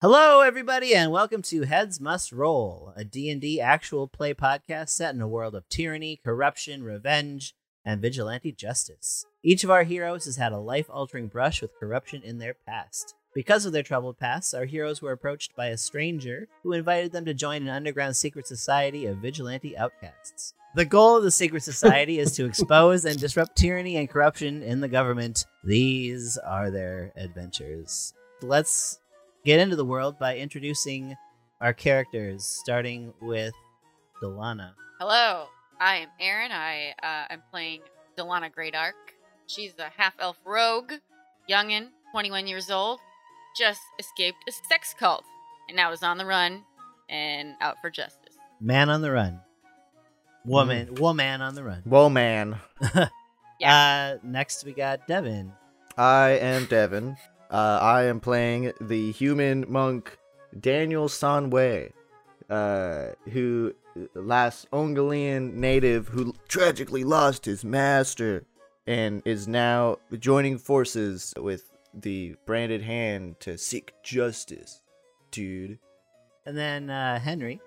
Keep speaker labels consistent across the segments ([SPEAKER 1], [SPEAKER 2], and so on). [SPEAKER 1] Hello, everybody, and welcome to Heads Must Roll, a D&D actual play podcast set in a world of tyranny, corruption, revenge, and vigilante justice. Each of our heroes has had a life-altering brush with corruption in their past. Because of their troubled pasts, our heroes were approached by a stranger who invited them to join an underground secret society of vigilante outcasts. The goal of the secret society is to expose and disrupt tyranny and corruption in the government. These are their adventures. Let's get into the world by introducing our characters, starting with Delana.
[SPEAKER 2] Hello, I am Erin. I uh, am playing Delana Greatark. She's a half elf rogue, youngin, 21 years old, just escaped a sex cult, and now is on the run and out for justice.
[SPEAKER 1] Man on the run. Woman, woman on the run.
[SPEAKER 3] Whoa, man.
[SPEAKER 1] Uh, next we got Devin.
[SPEAKER 3] I am Devin. Uh, I am playing the human monk Daniel Sanway, uh, who uh, last Ongolian native who tragically lost his master and is now joining forces with the branded hand to seek justice, dude.
[SPEAKER 1] And then uh, Henry.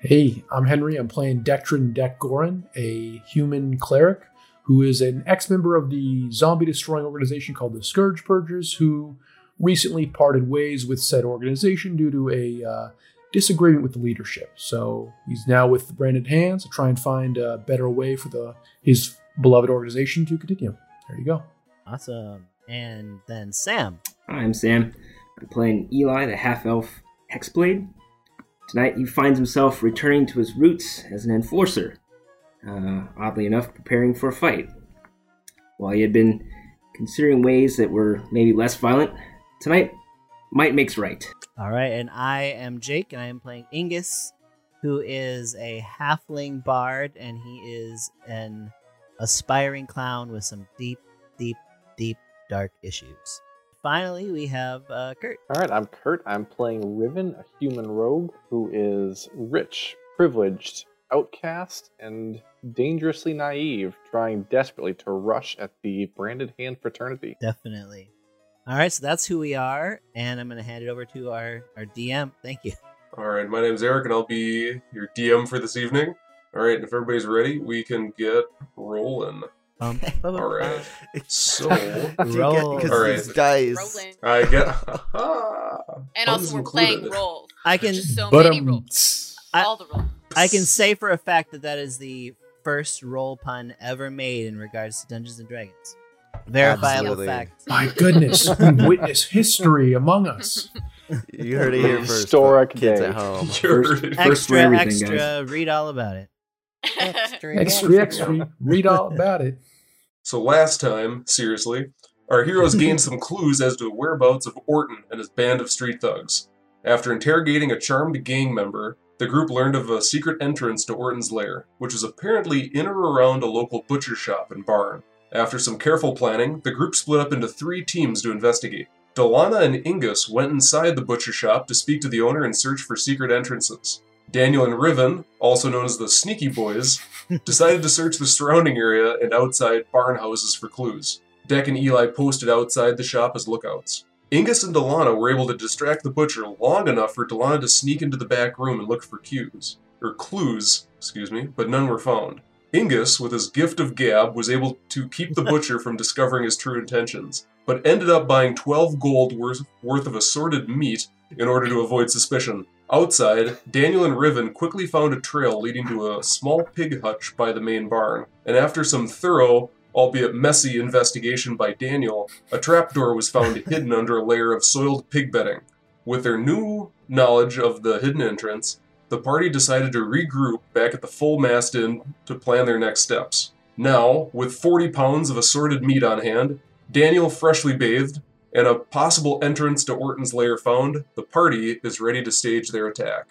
[SPEAKER 4] Hey, I'm Henry. I'm playing Dectrin Dekgorin, a human cleric who is an ex member of the zombie destroying organization called the Scourge Purgers, who recently parted ways with said organization due to a uh, disagreement with the leadership. So he's now with the Branded Hands to try and find a better way for the his beloved organization to continue. There you go.
[SPEAKER 1] Awesome. And then Sam.
[SPEAKER 5] Hi, I'm Sam. I'm playing Eli, the half elf Hexblade. Tonight, he finds himself returning to his roots as an enforcer, uh, oddly enough, preparing for a fight. While he had been considering ways that were maybe less violent, tonight, might makes right.
[SPEAKER 1] All right, and I am Jake, and I am playing Ingus, who is a halfling bard, and he is an aspiring clown with some deep, deep, deep, dark issues. Finally, we have uh, Kurt.
[SPEAKER 6] All right, I'm Kurt. I'm playing Riven, a human rogue who is rich, privileged, outcast, and dangerously naive, trying desperately to rush at the branded hand fraternity.
[SPEAKER 1] Definitely. All right, so that's who we are, and I'm going to hand it over to our, our DM. Thank you.
[SPEAKER 7] All right, my name's Eric, and I'll be your DM for this evening. All right, if everybody's ready, we can get rolling.
[SPEAKER 1] Um,
[SPEAKER 7] All right. So-
[SPEAKER 1] Roll.
[SPEAKER 3] because
[SPEAKER 7] Alright.
[SPEAKER 3] these dice.
[SPEAKER 2] Rolling.
[SPEAKER 7] I get.
[SPEAKER 2] And also, we're playing roles.
[SPEAKER 1] I can
[SPEAKER 2] Just so
[SPEAKER 4] But
[SPEAKER 2] many
[SPEAKER 4] um,
[SPEAKER 2] roles.
[SPEAKER 1] I-
[SPEAKER 2] All the roles.
[SPEAKER 1] I can say for a fact that that is the first roll pun ever made in regards to Dungeons and Dragons. Verifiable
[SPEAKER 3] Absolutely.
[SPEAKER 1] fact.
[SPEAKER 4] my goodness, we witness history among us.
[SPEAKER 3] You heard it here first.
[SPEAKER 6] Historic
[SPEAKER 3] folks. kids
[SPEAKER 6] day.
[SPEAKER 3] at home.
[SPEAKER 7] You're-
[SPEAKER 5] First for
[SPEAKER 1] Extra,
[SPEAKER 5] everything,
[SPEAKER 1] extra. Read all about it.
[SPEAKER 4] X-ray, X-ray, read all about it.
[SPEAKER 7] So last time, seriously, our heroes gained some clues as to the whereabouts of Orton and his band of street thugs. After interrogating a charmed gang member, the group learned of a secret entrance to Orton's lair, which was apparently in or around a local butcher shop and barn. After some careful planning, the group split up into three teams to investigate. Delana and Ingus went inside the butcher shop to speak to the owner and search for secret entrances. Daniel and Riven, also known as the Sneaky Boys, decided to search the surrounding area and outside barn houses for clues. Deck and Eli posted outside the shop as lookouts. Ingus and Delana were able to distract the butcher long enough for Delana to sneak into the back room and look for cues, or clues, excuse me, but none were found. Ingus, with his gift of gab, was able to keep the butcher from discovering his true intentions, but ended up buying 12 gold worth, worth of assorted meat in order to avoid suspicion. Outside, Daniel and Riven quickly found a trail leading to a small pig hutch by the main barn, and after some thorough, albeit messy, investigation by Daniel, a trapdoor was found hidden under a layer of soiled pig bedding. With their new knowledge of the hidden entrance, the party decided to regroup back at the full mast inn to plan their next steps. Now, with 40 pounds of assorted meat on hand, Daniel freshly bathed, and a possible entrance to Orton's lair found, the party is ready to stage their attack.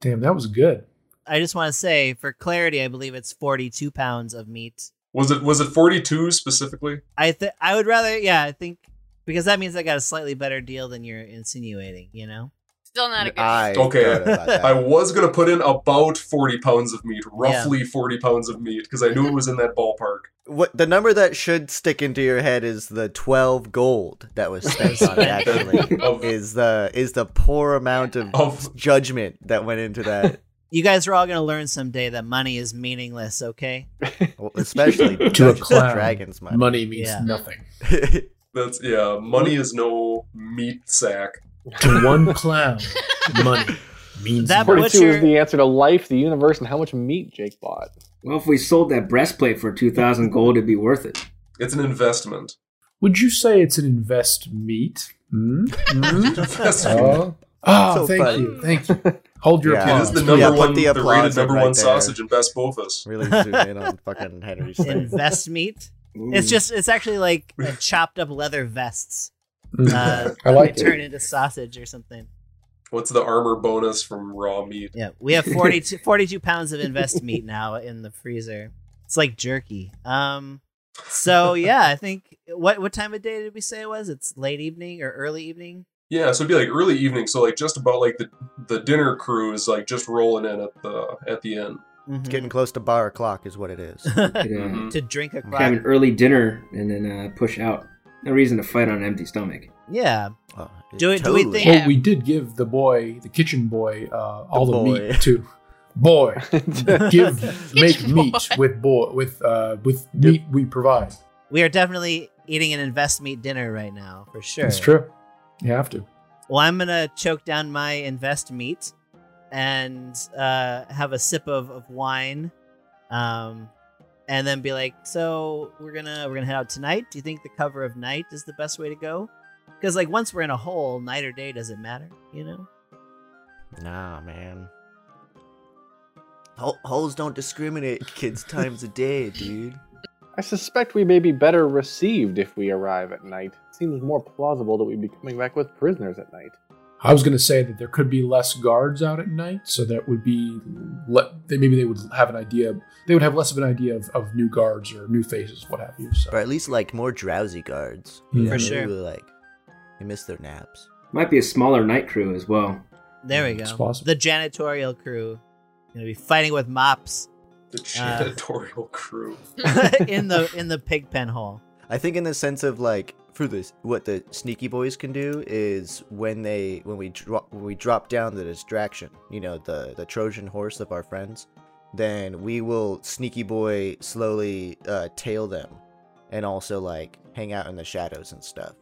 [SPEAKER 4] Damn, that was good.
[SPEAKER 1] I just want to say, for clarity, I believe it's 42 pounds of meat.
[SPEAKER 7] Was it was it 42 specifically?
[SPEAKER 1] I th- I would rather, yeah, I think because that means I got a slightly better deal than you're insinuating. You know,
[SPEAKER 2] Still not a good
[SPEAKER 3] I
[SPEAKER 7] Okay.
[SPEAKER 3] thought about that.
[SPEAKER 7] I was gonna put in about 40 pounds of meat, roughly 40 pounds of meat, because I knew it was in that ballpark.
[SPEAKER 3] What the number that should stick into your head is the twelve gold that was spent on it. Actually,
[SPEAKER 7] Of-
[SPEAKER 3] is the is the poor amount of
[SPEAKER 7] Of-
[SPEAKER 3] judgment that went into that,
[SPEAKER 1] You guys are all going to learn someday that money is meaningless, okay?
[SPEAKER 3] Well, especially
[SPEAKER 4] a
[SPEAKER 3] Dungeons and
[SPEAKER 4] clown.
[SPEAKER 3] Dragons money.
[SPEAKER 4] Money means
[SPEAKER 1] Yeah.
[SPEAKER 4] nothing.
[SPEAKER 7] That's yeah. Money is no meat sack.
[SPEAKER 4] To one clown, money means
[SPEAKER 1] That
[SPEAKER 4] nothing.
[SPEAKER 6] 42
[SPEAKER 1] Butcher-
[SPEAKER 6] is the answer to life, the universe, and how much meat Jake bought.
[SPEAKER 5] Well, if we sold that breastplate for 2,000 gold, it'd be worth it.
[SPEAKER 7] It's an investment.
[SPEAKER 4] Would you say it's an invest meat? Hmm? Hmm?
[SPEAKER 7] Investment.
[SPEAKER 4] Oh, Ah,
[SPEAKER 3] So
[SPEAKER 4] thank
[SPEAKER 3] funny.
[SPEAKER 4] you, thank you. Hold your
[SPEAKER 3] Yeah.
[SPEAKER 7] It
[SPEAKER 4] applause.
[SPEAKER 7] is the
[SPEAKER 3] Yeah,
[SPEAKER 7] number
[SPEAKER 3] put
[SPEAKER 7] one,
[SPEAKER 3] the
[SPEAKER 7] the, rated
[SPEAKER 3] applause
[SPEAKER 7] number
[SPEAKER 3] right
[SPEAKER 7] one
[SPEAKER 3] there.
[SPEAKER 7] sausage in Best Bofus.
[SPEAKER 3] really zoom in on fucking Henry's thing.
[SPEAKER 1] Invest meat.
[SPEAKER 5] Mm.
[SPEAKER 1] It's just, it's actually like uh, chopped up leather vests.
[SPEAKER 4] Mm.
[SPEAKER 1] Uh,
[SPEAKER 4] I like
[SPEAKER 1] they
[SPEAKER 4] it.
[SPEAKER 1] turn into sausage or something.
[SPEAKER 7] What's the armor bonus from raw meat?
[SPEAKER 1] Yeah, we have 42, 42 pounds of invest meat now in the freezer. It's like jerky. Um, so yeah, I think what what time of day did we say it was? It's late evening or early evening.
[SPEAKER 7] Yeah, so it'd be like early evening, so like just about like the the dinner crew is like just rolling in at the at the end.
[SPEAKER 1] Mhm.
[SPEAKER 3] It's getting close to bar o'clock is what it is.
[SPEAKER 5] Could, uh,
[SPEAKER 7] Mhm.
[SPEAKER 1] to drink a
[SPEAKER 3] Okay.
[SPEAKER 1] clock.
[SPEAKER 5] have an early dinner and then uh, push out. No reason to fight on an empty stomach.
[SPEAKER 1] Yeah,
[SPEAKER 3] Oh, it
[SPEAKER 1] Do it- do we think-
[SPEAKER 4] Well, we did give the boy, the kitchen boy, uh, all the,
[SPEAKER 3] boy.
[SPEAKER 4] meat too. Boy, give make
[SPEAKER 2] Kitchen
[SPEAKER 4] meat
[SPEAKER 2] boy.
[SPEAKER 4] with boy with uh, with meat we provide.
[SPEAKER 1] we are definitely eating an invest meat dinner right now for sure.
[SPEAKER 4] It's true. You have to.
[SPEAKER 1] Well, I'm gonna choke down my invest meat and uh, have a sip of, of wine, um, and then be like, "So we're gonna we're gonna head out tonight. Do you think the cover of night is the best way to go? Because like once we're in a hole, night or day doesn't matter, you know."
[SPEAKER 3] Nah, man. Hol- Holes don't discriminate kids times a day, dude.
[SPEAKER 6] I suspect we may be better received if we arrive at night. Seems more plausible that we'd be coming back with prisoners at night.
[SPEAKER 4] I was going to say that there could be less guards out at night, so that would be le- they, maybe they would have an idea. They would have less of an idea of, of new guards or new faces, what have you. So
[SPEAKER 3] Or at least like more drowsy guards.
[SPEAKER 4] Mm.
[SPEAKER 3] Yeah,
[SPEAKER 1] For
[SPEAKER 3] they
[SPEAKER 1] sure.
[SPEAKER 3] were, like they miss their naps.
[SPEAKER 5] Might be a smaller night crew as well.
[SPEAKER 1] There we
[SPEAKER 4] Mm, It's
[SPEAKER 1] go.
[SPEAKER 4] possible.
[SPEAKER 1] The janitorial crew gonna be fighting with mops
[SPEAKER 7] The
[SPEAKER 1] Uh.
[SPEAKER 7] janitorial crew.
[SPEAKER 1] in the in the pig pen hole.
[SPEAKER 3] I think in the sense of like for this, what the sneaky boys can do is when they when we drop when we drop down the distraction, you know, the the Trojan horse of our friends, then we will sneaky boy slowly uh, tail them, and also like hang out in the shadows and stuff,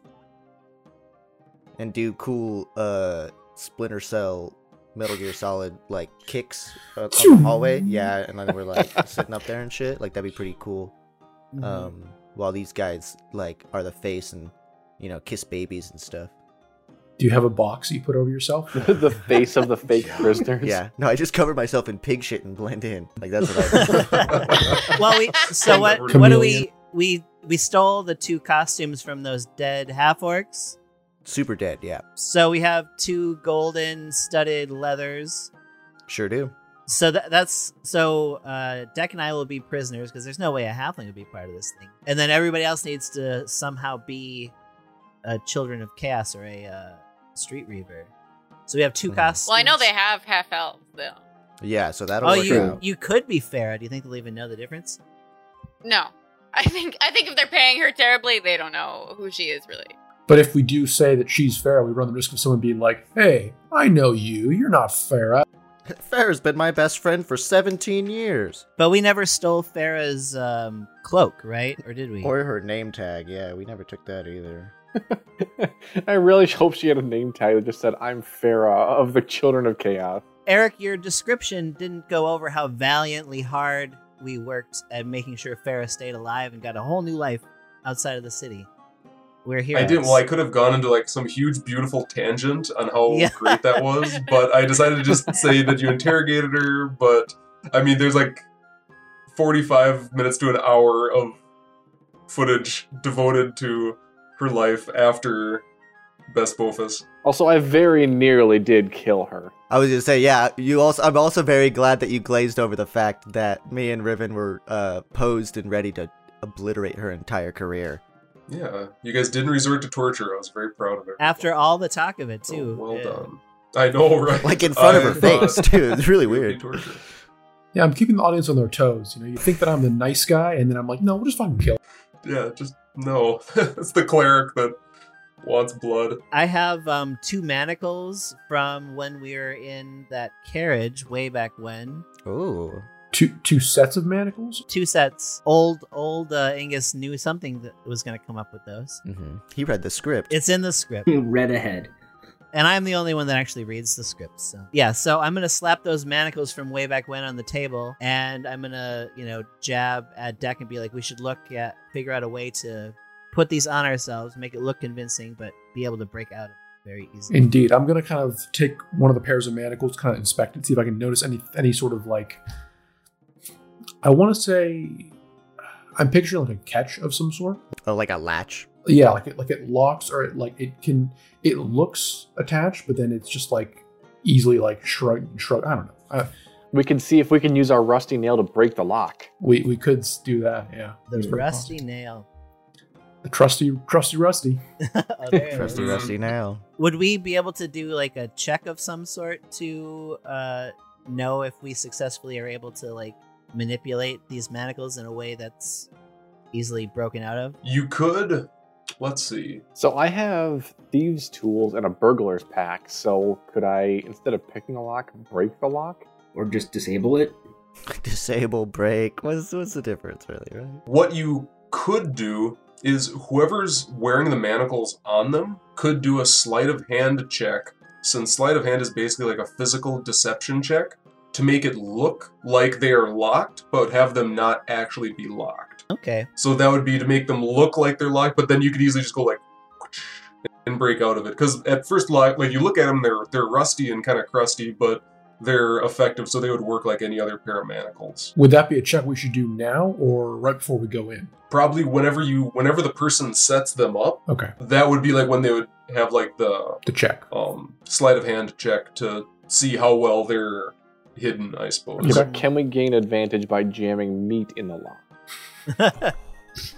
[SPEAKER 3] and do cool uh Splinter Cell. Metal Gear Solid like kicks uh, on the hallway, yeah, and then we're like sitting up there and shit. Like that'd be pretty cool
[SPEAKER 1] Mhm.
[SPEAKER 3] um, while these guys like are the face and you know kiss babies and stuff.
[SPEAKER 4] do you have a box you put over yourself?
[SPEAKER 6] the face of the fake prisoners.
[SPEAKER 3] Yeah, no, I just cover myself in pig shit and blend in. Like that's what I.
[SPEAKER 1] well, we so
[SPEAKER 7] Kind
[SPEAKER 1] what?
[SPEAKER 7] of
[SPEAKER 1] What do
[SPEAKER 4] chameleon.
[SPEAKER 1] we we we stole the two costumes from those dead half orcs?
[SPEAKER 3] Super dead. Yeah,
[SPEAKER 1] So we have two golden studded leathers.
[SPEAKER 3] sure do.
[SPEAKER 1] So that, that's so uh, Deck and I will be prisoners because there's no way a halfling would be part of this thing. And then everybody else needs to somehow be a children of chaos or a uh, street reaver. So we have two
[SPEAKER 3] Mhm.
[SPEAKER 1] costumes.
[SPEAKER 2] Well, I know they have half elves though.
[SPEAKER 3] Yeah, so that'll
[SPEAKER 1] Oh,
[SPEAKER 3] work
[SPEAKER 1] you
[SPEAKER 3] out.
[SPEAKER 1] you could be Farah. Do you think they'll even know the difference?
[SPEAKER 2] No, I think I think if they're paying her terribly, they don't know who she is really.
[SPEAKER 4] But if we do say that she's fair, we run the risk of someone being like, "Hey, I know you. You're not Farah."
[SPEAKER 3] Farrah's been my best friend for 17 years,
[SPEAKER 1] But we never stole Farah's um, cloak, right? Or did we?
[SPEAKER 3] or her name tag. Yeah, we never took that either.
[SPEAKER 6] I really hope she had a name tag that just said, I'm Farah of the Children of Chaos.
[SPEAKER 1] Eric, your description didn't go over how valiantly hard we worked at making sure Farah stayed alive and got a whole new life outside of the city. We're here.
[SPEAKER 7] I didn't. Well, I could have gone into like some huge, beautiful tangent on how
[SPEAKER 1] Yeah.
[SPEAKER 7] great that was, but I decided to just say that you interrogated her. But I mean, there's like 45 minutes to an hour of footage devoted to her life after Best Bofus.
[SPEAKER 6] Also, I very nearly did kill her.
[SPEAKER 3] I was gonna say, yeah. You also, I'm also very glad that you glazed over the fact that me and Riven were uh, posed and ready to obliterate her entire career.
[SPEAKER 7] Yeah, you guys didn't resort to torture. I was very proud of her.
[SPEAKER 1] After all the talk of it,
[SPEAKER 7] So,
[SPEAKER 1] too.
[SPEAKER 7] Oh,
[SPEAKER 1] Uh,
[SPEAKER 7] well
[SPEAKER 1] Yeah.
[SPEAKER 7] done. I know, right?
[SPEAKER 3] like in front of
[SPEAKER 7] I
[SPEAKER 3] her face
[SPEAKER 7] thought
[SPEAKER 3] too. It's really
[SPEAKER 7] it would be
[SPEAKER 3] weird.
[SPEAKER 7] torture.
[SPEAKER 4] Yeah, I'm keeping the audience on their toes. You know, you think that I'm the nice guy, and then I'm like, no, we'll just fucking kill.
[SPEAKER 7] Yeah, just no. it's the cleric that wants blood.
[SPEAKER 1] I have um, two manacles from when we were in that carriage way back when.
[SPEAKER 3] Ooh.
[SPEAKER 4] Two two sets of manacles.
[SPEAKER 1] Two sets. Old old uh, Angus knew something that was going to come up with those.
[SPEAKER 3] hmm He read the script.
[SPEAKER 1] It's in the script,
[SPEAKER 5] Red ahead.
[SPEAKER 1] and I'm the only one that actually reads the script. So yeah, so I'm going to slap those manacles from way back when on the table, and I'm going to you know jab at Deck and be like, we should look at figure out a way to put these on ourselves, make it look convincing, but be able to break out of it very easily.
[SPEAKER 4] Indeed, I'm gonna kind of take one of the pairs of manacles, kind of inspect it, see if I can notice any any sort of like. I want to say, I'm picturing like a catch of some sort.
[SPEAKER 3] Oh, like a latch.
[SPEAKER 4] Yeah, like it like it locks or it like it can it looks attached, but then it's just like easily like shrug shrug. I don't know. Uh,
[SPEAKER 6] We can see if we can use our rusty nail to break the lock.
[SPEAKER 4] we we could s- do that. Yeah,
[SPEAKER 1] The
[SPEAKER 4] That's pretty
[SPEAKER 1] rusty
[SPEAKER 4] possible.
[SPEAKER 1] nail.
[SPEAKER 4] the trusty trusty rusty.
[SPEAKER 1] Oh, there it
[SPEAKER 3] Trusty
[SPEAKER 1] is.
[SPEAKER 3] Rusty now.
[SPEAKER 1] Would we be able to do like a check of some sort to uh, know if we successfully are able to like manipulate these manacles in a way that's easily broken out of?
[SPEAKER 7] You could. Let's see.
[SPEAKER 6] So I have thieves' tools and a burglar's pack. So could I, instead of picking a lock, break the lock?
[SPEAKER 5] Or just disable it.
[SPEAKER 3] Disable break. What's what's the difference really, right?
[SPEAKER 7] What you could do is whoever's wearing the manacles on them could do a sleight of hand check, since sleight of hand is basically like a physical deception check to make it look like they are locked, but have them not actually be locked.
[SPEAKER 1] Okay.
[SPEAKER 7] So that would be to make them look like they're locked, but then you could easily just go like and break out of it. Because at first light, like you look at them, they're they're rusty and kind of crusty, but they're effective, so they would work like any other pair of manacles.
[SPEAKER 4] Would that be a check we should do now or right before we go in?
[SPEAKER 7] probably whenever you whenever the person sets them up
[SPEAKER 4] Okay,
[SPEAKER 7] that would be like when they would have like the
[SPEAKER 4] the check.
[SPEAKER 7] um sleight of hand check to see how well they're hidden i suppose
[SPEAKER 4] Okay.
[SPEAKER 6] But can we gain advantage by jamming meat in the lock?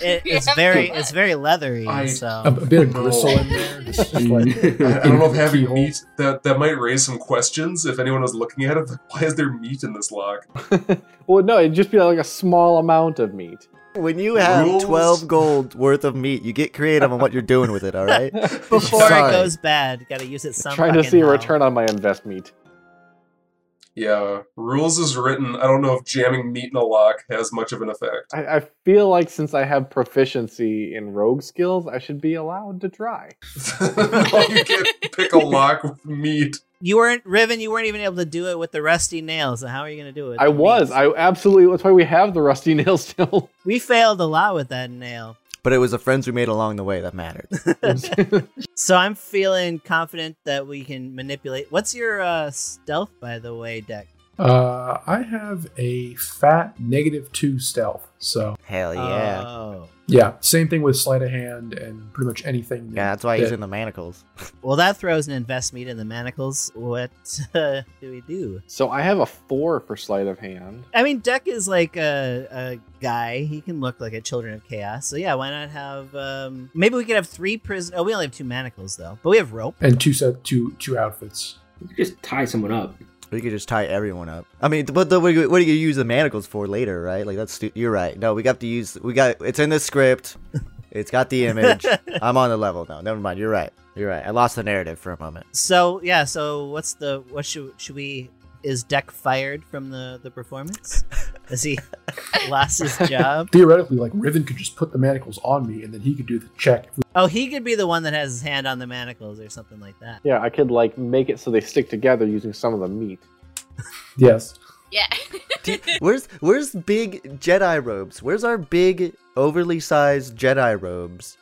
[SPEAKER 1] It- it's
[SPEAKER 2] Yeah,
[SPEAKER 1] very
[SPEAKER 2] but-
[SPEAKER 1] it's very leathery.
[SPEAKER 7] I-
[SPEAKER 4] A, a
[SPEAKER 1] so
[SPEAKER 4] bit of
[SPEAKER 7] No.
[SPEAKER 4] gristle in there. Just, just like,
[SPEAKER 7] I, I don't know if having
[SPEAKER 4] Keyhole.
[SPEAKER 7] meat that that might raise some questions if anyone was looking at it like, why is there meat in this lock
[SPEAKER 6] well, no, it'd just be like a small amount of meat.
[SPEAKER 3] When you have
[SPEAKER 7] Rules.
[SPEAKER 3] twelve gold worth of meat, you get creative on what you're doing with it, all right?
[SPEAKER 1] before it
[SPEAKER 3] Sorry.
[SPEAKER 1] goes bad, gotta use it some.
[SPEAKER 6] Trying to
[SPEAKER 1] fucking
[SPEAKER 6] see a
[SPEAKER 1] how.
[SPEAKER 6] return on my invest meat.
[SPEAKER 7] yeah rules is written i don't know if jamming meat in a lock has much of an effect
[SPEAKER 6] I, I feel like since I have proficiency in rogue skills, I should be allowed to try.
[SPEAKER 7] no, you can't pick a lock with meat
[SPEAKER 1] You weren't Riven. You weren't even able to do it with the rusty nails. So how are you gonna do it? with
[SPEAKER 6] I
[SPEAKER 1] the
[SPEAKER 6] was.
[SPEAKER 1] meats?
[SPEAKER 6] I absolutely. That's why we have the rusty nail still.
[SPEAKER 1] we failed a lot with that nail.
[SPEAKER 3] But it was the friends we made along the way that mattered.
[SPEAKER 1] So I'm feeling confident that we can manipulate. What's your uh, stealth, by the way, Deck?
[SPEAKER 4] uh, I have a fat negative two stealth. So
[SPEAKER 3] Hell yeah.
[SPEAKER 1] Oh.
[SPEAKER 4] yeah, same thing with sleight of hand and pretty much anything. that-
[SPEAKER 3] yeah, that's why he's
[SPEAKER 4] that-
[SPEAKER 3] in the manacles.
[SPEAKER 1] Well, that throws an invest meat in the manacles. What uh, do we do?
[SPEAKER 6] so I have a four for sleight of hand.
[SPEAKER 1] I mean, Deck is like a, a guy. He can look like a Children of Chaos. So yeah, why not have? Um, maybe we could have three prison. Oh, we only have two manacles though, but we have rope.
[SPEAKER 4] and two set two two outfits.
[SPEAKER 5] You could just tie someone up.
[SPEAKER 3] We could just tie everyone up. I mean, but the, what do you what do you use the manacles for later, right? Like that's stu- you're right. No, we got to use we got it's in the script. It's got the image. I'm on the level now. Never mind. You're right. You're right. I lost the narrative for a moment.
[SPEAKER 1] So yeah, so what's the what should should we? Is Deck fired from the the performance? Has he lost his job?
[SPEAKER 4] Theoretically, like Riven could just put the manacles on me, and then he could do the check. If we,
[SPEAKER 1] Oh, he could be the one that has his hand on the manacles or something like that.
[SPEAKER 6] Yeah, I could like make it so they stick together using some of the meat.
[SPEAKER 4] yes,
[SPEAKER 2] Yeah.
[SPEAKER 3] Where's where's big Jedi robes? Where's our big overly sized Jedi robes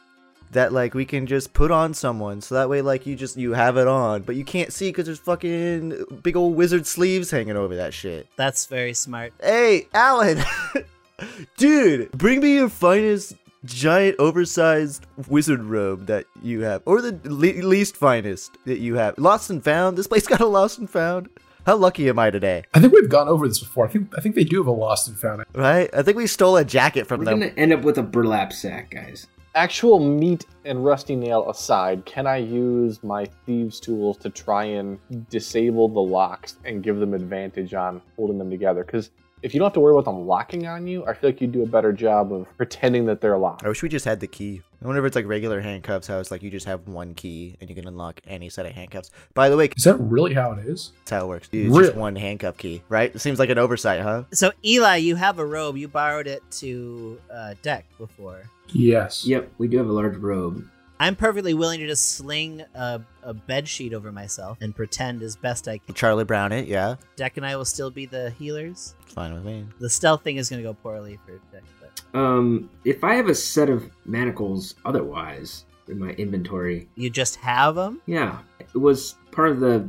[SPEAKER 3] that like we can just put on someone so that way like you just you have it on but you can't see because there's fucking big old wizard sleeves hanging over that shit.
[SPEAKER 1] That's very smart.
[SPEAKER 3] Hey, Alan, dude, bring me your finest giant oversized wizard robe that you have, or the le- least finest that you have. Lost and found. This place got a lost and found. How lucky am I today?
[SPEAKER 4] I think we've gone over this before. I think I think they do have a lost and found.
[SPEAKER 3] Right? I think we stole a jacket from
[SPEAKER 5] We're
[SPEAKER 3] them.
[SPEAKER 5] gonna end up with a burlap sack, guys.
[SPEAKER 6] Actual meat and rusty nail aside, can I use my thieves' tools to try and disable the locks and give them advantage on holding them together? Because if you don't have to worry about them locking on you, I feel like you do a better job of pretending that they're locked.
[SPEAKER 3] I wish we just had the key. I wonder if it's like regular handcuffs, how it's like you just have one key and you can unlock any set of handcuffs. By the way,
[SPEAKER 4] Is that really how it is?
[SPEAKER 3] that's how it works. It's just
[SPEAKER 4] Really?
[SPEAKER 3] one handcuff key, right? It seems like an oversight, huh?
[SPEAKER 1] So Eli, you have a robe. You borrowed it to uh, Deck before.
[SPEAKER 4] Yes.
[SPEAKER 5] Yep, we do have a large robe.
[SPEAKER 1] I'm perfectly willing to just sling a, a bed sheet over myself and pretend as best I can.
[SPEAKER 3] Charlie Brown it, yeah.
[SPEAKER 1] Deck and I will still be the healers.
[SPEAKER 3] It's fine with me.
[SPEAKER 1] The stealth thing is going to go poorly for Deck, but
[SPEAKER 5] Um, if I have a set of manacles otherwise in my inventory,
[SPEAKER 1] you just have them.
[SPEAKER 5] yeah, it was part of the.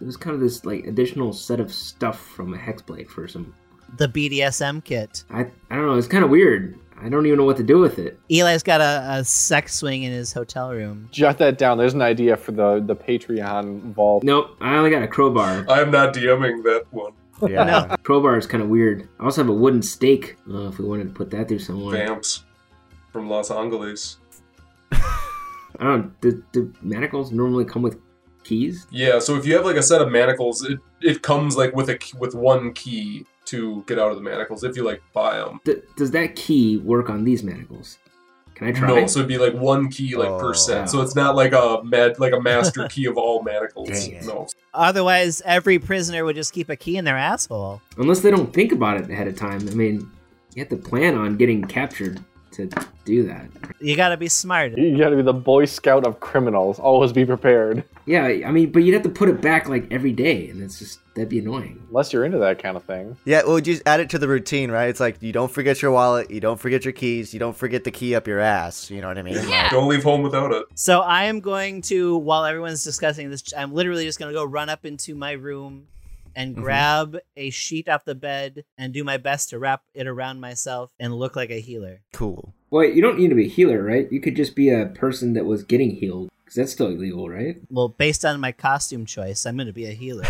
[SPEAKER 5] It was kind of this like additional set of stuff from a hexblade for some.
[SPEAKER 1] The BDSM kit.
[SPEAKER 5] I I don't know. It's kind of weird. I don't even know what to do with it.
[SPEAKER 1] Eli's got a, a sex swing in his hotel room.
[SPEAKER 6] Jot that down. There's an idea for the the Patreon vault.
[SPEAKER 5] Nope, I only got a crowbar.
[SPEAKER 7] I'm not DMing that one.
[SPEAKER 3] Yeah.
[SPEAKER 5] crowbar is kind of weird. I also have a wooden stake. Uh, if we wanted to put that through someone,
[SPEAKER 7] Vamps from Los Angeles.
[SPEAKER 5] I don't. Do, do manacles normally come with keys?
[SPEAKER 7] Yeah, so if you have like a set of manacles, it, it comes like with a key- with one key to get out of the manacles if you like buy them.
[SPEAKER 5] D- does that key work on these manacles? Can I try?
[SPEAKER 7] No, so it'd be like one key like
[SPEAKER 3] Oh.
[SPEAKER 7] per set. So it's not like a med like a master key of all manacles.
[SPEAKER 3] Dang it.
[SPEAKER 7] No.
[SPEAKER 1] Otherwise, every prisoner would just keep a key in their asshole.
[SPEAKER 5] Unless they don't think about it ahead of time. I mean, you have to plan on getting captured to do that.
[SPEAKER 1] You gotta be smart.
[SPEAKER 6] You gotta be the Boy Scout of criminals. Always be prepared.
[SPEAKER 5] Yeah, I mean, but you'd have to put it back like every day, and that's just that'd be annoying.
[SPEAKER 6] Unless you're into that kind of thing.
[SPEAKER 3] yeah, well, just add it to the routine, right? It's like you don't forget your wallet, you don't forget your keys, you don't forget the key up your ass. You know what I mean?
[SPEAKER 2] Yeah.
[SPEAKER 7] Don't leave home without it.
[SPEAKER 1] So I am going to, while everyone's discussing this, I'm literally just gonna go run up into my room and
[SPEAKER 3] Mhm.
[SPEAKER 1] grab a sheet off the bed and do my best to wrap it around myself and look like a healer.
[SPEAKER 3] Cool.
[SPEAKER 5] Well, you don't need to be a healer, right? You could just be a person that was getting healed, because that's still illegal, right?
[SPEAKER 1] Well, based on my costume choice, I'm gonna be a healer.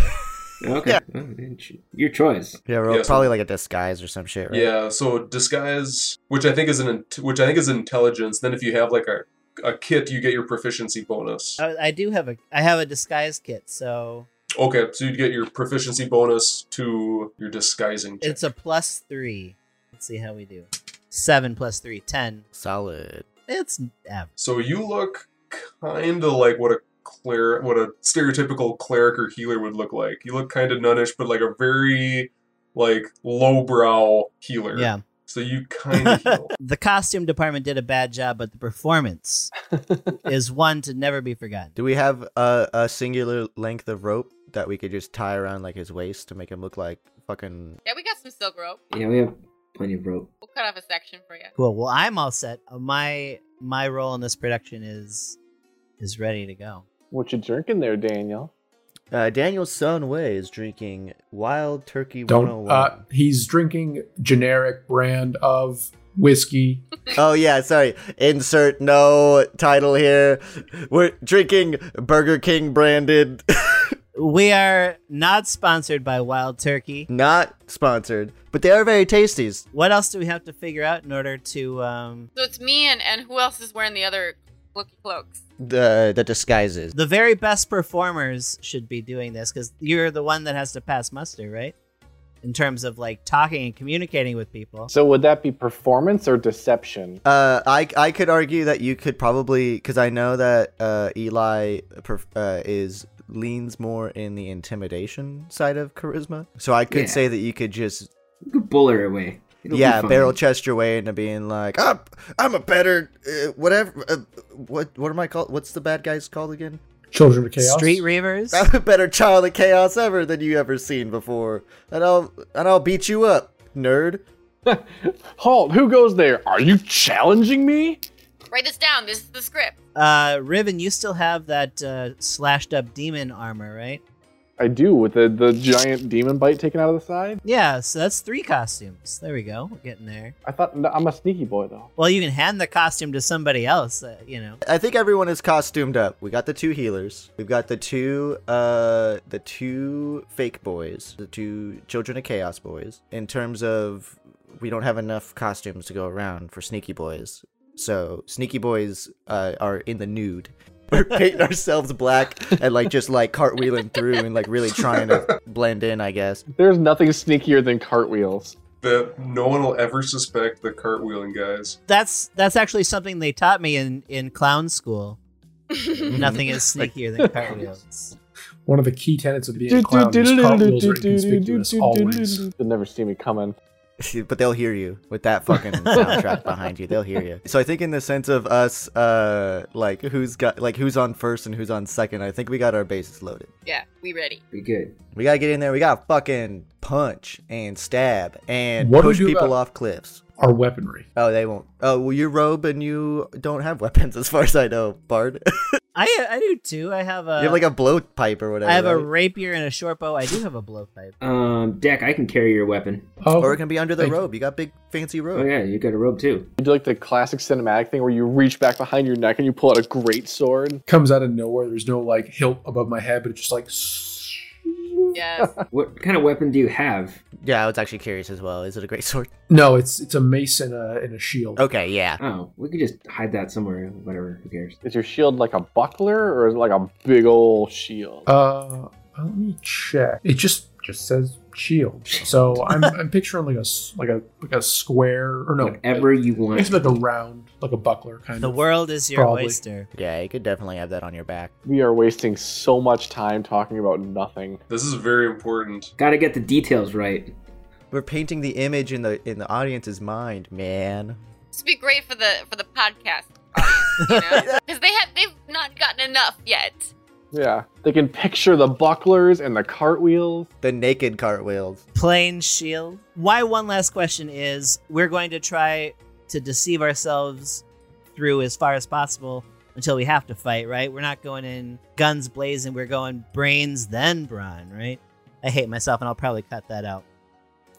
[SPEAKER 5] Okay, Well, it's your choice.
[SPEAKER 3] Yeah, well,
[SPEAKER 7] Yeah, so-
[SPEAKER 3] probably like a disguise or some shit, right?
[SPEAKER 7] Yeah, so disguise, which I think is an int- which I think is intelligence. Then if you have like a a kit, you get your proficiency bonus.
[SPEAKER 1] I, I do have a, I have a disguise kit, so
[SPEAKER 7] Okay, so you'd get your proficiency bonus to your disguising. check.
[SPEAKER 1] it's a plus three. Let's see how we do. Seven plus three, ten.
[SPEAKER 3] Solid.
[SPEAKER 1] It's average.
[SPEAKER 7] So you look kind of like what a cler- what a stereotypical cleric or healer would look like. You look kind of nunnish, but like a very like lowbrow healer.
[SPEAKER 1] Yeah.
[SPEAKER 7] So you kind of heal.
[SPEAKER 1] the costume department did a bad job, but the performance is one to never be forgotten.
[SPEAKER 3] Do we have a, a singular length of rope that we could just tie around like his waist to make him look like fucking
[SPEAKER 2] Yeah, we got some silk rope.
[SPEAKER 5] Yeah, we have plenty of rope.
[SPEAKER 2] We'll cut off a section for you.
[SPEAKER 1] Cool. Well, I'm all set. Uh, My my role in this production is is ready to go.
[SPEAKER 6] What you drinking there, Daniel?
[SPEAKER 3] Uh, Daniel Sun Wei is drinking Wild Turkey
[SPEAKER 4] Don't.
[SPEAKER 3] 101.
[SPEAKER 4] Uh, he's drinking generic brand of whiskey.
[SPEAKER 3] oh, yeah, sorry. Insert no title here. We're drinking Burger King branded,
[SPEAKER 1] We are not sponsored by Wild Turkey.
[SPEAKER 3] not sponsored, but they are very tasties.
[SPEAKER 1] What else do we have to figure out in order to um
[SPEAKER 2] So it's me and, and who else is wearing the other looky cloaks?
[SPEAKER 3] The, the disguises.
[SPEAKER 1] the very best performers should be doing this cuz you're the one that has to pass muster, right? In terms of like talking and communicating with people.
[SPEAKER 6] So would that be performance or deception?
[SPEAKER 3] Uh, I, I could argue that you could probably, because I know that uh, Eli perf- uh, is leans more in the intimidation side of charisma. So I could
[SPEAKER 5] Yeah.
[SPEAKER 3] say that you could just
[SPEAKER 5] You could bull her away. It'll be
[SPEAKER 3] yeah,
[SPEAKER 5] fine.
[SPEAKER 3] barrel chest your way into being like, I'm, I'm a better, uh, whatever. Uh, what what am I called? What's the bad guys called again?
[SPEAKER 4] Children of Chaos.
[SPEAKER 1] Street Reavers?
[SPEAKER 3] I'm a better child of chaos ever than you ever seen before, and I'll and I'll beat you up, nerd.
[SPEAKER 6] Halt! Who goes there? Are you challenging me?
[SPEAKER 2] Write this down. This is the script.
[SPEAKER 1] Uh, Riven, you still have that uh, slashed up demon armor, right?
[SPEAKER 6] I do with the the giant demon bite taken out of the side.
[SPEAKER 1] Yeah, so that's three costumes. There we go. We're getting there.
[SPEAKER 6] I thought no, I'm a sneaky boy though.
[SPEAKER 1] Well, you can hand the costume to somebody else, uh, you know.
[SPEAKER 3] I think everyone is costumed up. We got the two healers. We've got the two uh the two fake boys, the two children of chaos boys. In terms of we don't have enough costumes to go around for sneaky boys. So sneaky boys uh, are in the nude. We're painting ourselves black and like just like cartwheeling through and like really trying to blend in, I guess.
[SPEAKER 6] There's nothing sneakier than cartwheels.
[SPEAKER 7] that no one will ever suspect the cartwheeling guys.
[SPEAKER 1] That's that's actually something they taught me in in clown school. Nothing is sneakier than cartwheels.
[SPEAKER 4] One of the key tenets of being a clown is cartwheels are inconspicuous always.
[SPEAKER 6] They'll never see me coming.
[SPEAKER 3] but they'll hear you with that fucking soundtrack behind you. They'll hear you. So I think in the sense of us, uh, like who's got like who's on first and who's on second, I think we got our bases loaded.
[SPEAKER 2] Yeah, we ready.
[SPEAKER 5] Be good.
[SPEAKER 3] We gotta get in there. We gotta fucking punch and stab and
[SPEAKER 4] What do we
[SPEAKER 3] push
[SPEAKER 4] do
[SPEAKER 3] people
[SPEAKER 4] about-
[SPEAKER 3] off cliffs.
[SPEAKER 4] Our weaponry.
[SPEAKER 3] Oh, they won't. Oh, well, you're robe and you don't have weapons, as far as I know, Bard.
[SPEAKER 1] I I do too. I have a
[SPEAKER 3] you have like a blowpipe or whatever.
[SPEAKER 1] Uh, I have a
[SPEAKER 3] right?
[SPEAKER 1] rapier and a short bow. I do have a blowpipe.
[SPEAKER 5] Um, Deck, I can carry your weapon.
[SPEAKER 4] Oh,
[SPEAKER 3] or it can be under the
[SPEAKER 4] Thank you.
[SPEAKER 3] robe. You got big fancy robe.
[SPEAKER 5] Oh yeah, you got a robe too.
[SPEAKER 6] You do like the classic cinematic thing where you reach back behind your neck and you pull out a great sword.
[SPEAKER 4] comes out of nowhere. There's no like hilt above my head, but it's just like.
[SPEAKER 2] Yes.
[SPEAKER 5] What kind of weapon do you have?
[SPEAKER 3] Yeah, I was actually curious as well. Is it a great sword?
[SPEAKER 4] No, it's it's a mace and a and a shield.
[SPEAKER 3] Okay, yeah.
[SPEAKER 5] Oh, we could just hide that somewhere. Whatever. Who cares?
[SPEAKER 6] Is your shield like a buckler or is it like a big old shield?
[SPEAKER 4] Uh, let me check. It just just says shield. So I'm I'm picturing like a s- like a like a square or no.
[SPEAKER 5] Whatever you
[SPEAKER 4] It's
[SPEAKER 5] want.
[SPEAKER 4] like a round, like a buckler kind
[SPEAKER 1] The
[SPEAKER 4] of.
[SPEAKER 1] world is your
[SPEAKER 4] Probably.
[SPEAKER 1] oyster.
[SPEAKER 3] Yeah, you could definitely have that on your back.
[SPEAKER 6] we are wasting so much time talking about nothing.
[SPEAKER 7] This is very important.
[SPEAKER 5] Got to get the details right.
[SPEAKER 3] We're painting the image in the in the audience's mind, man.
[SPEAKER 2] this would be great for the for the podcast audience, you know? Because they have they've not gotten enough yet.
[SPEAKER 6] Yeah. They can picture the bucklers and the cartwheels.
[SPEAKER 3] The naked cartwheels.
[SPEAKER 1] Plain shield. Why one last question is we're going to try to deceive ourselves through as far as possible until we have to fight, right? We're not going in guns blazing, we're going brains then brawn, right? I hate myself and I'll probably cut that out.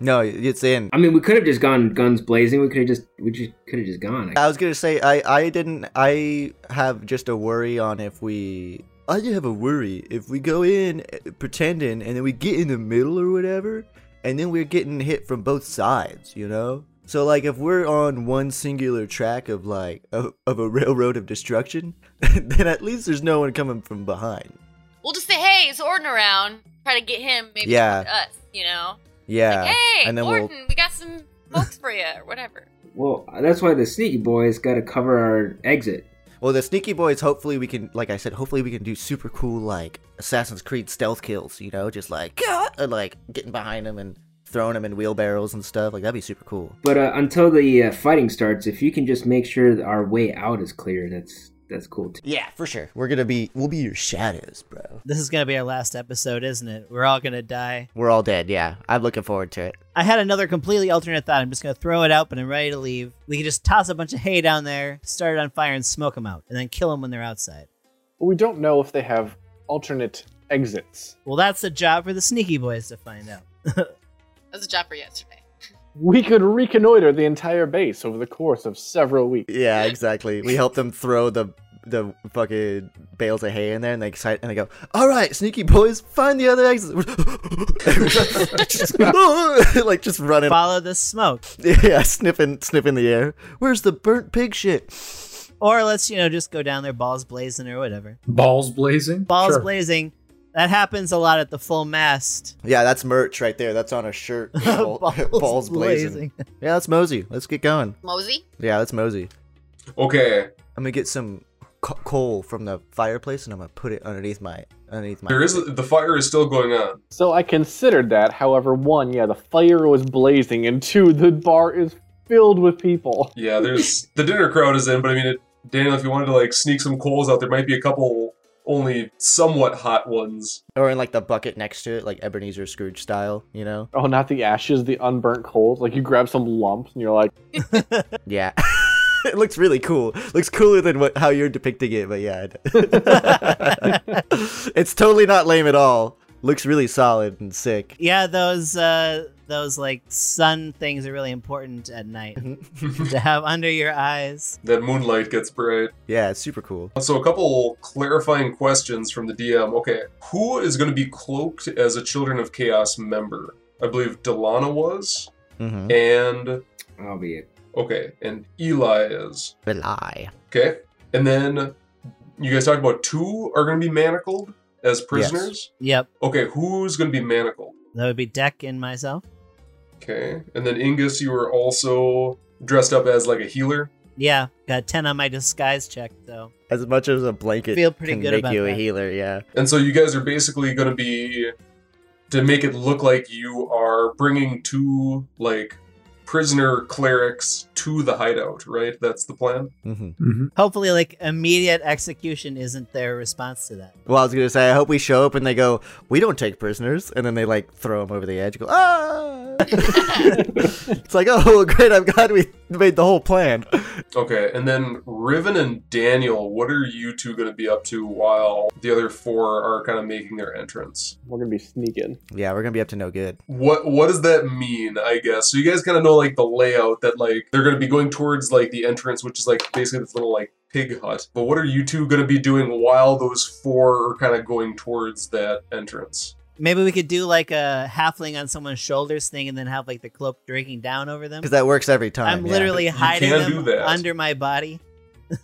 [SPEAKER 3] No, it's in.
[SPEAKER 5] I mean, we could have just gone guns blazing. We could have just we just could have just gone.
[SPEAKER 3] I was gonna say I I didn't I have just a worry on if we I do have a worry if we go in eh, pretending and then we get in the middle or whatever and then we're getting hit from both sides, you know. So like if we're on one singular track of like of, of a railroad of destruction, then at least there's no one coming from behind.
[SPEAKER 2] We'll just say, hey, it's Orton around. Try to get him, maybe
[SPEAKER 3] Yeah.
[SPEAKER 2] with us, you know?
[SPEAKER 3] Yeah,
[SPEAKER 2] like, hey,
[SPEAKER 3] and then
[SPEAKER 2] Orton,
[SPEAKER 3] we'll
[SPEAKER 2] we got some folks for you, or whatever.
[SPEAKER 5] Well, that's why the sneaky boys got to cover our exit.
[SPEAKER 3] well the sneaky boys. Hopefully we can like I said. Hopefully we can do super cool like Assassin's Creed stealth kills. You know, just like "Gah!" and, like getting behind them and throwing them in wheelbarrows and stuff. Like that'd be super cool.
[SPEAKER 5] But uh, until the uh, fighting starts, if you can just make sure that our way out is clear, that's that's cool too.
[SPEAKER 3] Yeah, for sure. We're gonna be we'll be your shadows, bro.
[SPEAKER 1] This is going to be our last episode, isn't it? We're all going to die.
[SPEAKER 3] We're all dead. Yeah, I'm looking forward to it.
[SPEAKER 1] I had another completely alternate thought. I'm just going to throw it out, but I'm ready to leave. We can just toss a bunch of hay down there, start it on fire, and smoke them out, and then kill them when they're outside.
[SPEAKER 6] But we don't know if they have alternate exits.
[SPEAKER 1] Well, that's a job for the sneaky boys to find out.
[SPEAKER 2] That was a job for yesterday.
[SPEAKER 6] We could reconnoiter the entire base over the course of several weeks.
[SPEAKER 3] Yeah, exactly. We help them throw the the fucking bales of hay in there, and they excite and they go, "All right, sneaky boys, find the other exit." like just running
[SPEAKER 1] Follow the smoke.
[SPEAKER 3] Yeah, sniffing, sniffing the air. Where's the burnt pig shit?
[SPEAKER 1] Or let's, you know, just go down there balls blazing or whatever.
[SPEAKER 4] Balls blazing.
[SPEAKER 1] Balls
[SPEAKER 4] Sure.
[SPEAKER 1] blazing. That happens a lot at the full mast.
[SPEAKER 3] Yeah, that's merch right there. That's on a shirt. Yeah, that's mosey. Let's get going.
[SPEAKER 2] Mosey?
[SPEAKER 3] Yeah, that's mosey.
[SPEAKER 7] Okay,
[SPEAKER 3] I'm gonna get some co- coal from the fireplace and I'm gonna put it underneath my underneath my.
[SPEAKER 7] there is the fire is still going on.
[SPEAKER 6] So I considered that. However, one, yeah, the fire was blazing, and two, the bar is filled with people.
[SPEAKER 7] Yeah, there's the dinner crowd is in, but I mean, it, Daniel, if you wanted to like sneak some coals out, there might be a couple only somewhat hot ones.
[SPEAKER 3] or in like the bucket next to it, like Ebenezer Scrooge style. You know?
[SPEAKER 6] Oh, not the ashes, the unburnt coals. Like you grab some lumps and you're like,
[SPEAKER 3] Yeah. it looks really cool. Looks cooler than what how you're depicting it, but yeah. it's totally not lame at all. Looks really solid and sick.
[SPEAKER 1] Yeah, those uh those like sun things are really important at night
[SPEAKER 7] Mm-hmm.
[SPEAKER 1] to have under your eyes.
[SPEAKER 7] That moonlight gets bright.
[SPEAKER 3] Yeah, it's super cool.
[SPEAKER 7] So, a couple clarifying questions from the DM. Okay, who is going to be cloaked as a Children of Chaos member? I believe Delana was,
[SPEAKER 3] Mm-hmm.
[SPEAKER 7] and
[SPEAKER 5] I'll be it.
[SPEAKER 7] okay, and Eli is.
[SPEAKER 3] The lie.
[SPEAKER 7] Okay, and then you guys talked about two are going to be manacled as prisoners.
[SPEAKER 1] Yep.
[SPEAKER 7] Okay, who's going to be manacled?
[SPEAKER 1] That would be Deck and myself.
[SPEAKER 7] Okay. And then Ingus, you were also dressed up as like a healer.
[SPEAKER 1] Yeah, got 10 on my disguise check, though.
[SPEAKER 3] As much as a blanket
[SPEAKER 1] Feel pretty
[SPEAKER 3] can
[SPEAKER 1] good
[SPEAKER 3] make
[SPEAKER 1] about
[SPEAKER 3] you a
[SPEAKER 1] that.
[SPEAKER 3] healer, yeah.
[SPEAKER 7] And so you guys are basically going to be to make it look like you are bringing two like prisoner clerics to the hideout, right? That's the plan.
[SPEAKER 3] hmm
[SPEAKER 4] Mm-hmm.
[SPEAKER 1] Hopefully, like, immediate execution isn't their response to that.
[SPEAKER 3] Well, I was gonna say, I hope we show up and they go, "We don't take prisoners," and then they like throw him over the edge. Go, ah! it's like, oh, well, great! I'm glad we made the whole plan.
[SPEAKER 7] Okay. And then Riven and Daniel, what are you two going to be up to while the other four are kind of making their entrance?
[SPEAKER 6] We're gonna be sneaking.
[SPEAKER 3] Yeah, we're gonna be up to no good.
[SPEAKER 7] What what does that mean, I guess? So you guys kind of know like the layout that like they're going to be going towards like the entrance which is like basically this little like pig hut. But what are you two going to be doing while those four are kind of going towards that entrance?
[SPEAKER 1] Maybe we could do, like, a halfling on someone's shoulders thing and then have, like, the cloak draking down over them.
[SPEAKER 3] Because that works every time.
[SPEAKER 1] I'm
[SPEAKER 3] yeah.
[SPEAKER 1] literally
[SPEAKER 7] You
[SPEAKER 1] hiding
[SPEAKER 7] can do
[SPEAKER 1] them
[SPEAKER 7] that.
[SPEAKER 1] under my body.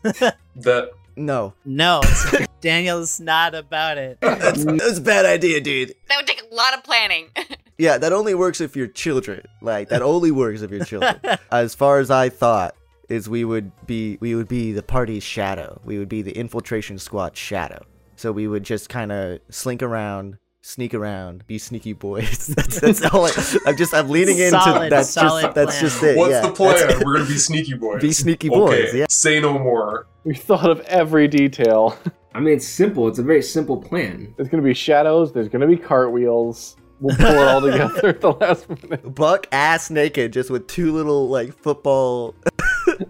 [SPEAKER 7] That
[SPEAKER 3] no.
[SPEAKER 1] No, Daniel's not about it.
[SPEAKER 3] That's, that's a bad idea, dude.
[SPEAKER 2] That would take a lot of planning.
[SPEAKER 3] Yeah, that only works if you're children. Like that only works if you're children. as far as I thought, is we would be we would be the party's shadow. We would be the infiltration squad shadow. So we would just kind of slink around, sneak around, be sneaky boys. that's, that's all. I, I'm just I'm leaning into
[SPEAKER 1] Solid,
[SPEAKER 3] that's
[SPEAKER 1] solid
[SPEAKER 3] just that's
[SPEAKER 1] plan.
[SPEAKER 3] just it.
[SPEAKER 7] What's
[SPEAKER 3] yeah,
[SPEAKER 7] the plan?
[SPEAKER 3] that's-
[SPEAKER 7] We're gonna be sneaky boys.
[SPEAKER 3] be sneaky boys.
[SPEAKER 7] Okay,
[SPEAKER 3] Yeah.
[SPEAKER 7] Say no more.
[SPEAKER 6] We thought of every detail.
[SPEAKER 5] I mean, it's simple. It's a very simple plan.
[SPEAKER 6] There's gonna be shadows. There's gonna be cartwheels. We'll pull it all together at the last minute.
[SPEAKER 3] Buck ass naked, just with two little like football.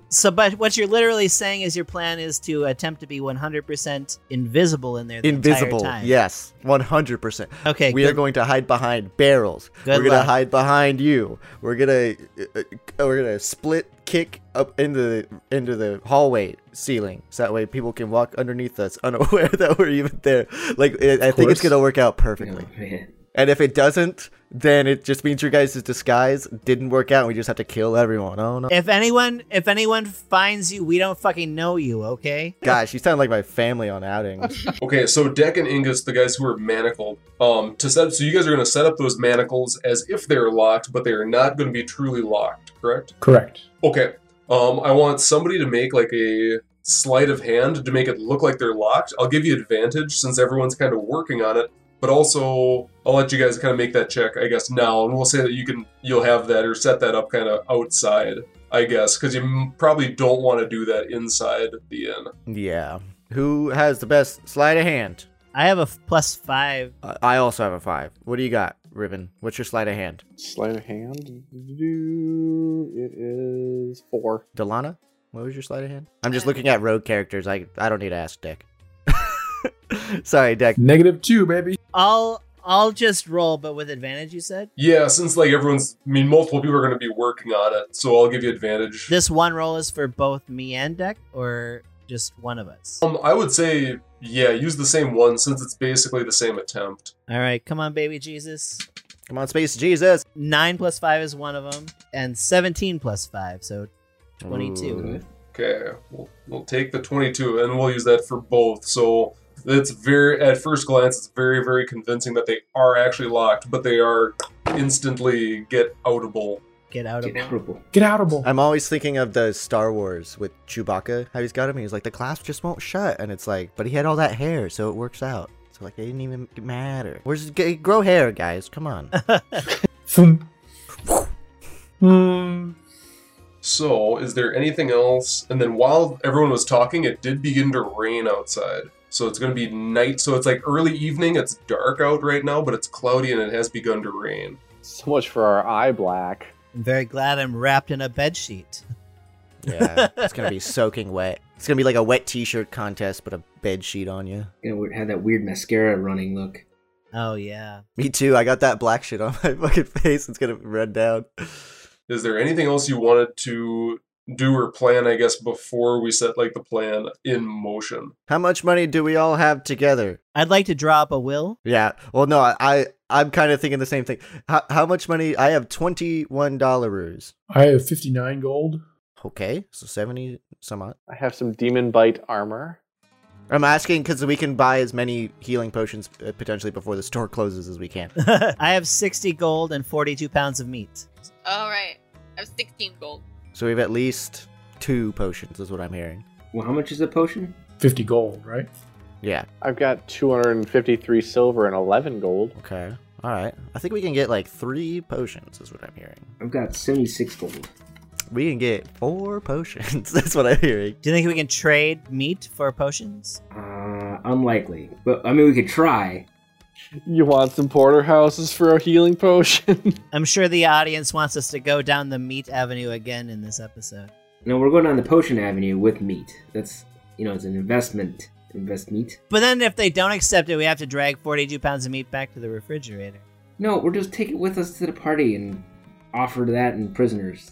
[SPEAKER 1] So, but what you're literally saying is your plan is to attempt to be 100% invisible in there the
[SPEAKER 3] Invisible.
[SPEAKER 1] entire time.
[SPEAKER 3] Yes, 100. percent
[SPEAKER 1] Okay.
[SPEAKER 3] we
[SPEAKER 1] good.
[SPEAKER 3] are going to hide behind barrels.
[SPEAKER 1] Good
[SPEAKER 3] we're gonna
[SPEAKER 1] luck.
[SPEAKER 3] hide behind you. We're gonna uh, uh, we're gonna split kick up into the into the hallway ceiling, so that way people can walk underneath us unaware that we're even there. Like it, I think it's
[SPEAKER 4] course.
[SPEAKER 3] gonna work out
[SPEAKER 5] Oh,
[SPEAKER 3] perfectly.
[SPEAKER 5] man.
[SPEAKER 3] And if it doesn't, then it just means your guys' disguise didn't work out. and We just have to kill everyone. Oh no.
[SPEAKER 1] If anyone, if anyone finds you, we don't fucking know you. Okay.
[SPEAKER 3] Gosh, you sound like my family on outings.
[SPEAKER 7] Okay, so Deck and Ingus, the guys who are manacled, um, to set so you guys are gonna set up those manacles as if they're locked, but they are not gonna be truly locked, correct?
[SPEAKER 4] Correct.
[SPEAKER 7] Okay. Um, I want somebody to make like a sleight of hand to make it look like they're locked. I'll give you advantage since everyone's kind of working on it, but also I'll let you guys kind of make that check, I guess, now, and we'll say that you can you'll have that or set that up kind of outside, I guess, because you m- probably don't want to do that inside the inn.
[SPEAKER 3] yeah. Who has the best sleight of hand?
[SPEAKER 1] I have a f- plus five.
[SPEAKER 3] Uh, I also have a five. What do you got, Ribbon? What's your sleight of hand?
[SPEAKER 6] Sleight of hand. It is four.
[SPEAKER 3] Delana, what was your sleight of hand? I'm just
[SPEAKER 2] Uh,
[SPEAKER 3] looking at rogue characters. I I don't need to ask Dick. Sorry, Dick.
[SPEAKER 4] Negative two, baby.
[SPEAKER 1] I'll, I'll just roll, but with advantage. You said
[SPEAKER 7] Yeah, since like everyone's, I mean, multiple people are going to be working on it, so I'll give you advantage.
[SPEAKER 1] this one roll is for both me and Deck, or just one of us.
[SPEAKER 7] um, I would say, yeah, use the same one since it's basically the same attempt.
[SPEAKER 1] All right, come on, baby Jesus.
[SPEAKER 3] Come on, Space Jesus.
[SPEAKER 1] Nine plus five is one of them, and seventeen plus five, so twenty-two.
[SPEAKER 3] Ooh.
[SPEAKER 7] Okay, we'll, we'll take the 22 and we'll use that for both. So it's very, at first glance, it's very, very convincing that they are actually locked, but they are instantly get outable.
[SPEAKER 1] Get out of
[SPEAKER 5] Get horrible.
[SPEAKER 4] Get outable.
[SPEAKER 3] I'm always thinking of the Star Wars with Chewbacca. How he's got him. and He's like the clasp just won't shut, and it's like, but he had all that hair, so it works out. So like, it didn't even matter. Where's g- grow hair, guys? Come on.
[SPEAKER 4] Thump. Hmm.
[SPEAKER 7] So is there anything else? And then while everyone was talking, it did begin to rain outside. So it's going to be night. So it's like early evening. It's dark out right now, but it's cloudy and it has begun to rain.
[SPEAKER 6] So much for our eye black.
[SPEAKER 1] I'm very glad I'm wrapped in a bed sheet.
[SPEAKER 3] yeah, it's gonna be soaking wet. It's gonna be like a wet T-shirt contest, but a bed sheet on you.
[SPEAKER 5] Yeah, we had that weird mascara running look.
[SPEAKER 1] Oh yeah.
[SPEAKER 3] Me too. I got that black shit on my fucking face. It's gonna run down.
[SPEAKER 7] Is there anything else you wanted to do or plan, I guess, before we set like the plan in motion?
[SPEAKER 3] How much money do we all have together?
[SPEAKER 1] I'd like to draw up a will.
[SPEAKER 3] Yeah. Well, no, I, I I'm kind of thinking the same thing. How, how much money? I have twenty one dollars.
[SPEAKER 4] I have 59 gold.
[SPEAKER 3] Okay, so seventy some odd.
[SPEAKER 6] I have some demon bite armor.
[SPEAKER 3] I'm asking because we can buy as many healing potions uh, potentially before the store closes as we can.
[SPEAKER 1] I have 60 gold and 42 pounds of meat.
[SPEAKER 2] All right. I have 16 gold.
[SPEAKER 3] So we have at least two potions, is what I'm hearing.
[SPEAKER 5] Well, how much is a potion?
[SPEAKER 4] 50 gold, right?
[SPEAKER 3] Yeah.
[SPEAKER 6] I've got 253 silver and 11 gold.
[SPEAKER 3] Okay. All right. I think we can get like three potions, is what I'm hearing.
[SPEAKER 5] I've got 76 gold.
[SPEAKER 3] We can get four potions. That's what I'm hearing.
[SPEAKER 1] Do you think we can trade meat for potions?
[SPEAKER 5] Uh, unlikely. But, I mean, we could try.
[SPEAKER 6] You want some porterhouses for a healing potion?
[SPEAKER 1] I'm sure the audience wants us to go down the meat avenue again in this episode.
[SPEAKER 5] No, we're going on the potion avenue with meat. That's, you know, it's an investment. Invest meat.
[SPEAKER 1] But then if they don't accept it, we have to drag 42 pounds of meat back to the refrigerator.
[SPEAKER 5] No, we're just take it with us to the party and offer that in prisoners.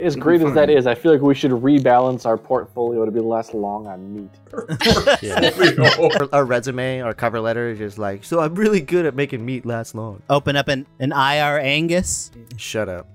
[SPEAKER 6] as great as that is, I feel like we should rebalance our portfolio to be less long on meat.
[SPEAKER 3] Our, our resume, our cover letter is just like, so I'm really good at making meat last long.
[SPEAKER 1] Open up an, an IR Angus.
[SPEAKER 3] Shut up.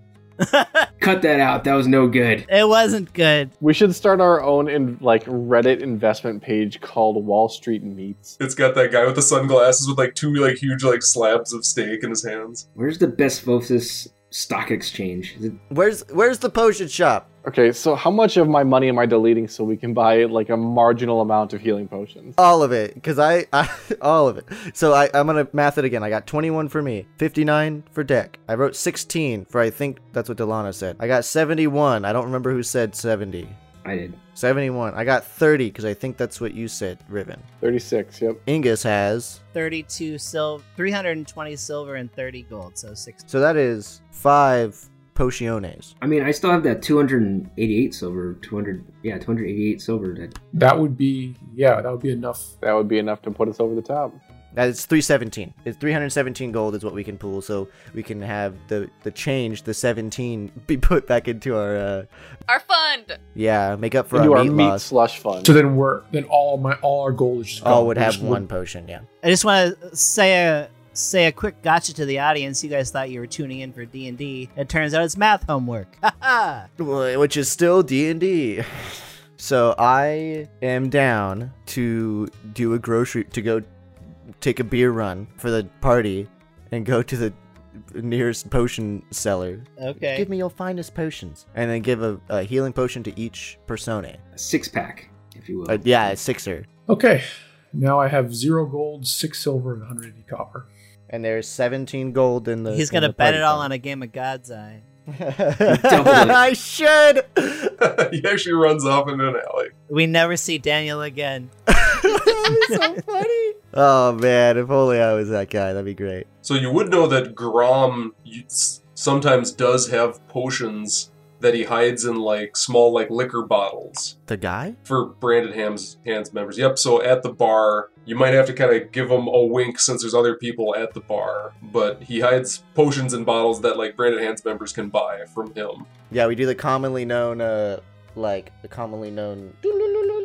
[SPEAKER 5] Cut that out. That was no good.
[SPEAKER 1] It wasn't good.
[SPEAKER 6] We should start our own in, like Reddit investment page called Wall Street Meats.
[SPEAKER 7] It's got that guy with the sunglasses with like two like huge like slabs of steak in his hands.
[SPEAKER 5] Where's the best Vosis stock exchange? Is it
[SPEAKER 3] Where's where's the potion shop?
[SPEAKER 6] Okay, so how much of my money am I deleting so we can buy like a marginal amount of healing potions?
[SPEAKER 3] All of it, cause I, I all of it. So I, I'm gonna math it again. I got 21 for me, 59 for Deck. I wrote 16 for I think that's what Delano said. I got 71. I don't remember who said 70.
[SPEAKER 5] I did.
[SPEAKER 3] 71. I got 30 because I think that's what you said, Riven.
[SPEAKER 6] 36, yep.
[SPEAKER 3] Ingus has
[SPEAKER 1] 32 silver, 320 silver and 30 gold, so 60.
[SPEAKER 3] so that is five potiones.
[SPEAKER 5] I mean, I still have that 288 silver, 200, yeah, 288 silver that
[SPEAKER 4] That would be, yeah, that would be enough.
[SPEAKER 6] That would be enough to put us over the top.
[SPEAKER 3] That is 317. It's 317 gold is what we can pool, so we can have the the change, the 17, be put back into our uh
[SPEAKER 2] Our fund.
[SPEAKER 3] yeah, make up for
[SPEAKER 6] Into
[SPEAKER 3] our
[SPEAKER 6] our
[SPEAKER 3] meat,
[SPEAKER 6] meat
[SPEAKER 3] loss.
[SPEAKER 6] slush fund.
[SPEAKER 4] So then we're, then all my, all our gold is just
[SPEAKER 3] All
[SPEAKER 4] gone.
[SPEAKER 3] would
[SPEAKER 4] We
[SPEAKER 3] Oh, have
[SPEAKER 4] just
[SPEAKER 3] one potion, yeah.
[SPEAKER 1] I just want to say a say a quick gotcha to the audience. You guys thought you were tuning in for D&D. It turns out it's math homework. Ha ha.
[SPEAKER 3] Wh- Which is still D&D. So I am down to do a grocery to go take a beer run for the party and go to the nearest potion seller.
[SPEAKER 1] Okay.
[SPEAKER 3] Give me your finest potions and then give a, a healing potion to each persona.
[SPEAKER 5] six pack, if you will.
[SPEAKER 3] Uh, yeah, a sixer.
[SPEAKER 4] Okay. Now I have zero gold, six silver, and 180 copper.
[SPEAKER 3] and there's 17 gold in the.
[SPEAKER 1] He's going to bet it all on a game of God's Eye.
[SPEAKER 5] Double it.
[SPEAKER 3] I should.
[SPEAKER 7] he actually runs off into an alley.
[SPEAKER 1] We never see Daniel again.
[SPEAKER 3] so funny. Oh man, if only I was that guy, that'd be great.
[SPEAKER 7] So you would know that Grom y- s- sometimes does have potions that he hides in like small like liquor bottles.
[SPEAKER 3] The guy?
[SPEAKER 7] for branded hams hands members yep so at the bar you might have to kind of give him a wink since there's other people at the bar but he hides potions and bottles that like branded hands members can buy from him
[SPEAKER 3] Yeah, we do the commonly known, uh, like the commonly known,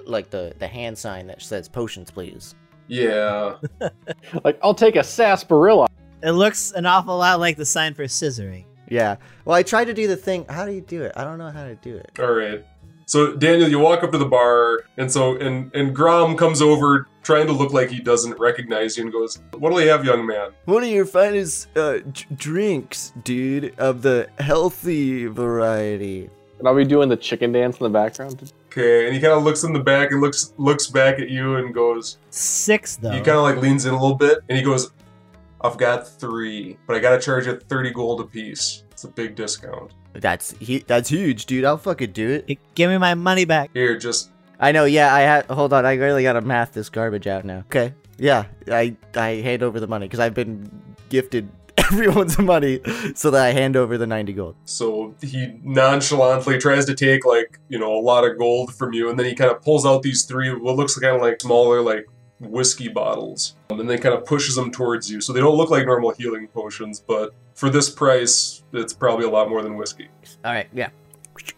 [SPEAKER 3] like the the hand sign that says potions, please.
[SPEAKER 7] yeah
[SPEAKER 6] Like, I'll take a sarsaparilla.
[SPEAKER 1] It looks an awful lot like the sign for scissoring.
[SPEAKER 3] Yeah. Well, I tried to do the thing. How do you do it? I don't know how to do it.
[SPEAKER 7] all right so daniel you walk up to the bar and so and and grom comes over trying to look like he doesn't recognize you and goes what'll you have young man
[SPEAKER 3] One of your finest uh, d- drinks, dude, of the healthy variety.
[SPEAKER 6] And I'll be doing the chicken dance in the background.
[SPEAKER 7] okay and he kind of looks in the back and looks looks back at you and goes
[SPEAKER 1] Six, though.
[SPEAKER 7] He kind of like leans in a little bit and he goes, I've got three, but I got to charge you 30 gold apiece. It's a big discount.
[SPEAKER 3] That's he. That's huge, dude. I'll fucking do it.
[SPEAKER 1] G- Give me my money back.
[SPEAKER 7] Here, just
[SPEAKER 3] I know. Yeah, I had. Hold on. I really gotta math this garbage out now. Okay. Yeah. I I hand over the money because I've been gifted everyone's money, so that I hand over the ninety gold.
[SPEAKER 7] so he nonchalantly tries to take like, you know, a lot of gold from you and then he kind of pulls out these three, what looks kind of like smaller, like whiskey bottles um, and then kind of pushes them towards you. So they don't look like normal healing potions, but for this price, it's probably a lot more than whiskey.
[SPEAKER 3] All right. Yeah.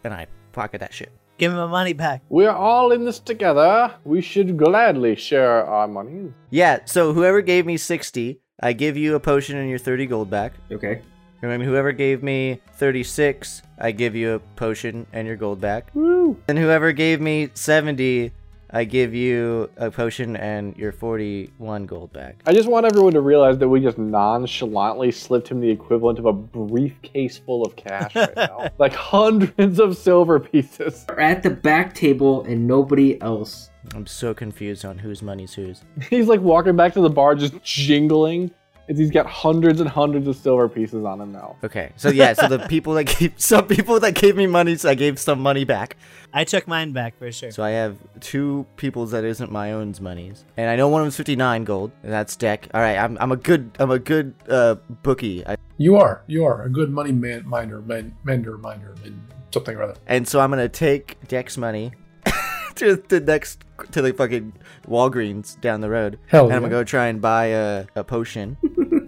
[SPEAKER 3] And I pocket that shit.
[SPEAKER 1] Give me my money back.
[SPEAKER 6] We're all in this together. We should gladly share our money.
[SPEAKER 3] Yeah. So whoever gave me sixty, I give you a potion and your thirty gold back.
[SPEAKER 5] Okay.
[SPEAKER 3] Remember, whoever gave me thirty-six, I give you a potion and your gold back.
[SPEAKER 6] Woo!
[SPEAKER 3] And whoever gave me seventy, I give you a potion and your 41 gold back.
[SPEAKER 6] I just want everyone to realize that we just nonchalantly slipped him the equivalent of a briefcase full of cash right now. like hundreds of silver pieces.
[SPEAKER 5] We're at the back table and nobody else.
[SPEAKER 3] I'm so confused on whose money's whose.
[SPEAKER 6] He's like walking back to the bar just jingling. as He's got hundreds and hundreds of silver pieces on him now.
[SPEAKER 3] Okay, so yeah, so the people that gave some people that gave me money, so I gave some money back.
[SPEAKER 1] I took mine back for sure.
[SPEAKER 3] So I have two people's that isn't my own's monies, and I know one of them's 59 gold. And that's deck. All right, I'm, I'm a good I'm a good uh, bookie, I,
[SPEAKER 4] You are, you are a good money man, minder, man, mender, miner, and something or other.
[SPEAKER 3] and so I'm gonna take Deck's money to the next to the fucking Walgreens down the road,
[SPEAKER 4] Hell
[SPEAKER 3] and I'm
[SPEAKER 4] yeah.
[SPEAKER 3] gonna go try and buy a, a potion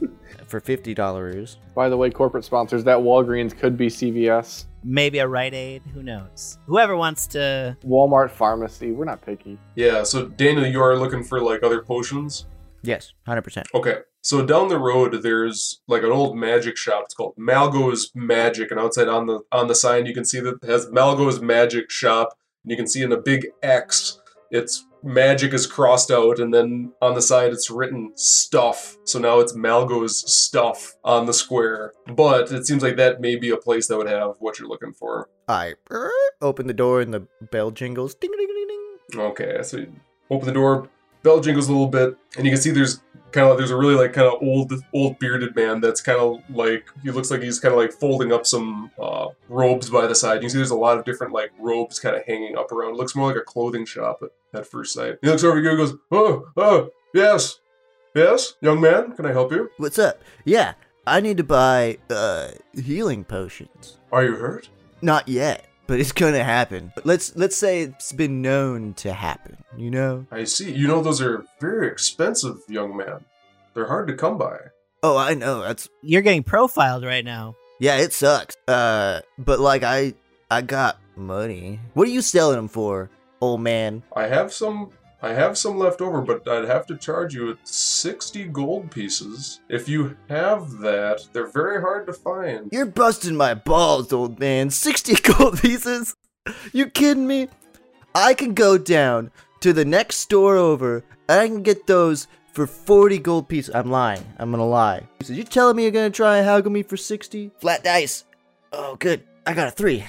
[SPEAKER 3] for fifty dollars.
[SPEAKER 6] By the way, corporate sponsors, that Walgreens could be CVS,
[SPEAKER 1] Maybe a Rite Aid. Who knows? Whoever wants to.
[SPEAKER 6] Walmart pharmacy. We're not picky.
[SPEAKER 7] Yeah, so Daniel, you are looking for like other potions?
[SPEAKER 3] Yes, hundred percent.
[SPEAKER 7] Okay, so down the road there's like an old magic shop. It's called Malgo's Magic, and outside on the on the sign you can see that it has Malgo's Magic Shop, and you can see in a big X, it's magic is crossed out, and then on the side it's written stuff. So now it's Malgo's stuff on the square. But it seems like that may be a place that would have what you're looking for.
[SPEAKER 3] I er, open the door and the bell jingles. Ding ding ding ding.
[SPEAKER 7] Okay, so you open the door, bell jingles a little bit, and you can see there's kind of there's a really like kind of old old bearded man that's kind of like he looks like he's kind of like folding up some uh, robes by the side. You see there's a lot of different like robes kind of hanging up around. looks more like a clothing shop at, at first sight. He looks over here and goes, "Oh, oh, yes, yes, young man, can I help you?
[SPEAKER 3] What's up? Yeah, I need to buy uh healing potions.
[SPEAKER 7] Are you hurt?
[SPEAKER 3] Not yet, but it's gonna happen. Let's let's say it's been known to happen. You know?
[SPEAKER 7] I see. You know those are very expensive, young man. They're hard to come by.
[SPEAKER 3] Oh, I know. That's
[SPEAKER 1] You're getting profiled right now.
[SPEAKER 3] yeah. It sucks. Uh, but like I I got money. What are you selling them for, old man?
[SPEAKER 7] I have some. I have some left over, but I'd have to charge you at 60 gold pieces. If you have that, they're very hard to find.
[SPEAKER 3] You're busting my balls, old man. 60 gold pieces? You kidding me? I can go down to the next store over and I can get those for 40 gold pieces. I'm lying. I'm gonna lie. So you're telling me you're gonna try and haggle me for 60? Flat dice. Oh, good. I got a three.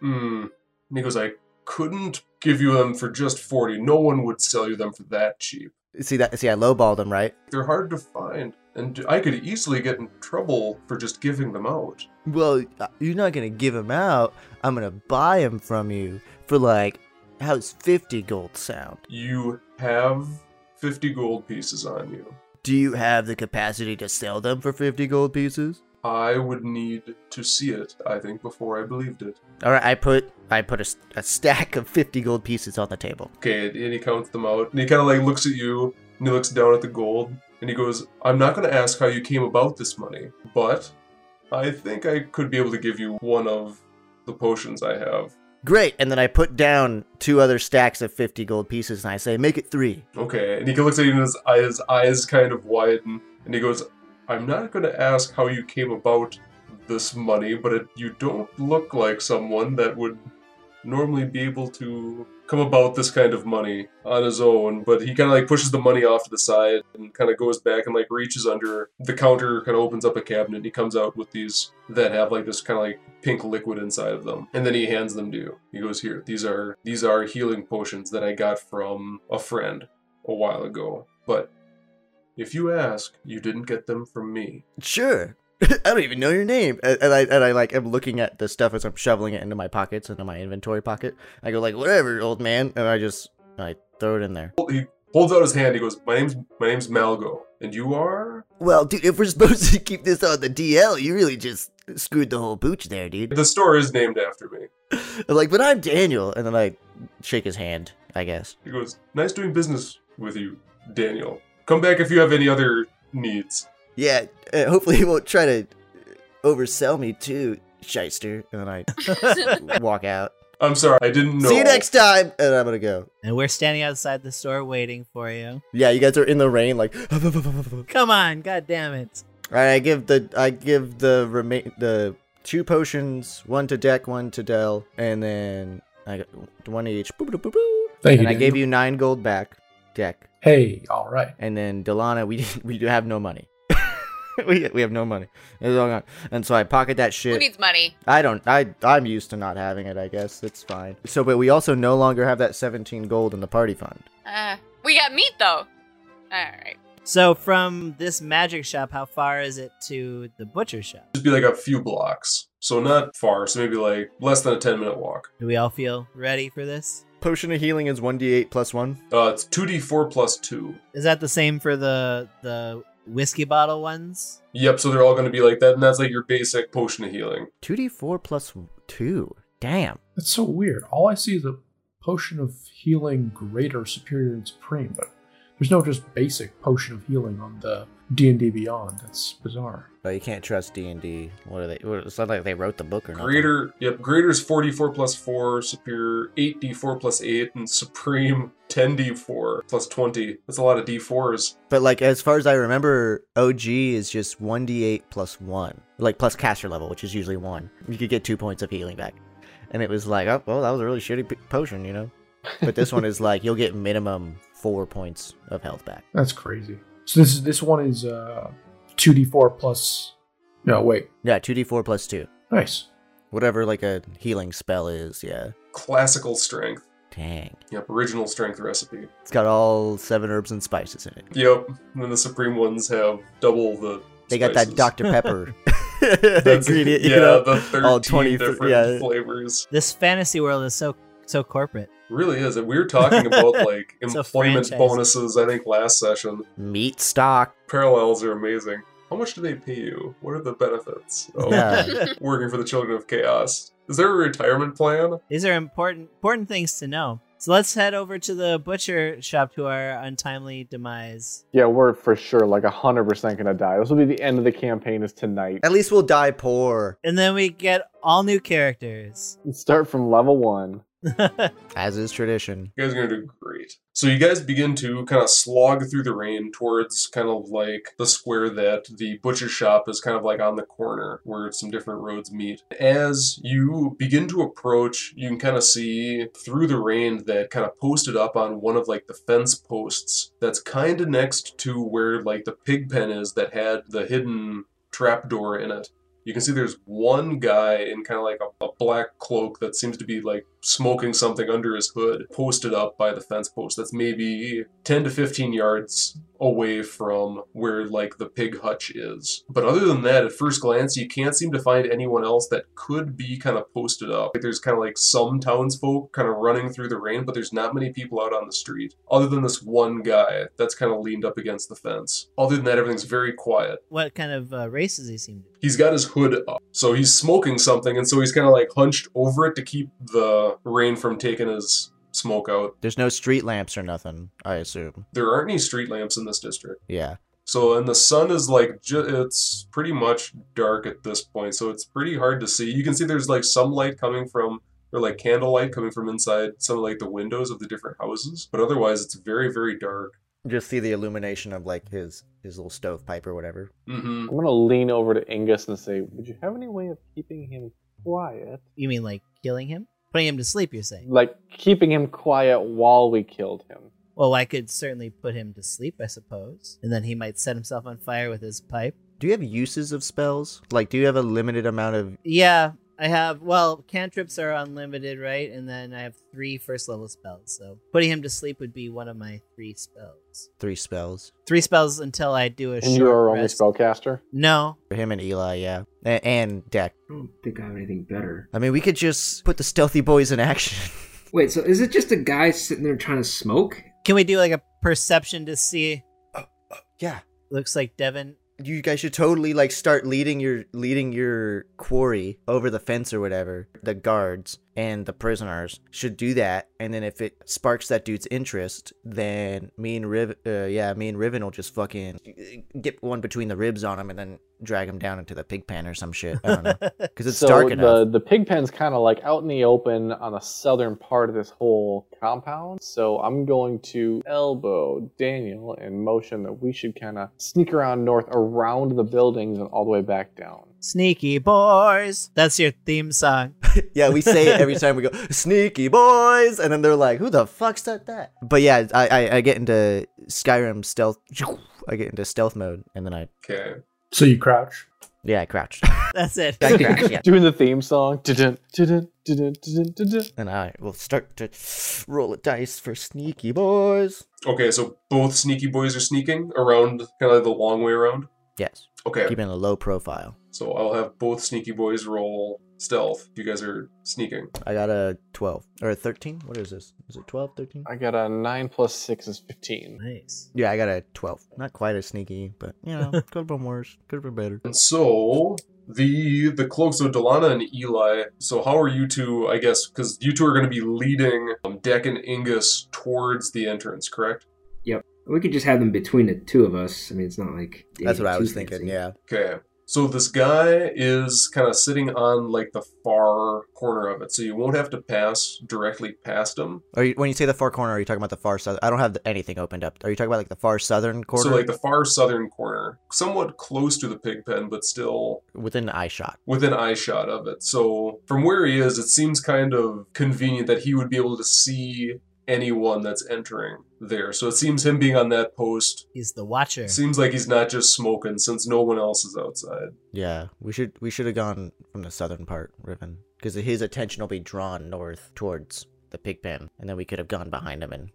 [SPEAKER 7] Hmm. And he goes, I couldn't give you them for just 40. No one would sell you them for that cheap.
[SPEAKER 3] See that? See, I lowballed him, right?
[SPEAKER 7] They're hard to find, and I could easily get in trouble for just giving them out.
[SPEAKER 3] Well, uh, you're not gonna give him out. I'm gonna buy him from you for like, how's 50 gold sound?
[SPEAKER 7] You have 50 gold pieces on you.
[SPEAKER 3] Do you have the capacity to sell them for 50 gold pieces?
[SPEAKER 7] I would need to see it, I think, before I believed it.
[SPEAKER 3] All right, I put I put a, s- a stack of fifty gold pieces on the table.
[SPEAKER 7] Okay, and he counts them out, and he kind of like looks at you, and he looks down at the gold, and he goes, "I'm not going to ask how you came about this money, but I think I could be able to give you one of the potions I have."
[SPEAKER 3] Great, and then I put down two other stacks of fifty gold pieces, and I say, "Make it three.
[SPEAKER 7] Okay, and he looks at you, and his, eye- his eyes kind of widen, and he goes, "I'm not going to ask how you came about this money, but it, you don't look like someone that would normally be able to." come about this kind of money on his own but he kind of like pushes the money off to the side and kind of goes back and like reaches under the counter kind of opens up a cabinet and he comes out with these that have like this kind of like pink liquid inside of them and then he hands them to you he goes here these are these are healing potions that i got from a friend a while ago but if you ask you didn't get them from me
[SPEAKER 3] Sure. I don't even know your name, and, and I and I like am looking at the stuff as I'm shoveling it into my pockets, into my inventory pocket. I go like, "Whatever, old man," and I just I throw it in there.
[SPEAKER 7] he holds out his hand he goes my name's my name's malgo and you are
[SPEAKER 3] Well, dude, if we're supposed to keep this on the DL, you really just screwed the whole pooch there, dude.
[SPEAKER 7] the store is named after me
[SPEAKER 3] I'm like, but I'm Daniel, and then I shake his hand. I guess.
[SPEAKER 7] He goes, Nice doing business with you, Daniel. Come back if you have any other needs.
[SPEAKER 3] Yeah, uh, hopefully he won't try to oversell me too, shyster. And then I walk out.
[SPEAKER 7] I'm sorry, I didn't know.
[SPEAKER 3] See you next time. And I'm gonna go.
[SPEAKER 1] And we're standing outside the store waiting for you.
[SPEAKER 3] Yeah, you guys are in the rain. Like, all
[SPEAKER 1] Come on, god damn it.
[SPEAKER 3] right, I give the I give the remain the two potions, one to Deck, one to Dell, and then I got one each. Boop, boop, boop, boop.
[SPEAKER 4] Thank
[SPEAKER 3] and I
[SPEAKER 4] you.
[SPEAKER 3] gave
[SPEAKER 4] Daniel.
[SPEAKER 3] you nine gold back, Deck.
[SPEAKER 4] Hey, all right.
[SPEAKER 3] And then Delana, we we do have no money. we we have no money. It's all gone. And so I pocket that
[SPEAKER 2] Who
[SPEAKER 3] shit.
[SPEAKER 2] needs money?
[SPEAKER 3] I don't. I I'm used to not having it. I guess it's fine. So, but we also no longer have that 17 gold in the party fund.
[SPEAKER 2] Uh, we got meat though. All right.
[SPEAKER 1] So from this magic shop, how far is it to the butcher shop?
[SPEAKER 7] Just be like a few blocks. So not far, so maybe like less than a 10 minute walk.
[SPEAKER 1] Do we all feel ready for this?
[SPEAKER 3] Potion of healing is 1d8 plus one.
[SPEAKER 7] Uh, it's 2d4 plus 2.
[SPEAKER 1] Is that the same for the the whiskey bottle ones?
[SPEAKER 7] Yep, so they're all going to be like that, and that's like your basic potion of healing.
[SPEAKER 3] 2d4 plus two. Damn.
[SPEAKER 4] That's so weird. All I see is a potion of healing greater, superior, and supreme, but there's no just basic potion of healing on the D and D Beyond. That's bizarre.
[SPEAKER 3] But you can't trust D and D. What are they? what- It's not like they wrote the book or nothing.
[SPEAKER 7] Greater, yep, greater is 44 plus 4, superior 8d4 plus 8, and supreme 10d4 plus 20. That's a lot of d4s.
[SPEAKER 3] But like as far as I remember, OG is just one d8 plus one, like plus caster level, which is usually one. You could get two points of healing back, and it was like, oh well, that was a really shitty p- potion, you know. But this one is like you'll get minimum four points of health back.
[SPEAKER 4] That's crazy. So this is this one is uh two D four plus. No wait,
[SPEAKER 3] Yeah, two d4 plus two,
[SPEAKER 4] nice.
[SPEAKER 3] whatever like a healing spell is. Yeah,
[SPEAKER 7] Classical strength.
[SPEAKER 3] dang,
[SPEAKER 7] Yep, original strength recipe.
[SPEAKER 3] it's got all seven herbs and spices in it.
[SPEAKER 7] Yep, and then the supreme ones have double the.
[SPEAKER 3] They got that
[SPEAKER 7] spices.
[SPEAKER 3] Dr Pepper
[SPEAKER 7] That's-
[SPEAKER 3] ingredient,
[SPEAKER 7] yeah,
[SPEAKER 3] you know,
[SPEAKER 7] the 13
[SPEAKER 3] all twenty
[SPEAKER 7] different
[SPEAKER 3] yeah.
[SPEAKER 7] flavors.
[SPEAKER 1] This fantasy world is so so corporate.
[SPEAKER 7] Really is. And we were talking about like
[SPEAKER 1] It's a
[SPEAKER 7] employment
[SPEAKER 1] franchise.
[SPEAKER 7] bonuses, I think, last session.
[SPEAKER 3] meat stock.
[SPEAKER 7] Parallels are amazing. How much do they pay you? What are the benefits? Oh,
[SPEAKER 3] Yeah.
[SPEAKER 7] working for the Children of Chaos. Is there a retirement plan?
[SPEAKER 1] These are important important things to know. So let's head over to the butcher shop to our untimely demise.
[SPEAKER 6] Yeah, we're for sure like hundred percent gonna die. This will be the end of the campaign is tonight.
[SPEAKER 3] At least we'll die poor.
[SPEAKER 1] And then we get all new characters.
[SPEAKER 6] Start from level one.
[SPEAKER 3] As is tradition.
[SPEAKER 7] You guys are gonna do great. So you guys begin to kind of slog through the rain towards kind of like the square that the butcher shop is kind of like on the corner where some different roads meet. As you begin to approach, you can kind of see through the rain that kind of posted up on one of like the fence posts that's kind of next to where like the pig pen is that had the hidden trapdoor in it. You can see there's one guy in kind of like a, a black cloak that seems to be like smoking something under his hood, posted up by the fence post that's maybe 10 to 15 yards away from where like the pig hutch is. But other than that, at first glance, you can't seem to find anyone else that could be kind of posted up. Like there's kind of like some townsfolk kind of running through the rain, but there's not many people out on the street other than this one guy that's kind of leaned up against the fence. Other than that, everything's very quiet
[SPEAKER 1] what kind of uh, race does he seem to be?
[SPEAKER 7] he's got his hood up so he's smoking something and so he's kind of like hunched over it to keep the rain from taking his smoke out
[SPEAKER 3] There's no street lamps or nothing, I assume.
[SPEAKER 7] there aren't any street lamps in this district
[SPEAKER 3] Yeah.
[SPEAKER 7] so and the sun is like ju- it's pretty much dark at this point so it's pretty hard to see you can see there's like some light coming from or like candlelight coming from inside some of like the windows of the different houses but otherwise it's very very dark
[SPEAKER 3] Just see the illumination of like his his little stovepipe or whatever.
[SPEAKER 7] mm-hmm
[SPEAKER 6] I'm gonna lean over to Ingus and say, "Would you have any way of keeping him quiet?
[SPEAKER 1] You mean like killing him? Putting him to sleep, you're saying?
[SPEAKER 6] Like keeping him quiet while we killed him?"
[SPEAKER 1] Well, I could certainly put him to sleep, I suppose. And then he might set himself on fire with his pipe.
[SPEAKER 3] Do you have uses of spells? Like, do you have a limited amount of?
[SPEAKER 1] Yeah, I have. Well, cantrips are unlimited, right? And then I have three first level spells. So putting him to sleep would be one of my three spells.
[SPEAKER 3] Three spells
[SPEAKER 1] Three spells until I do a
[SPEAKER 6] And
[SPEAKER 1] short
[SPEAKER 6] you are only
[SPEAKER 1] rest.
[SPEAKER 6] spellcaster.
[SPEAKER 1] No,
[SPEAKER 3] for him and Eli, yeah, A- and Deck.
[SPEAKER 5] I don't think I have anything better.
[SPEAKER 3] I mean, we could just put the stealthy boys in action.
[SPEAKER 5] Wait, so is it just a guy sitting there trying to smoke?
[SPEAKER 1] can we do like a perception to see?
[SPEAKER 3] yeah,
[SPEAKER 1] Looks like Devin.
[SPEAKER 3] you guys should totally like start leading your leading your quarry over the fence or whatever. The guards and the prisoners should do that, and then if it sparks that dude's interest, then me and Riv, uh, yeah, me and Riven will just fucking get one between the ribs on him and then drag him down into the pig pen or some shit. I don't know because it's
[SPEAKER 6] so
[SPEAKER 3] dark
[SPEAKER 6] the,
[SPEAKER 3] enough.
[SPEAKER 6] The pig pen's kind of like out in the open on the southern part of this whole compound. So I'm going to elbow Daniel and motion that we should kind of sneak around north around the buildings and all the way back down.
[SPEAKER 1] Sneaky boys. That's your theme song.
[SPEAKER 3] yeah, we say it every time we go, sneaky boys, and then they're like, who the fuck said that? But yeah, I, I, I get into Skyrim stealth. I get into stealth mode, and then I
[SPEAKER 7] Okay.
[SPEAKER 4] So you crouch.
[SPEAKER 3] yeah, I crouch.
[SPEAKER 1] That's it.
[SPEAKER 3] I crouch, yeah.
[SPEAKER 6] Doing the theme song. Dun-dun, dun-dun, dun-dun, dun-dun, dun-dun.
[SPEAKER 3] And I will start to roll a dice for sneaky boys.
[SPEAKER 7] Okay, so both sneaky boys are sneaking around kind of the long way around.
[SPEAKER 3] Yes,
[SPEAKER 7] Okay.
[SPEAKER 3] keeping a low profile.
[SPEAKER 7] So I'll have both sneaky boys roll stealth. You guys are sneaking.
[SPEAKER 3] I got a 12 or a 13. What is this? Is it 12, 13?
[SPEAKER 6] I got a 9 plus 6 is 15.
[SPEAKER 1] Nice.
[SPEAKER 3] Yeah, I got a 12. Not quite as sneaky, but you know, could have been worse. Could have been better.
[SPEAKER 7] And so the the cloaks of Delana and Eli. So how are you two? I guess because you two are going to be leading um, Deck and Ingus towards the entrance, correct?
[SPEAKER 5] We could just have them between the two of us. I mean, it's not like
[SPEAKER 3] That's what I
[SPEAKER 5] too
[SPEAKER 3] was thinking.
[SPEAKER 5] fancy.
[SPEAKER 3] Yeah.
[SPEAKER 7] Okay. So this guy is kind of sitting on like the far corner of it, so you won't have to pass directly past him.
[SPEAKER 3] Are you, when you say the far corner, are you talking about the far south? I don't have the, anything opened up. Are you talking about like the far southern corner?
[SPEAKER 7] So like the far southern corner, somewhat close to the pig pen, but still
[SPEAKER 3] within eye shot.
[SPEAKER 7] within eyeshot of it. So from where he is, it seems kind of convenient that he would be able to see anyone that's entering there. So it seems him being on that post
[SPEAKER 1] He's the watcher.
[SPEAKER 7] seems like he's not just smoking since no one else is outside.
[SPEAKER 3] Yeah, we should we should have gone from the southern part, Riven, because his attention will be drawn north towards the pig pen, and then we could have gone behind him. And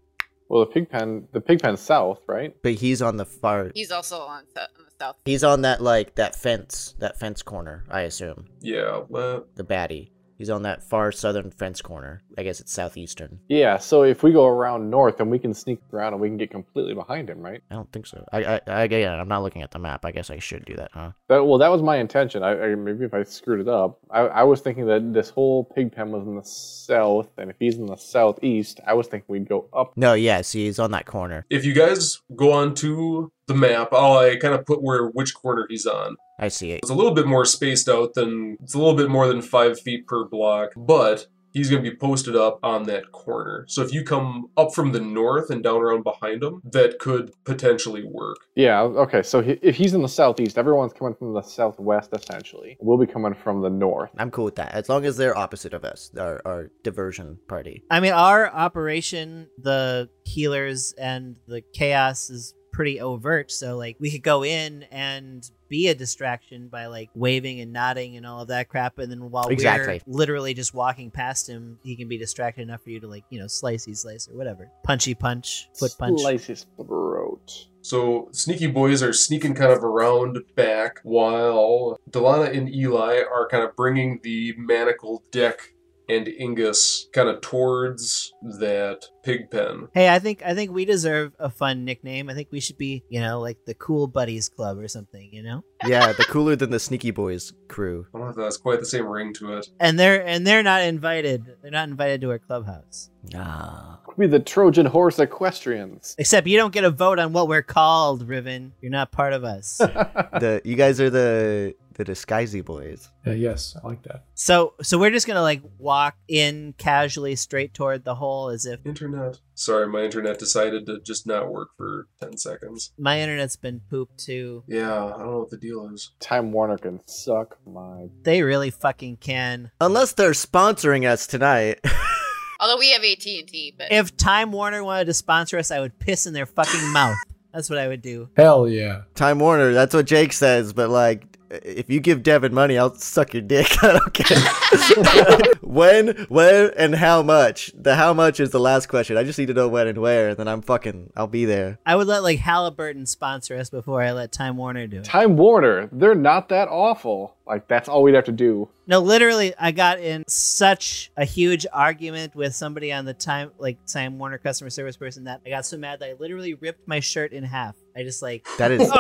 [SPEAKER 6] Well, the pig pen, the pig pen's south, right?
[SPEAKER 3] but he's on the far.
[SPEAKER 2] He's also on, so- on the south.
[SPEAKER 3] He's on that like that fence, that fence corner. I assume
[SPEAKER 7] Yeah, well,
[SPEAKER 3] the baddie. He's on that far southern fence corner. I guess it's southeastern.
[SPEAKER 6] Yeah, so if we go around north, then we can sneak around and we can get completely behind him, right?
[SPEAKER 3] I don't think so. I, I, I again, I'm not looking at the map. I guess I should do that, huh?
[SPEAKER 6] That, well, that was my intention. I, I maybe if I screwed it up, I, I was thinking that this whole pig pen was in the south, and if he's in the southeast, I was thinking we'd go up.
[SPEAKER 3] No, yeah. See, he's on that corner.
[SPEAKER 7] if you guys go on to the map, I'll I kind of put where which corner he's on.
[SPEAKER 3] I see it.
[SPEAKER 7] It's a little bit more spaced out than it's a little bit more than five feet per block, but he's going to be posted up on that corner. So if you come up from the north and down around behind him, that could potentially work.
[SPEAKER 6] Yeah, okay. So he, if he's in the southeast, everyone's coming from the southwest essentially. We'll be coming from the north.
[SPEAKER 3] I'm cool with that. As long as they're opposite of us, our, our diversion party.
[SPEAKER 1] I mean, our operation, the healers and the chaos is pretty overt. So, like, we could go in and be a distraction by like waving and nodding and all of that crap. And then while
[SPEAKER 3] Exactly.
[SPEAKER 1] we're literally just walking past him, he can be distracted enough for you to like, you know, slicey slice or whatever, punchy punch, foot punch.
[SPEAKER 6] Slice his throat.
[SPEAKER 7] So sneaky boys are sneaking kind of around back while Delana and Eli are kind of bringing the manacled deck and Ingus kind of towards that pig pen.
[SPEAKER 1] Hey, I think I think we deserve a fun nickname. I think we should be, you know, like the Cool Buddies Club or something, you know.
[SPEAKER 3] Yeah, the cooler than the Sneaky Boys crew.
[SPEAKER 7] I don't know if that's quite the same ring to it.
[SPEAKER 1] And they're and they're not invited. They're not invited to our clubhouse.
[SPEAKER 3] Ah.
[SPEAKER 6] Could be the Trojan horse equestrians.
[SPEAKER 1] Except you don't get a vote on what we're called, Riven. You're not part of us.
[SPEAKER 3] The you guys are the the disguisey boys.
[SPEAKER 4] Yeah, yes, I like that.
[SPEAKER 1] so so we're just gonna like walk in casually straight toward the hole as if
[SPEAKER 7] Internet. Sorry, my internet decided to just not work for 10 seconds.
[SPEAKER 1] my internet's been pooped too.
[SPEAKER 7] Yeah, I don't know what the deal is.
[SPEAKER 6] Time Warner can suck my.
[SPEAKER 1] They really fucking can.
[SPEAKER 3] Unless they're sponsoring us tonight.
[SPEAKER 2] Although we have AT and T, but
[SPEAKER 1] If Time Warner wanted to sponsor us, I would piss in their fucking mouth. That's what I would do.
[SPEAKER 4] Hell yeah.
[SPEAKER 3] Time Warner, that's what Jake says, but like if you give Devin money, I'll suck your dick. I don't care. when, when, and how much? The how much is the last question. I just need to know when and where, and then I'm fucking. I'll be there.
[SPEAKER 1] I would let like Halliburton sponsor us before I let Time Warner do it.
[SPEAKER 6] Time Warner, they're not that awful. Like, that's all we'd have to do.
[SPEAKER 1] No, literally, I got in such a huge argument with somebody on the time, like Time Warner customer service person, that I got so mad that I literally ripped my shirt in half. I just like,
[SPEAKER 3] That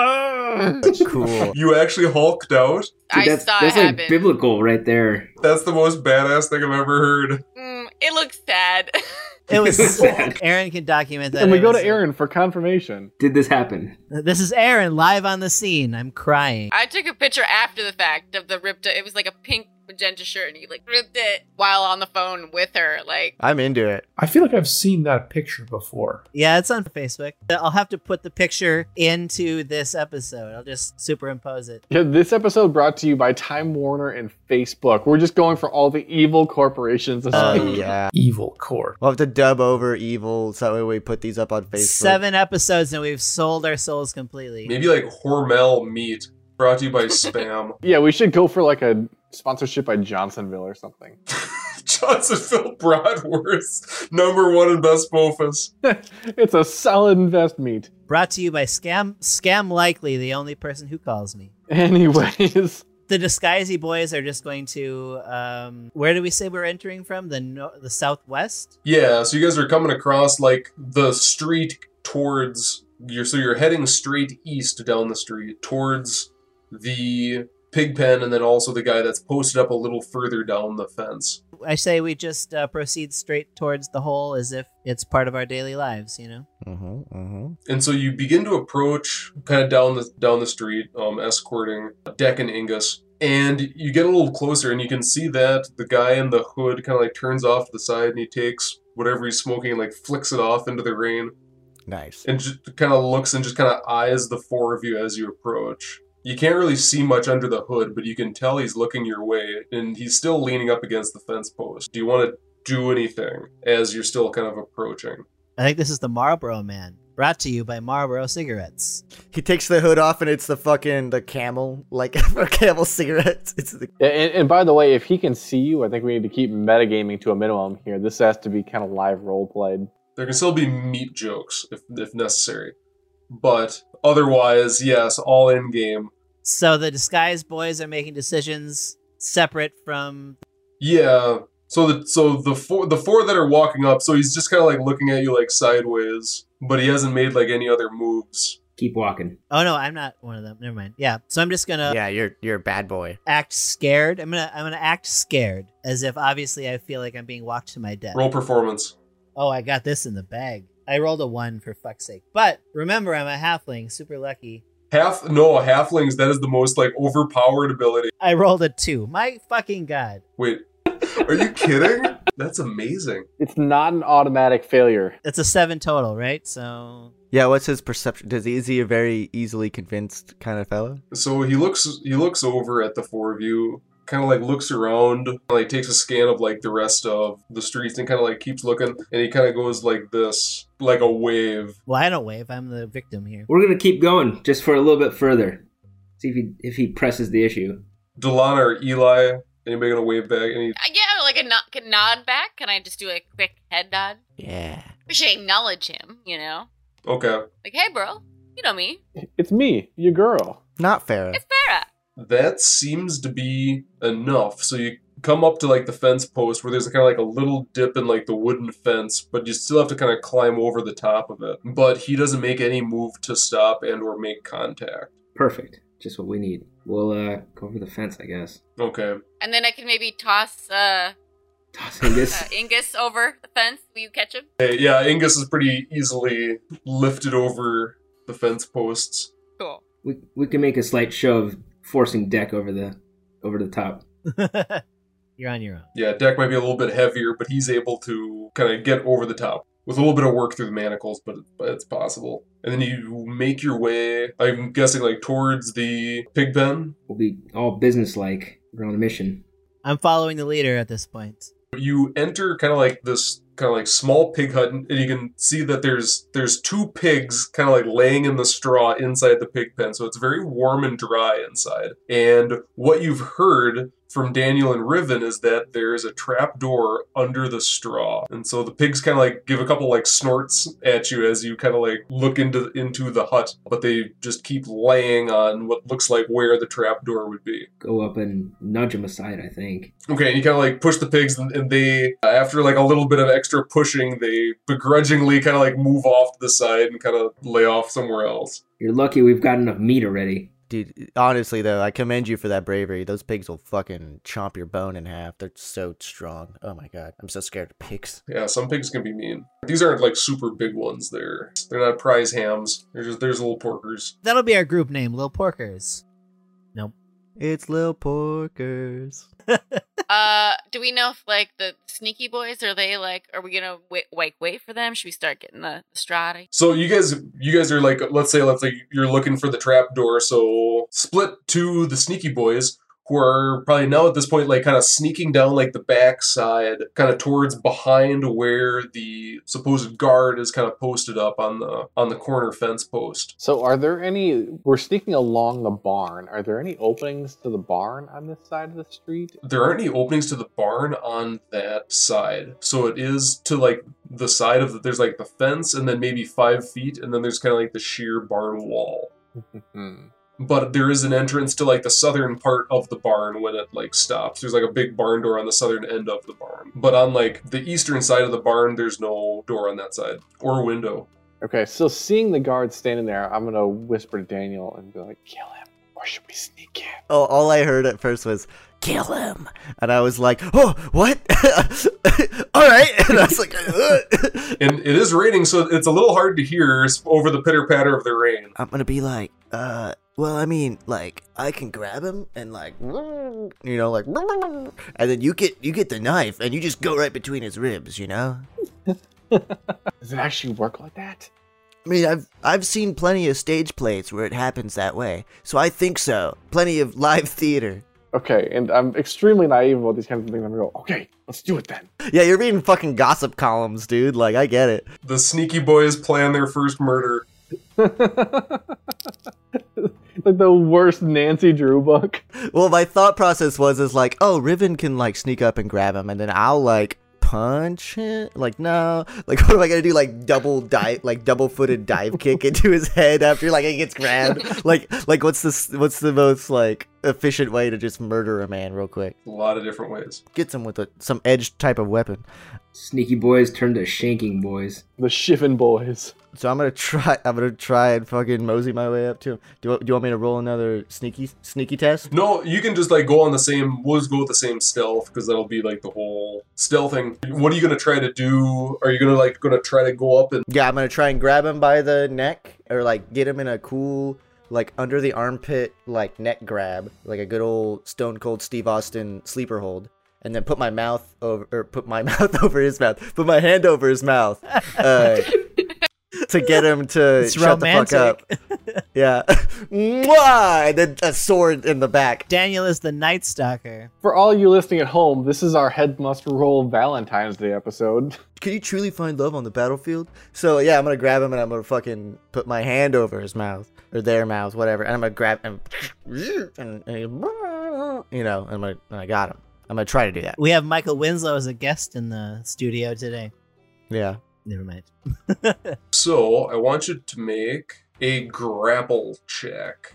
[SPEAKER 3] is cool.
[SPEAKER 7] You actually hulked out?
[SPEAKER 5] Dude,
[SPEAKER 2] I
[SPEAKER 5] that's
[SPEAKER 2] saw
[SPEAKER 5] that's
[SPEAKER 2] it
[SPEAKER 5] like
[SPEAKER 2] happen.
[SPEAKER 5] biblical right there.
[SPEAKER 7] That's the most badass thing I've ever heard.
[SPEAKER 2] Mm, it looks sad.
[SPEAKER 1] it was. Aaron can document that.
[SPEAKER 6] And we
[SPEAKER 1] It
[SPEAKER 6] go
[SPEAKER 1] was- uh,
[SPEAKER 6] to Aaron for confirmation.
[SPEAKER 5] Did this happen?
[SPEAKER 1] This is Aaron live on the scene. I'm crying.
[SPEAKER 2] I took a picture after the fact of the ripped. It was like a pink magenta shirt and he like ripped it while on the phone with her. Like,
[SPEAKER 3] I'm into it.
[SPEAKER 4] I feel like I've seen that picture before.
[SPEAKER 1] Yeah, it's on Facebook. I'll have to put the picture into this episode. I'll just superimpose it.
[SPEAKER 6] Yeah, this episode brought to you by Time Warner and Facebook. We're just going for all the evil corporations.
[SPEAKER 3] Oh
[SPEAKER 1] Uh,
[SPEAKER 3] yeah.
[SPEAKER 4] Evil Core.
[SPEAKER 3] We'll have to dub over evil so that way we put these up on Facebook.
[SPEAKER 1] Seven episodes and we've sold our souls completely.
[SPEAKER 7] Maybe like Hormel meat brought to you by Spam.
[SPEAKER 6] yeah, we should go for like a sponsorship by Johnsonville or something.
[SPEAKER 7] Johnsonville Broadwurst, number one in best bofus.
[SPEAKER 6] it's a solid invest meet.
[SPEAKER 1] Brought to you by Scam Scam Likely, the only person who calls me.
[SPEAKER 6] Anyways,
[SPEAKER 1] The disguisey boys are just going to um where do we say we're entering from? The no- the southwest?
[SPEAKER 7] Yeah, so you guys are coming across like the street towards you're so you're heading straight east down the street towards the pig pen and then also the guy that's posted up a little further down the fence.
[SPEAKER 1] I say we just uh, proceed straight towards the hole as if it's part of our daily lives, you know.
[SPEAKER 3] Mm-hmm, mm-hmm.
[SPEAKER 7] And so you begin to approach kind of down the down the street, um, escorting Deck and Ingus. And you get a little closer and you can see that the guy in the hood kind of like turns off to the side and he takes whatever he's smoking and like flicks it off into the rain.
[SPEAKER 3] Nice.
[SPEAKER 7] and just kind of looks and just kind of eyes the four of you as you approach. You can't really see much under the hood, but you can tell he's looking your way, and he's still leaning up against the fence post. Do you want to do anything as you're still kind of approaching?
[SPEAKER 1] I think this is the Marlboro Man, brought to you by Marlboro Cigarettes.
[SPEAKER 3] He takes the hood off and it's the fucking the camel like camel cigarettes. It's the
[SPEAKER 6] and, and by the way, if he can see you, I think we need to keep metagaming to a minimum here. This has to be kind of live role played.
[SPEAKER 7] There can still be meat jokes if, if necessary, but otherwise, yes, all in game.
[SPEAKER 1] So the disguised boys are making decisions separate from
[SPEAKER 7] Yeah. So the so the four the four that are walking up. So he's just kind of like looking at you like sideways, but he hasn't made like any other moves.
[SPEAKER 5] Keep walking.
[SPEAKER 1] Oh no, I'm not one of them. Never mind. Yeah. So I'm just going to
[SPEAKER 3] Yeah, you're you're a bad boy.
[SPEAKER 1] act scared. I'm going to I'm going to act scared as if obviously I feel like I'm being walked to my death.
[SPEAKER 7] Roll performance.
[SPEAKER 1] Oh, I got this in the bag. I rolled a 1 for fuck's sake. But remember I'm a halfling, super lucky.
[SPEAKER 7] Half no halflings. That is the most like overpowered ability.
[SPEAKER 1] I rolled a 2. My fucking god.
[SPEAKER 7] Wait, are you kidding? That's amazing.
[SPEAKER 6] It's not an automatic failure.
[SPEAKER 1] That's a 7 total, right? So
[SPEAKER 3] Yeah, what's his perception? Does he is he a very easily convinced kind of fella?
[SPEAKER 7] So he looks he looks over at the four of you, kind of like looks around, like takes a scan of like the rest of the streets and kind of like keeps looking, and he kind of goes like this, like a wave.
[SPEAKER 1] well, I don't wave. I'm the victim here.
[SPEAKER 5] We're gonna keep going just for a little bit further. See if he if he presses the issue.
[SPEAKER 7] Delana or Eli, anybody gonna wave back? Any?
[SPEAKER 2] I yeah, like a no- nod back. Can I just do a quick head nod?
[SPEAKER 3] Yeah.
[SPEAKER 2] We should acknowledge him, you know?
[SPEAKER 7] Okay,
[SPEAKER 2] Like, hey, bro, you know me.
[SPEAKER 6] It's me, your girl.
[SPEAKER 3] Not fair.
[SPEAKER 2] It's Farah.
[SPEAKER 7] that seems to be enough. So you come up to like the fence post where there's kind of like a little dip in like the wooden fence, but you still have to kind of climb over the top of it. But he doesn't make any move to stop and or make contact.
[SPEAKER 5] Perfect. Just what we need. We'll uh go over the fence, I guess.
[SPEAKER 7] Okay.
[SPEAKER 2] And then I can maybe toss uh,
[SPEAKER 5] Toss
[SPEAKER 2] uh,
[SPEAKER 5] Angus.
[SPEAKER 2] Ingus over the fence. Will you catch him?
[SPEAKER 7] Hey, yeah, Ingus is pretty easily lifted over the fence posts.
[SPEAKER 2] Cool.
[SPEAKER 5] we we can make a slight show of forcing deck over the over the top.
[SPEAKER 1] You're on your own.
[SPEAKER 7] Yeah, Deck might be a little bit heavier, but he's able to kind of get over the top with a little bit of work through the manacles, but, but it's possible. And then you make your way, I'm guessing, like towards the pig pen.
[SPEAKER 5] We'll be all businesslike. We're on a mission.
[SPEAKER 1] I'm following the leader at this point.
[SPEAKER 7] you enter kind of like this kind of like small pig hut and you can see that there's there's two pigs kind of like laying in the straw inside the pig pen so it's very warm and dry inside and what you've heard from daniel and riven is that there's a trap door under the straw and so the pigs kind of like give a couple like snorts at you as you kind of like look into into the hut but they just keep laying on what looks like where the trap door would be
[SPEAKER 5] Go up and nudge him aside. I think.
[SPEAKER 7] Okay, and you kind of like push the pigs, and, and they, uh, after like a little bit of extra pushing, they begrudgingly kind of like move off to the side and kind of lay off somewhere else.
[SPEAKER 5] You're lucky we've got enough meat already.
[SPEAKER 3] Dude, honestly though, I commend you for that bravery. Those pigs will fucking chomp your bone in half. They're so strong. Oh my god, I'm so scared of pigs.
[SPEAKER 7] Yeah, some pigs can be mean. These aren't like super big ones. They're they're not prize hams. They're just there's little porkers.
[SPEAKER 1] That'll be our group name, Lil Porkers.
[SPEAKER 3] It's little porkers.
[SPEAKER 2] Uh, do we know if like the sneaky boys are they like? Are we gonna wait, wait, wait for them? Should we start getting the strata?
[SPEAKER 7] So you guys, you guys are like, let's say, let's say you're looking for the trap door. So split to the sneaky boys who are probably now at this point, like kind of sneaking down like the backside, kind of towards behind where the supposed guard is kind of posted up on the on the corner fence post.
[SPEAKER 6] So, are there any? We're sneaking along the barn. Are there any openings to the barn on this side of the street?
[SPEAKER 7] There aren't any openings to the barn on that side, so it is to like the side of the, there's like the fence, and then maybe five feet, and then there's kind of like the sheer barn wall.
[SPEAKER 6] Mhm.
[SPEAKER 7] but there is an entrance to like the southern part of the barn when it like stops. There's like a big barn door on the southern end of the barn. But on like the eastern side of the barn, there's no door on that side or window.
[SPEAKER 6] okay, so seeing the guard standing there, I'm gonna whisper to Daniel and be like, "Kill him, or should we sneak in?"
[SPEAKER 3] Oh, all I heard at first was "kill him," and I was like, "Oh, what? all right." And I was like, "Ugh."
[SPEAKER 7] And it is raining, so it's a little hard to hear s- over the pitter patter of the rain.
[SPEAKER 3] "I'm gonna be like, uh, well, I mean, like, I can grab him and like, you know, like, and then you get you get the knife and you just go right between his ribs, you know."
[SPEAKER 6] Does it actually work like that?
[SPEAKER 3] I mean, I've I've seen plenty of stage plays where it happens that way, so I think so. Plenty of live theater.
[SPEAKER 6] Okay, and I'm extremely naive about these kinds of things. I'm gonna go, "Okay, let's do it then."
[SPEAKER 3] Yeah, you're reading fucking gossip columns, dude. Like, I get it.
[SPEAKER 7] The sneaky boys plan their first murder.
[SPEAKER 6] like the worst Nancy Drew book.
[SPEAKER 3] Well, my thought process was is like, oh, Riven can like sneak up and grab him, and then I'll like punch him. Like, no, like what am I gonna do? Like double dive, like double footed dive kick into his head after like he gets grabbed. Like, like what's this? What's the most like efficient way to just murder a man real quick?
[SPEAKER 7] A lot of different ways.
[SPEAKER 3] Get some with a, some edge type of weapon.
[SPEAKER 5] Sneaky boys turned to shanking boys.
[SPEAKER 6] The Shivan boys.
[SPEAKER 3] So I'm gonna try. I'm gonna try and fucking mosey my way up to him. Do, do you want me to roll another sneaky sneaky test?
[SPEAKER 7] No, you can just like go on the same. We'll just go with the same stealth because that'll be like the whole stealthing. What are you gonna try to do? Are you gonna like gonna try to go up and
[SPEAKER 3] Yeah, I'm gonna try and grab him by the neck or like get him in a cool like under the armpit like neck grab, like a good old Stone Cold Steve Austin sleeper hold, and then put my mouth over or put my mouth over his mouth, put my hand over his mouth uh, to get him to
[SPEAKER 1] It's
[SPEAKER 3] shut the fuck up.
[SPEAKER 1] romantic.
[SPEAKER 3] Yeah, Mwah! and then a sword in the back.
[SPEAKER 1] Daniel is the Night Stalker.
[SPEAKER 6] For all you listening at home, this is our head must roll Valentine's Day episode.
[SPEAKER 3] Can you truly find love on the battlefield? So yeah, I'm gonna grab him and I'm gonna fucking put my hand over his mouth or their mouth, whatever, and I'm gonna grab him and, and you know, and I'm gonna, and I got him. I'm gonna try to do that.
[SPEAKER 1] We have Michael Winslow as a guest in the studio today.
[SPEAKER 3] Yeah.
[SPEAKER 1] Never mind.
[SPEAKER 7] So I want you to make a grapple check.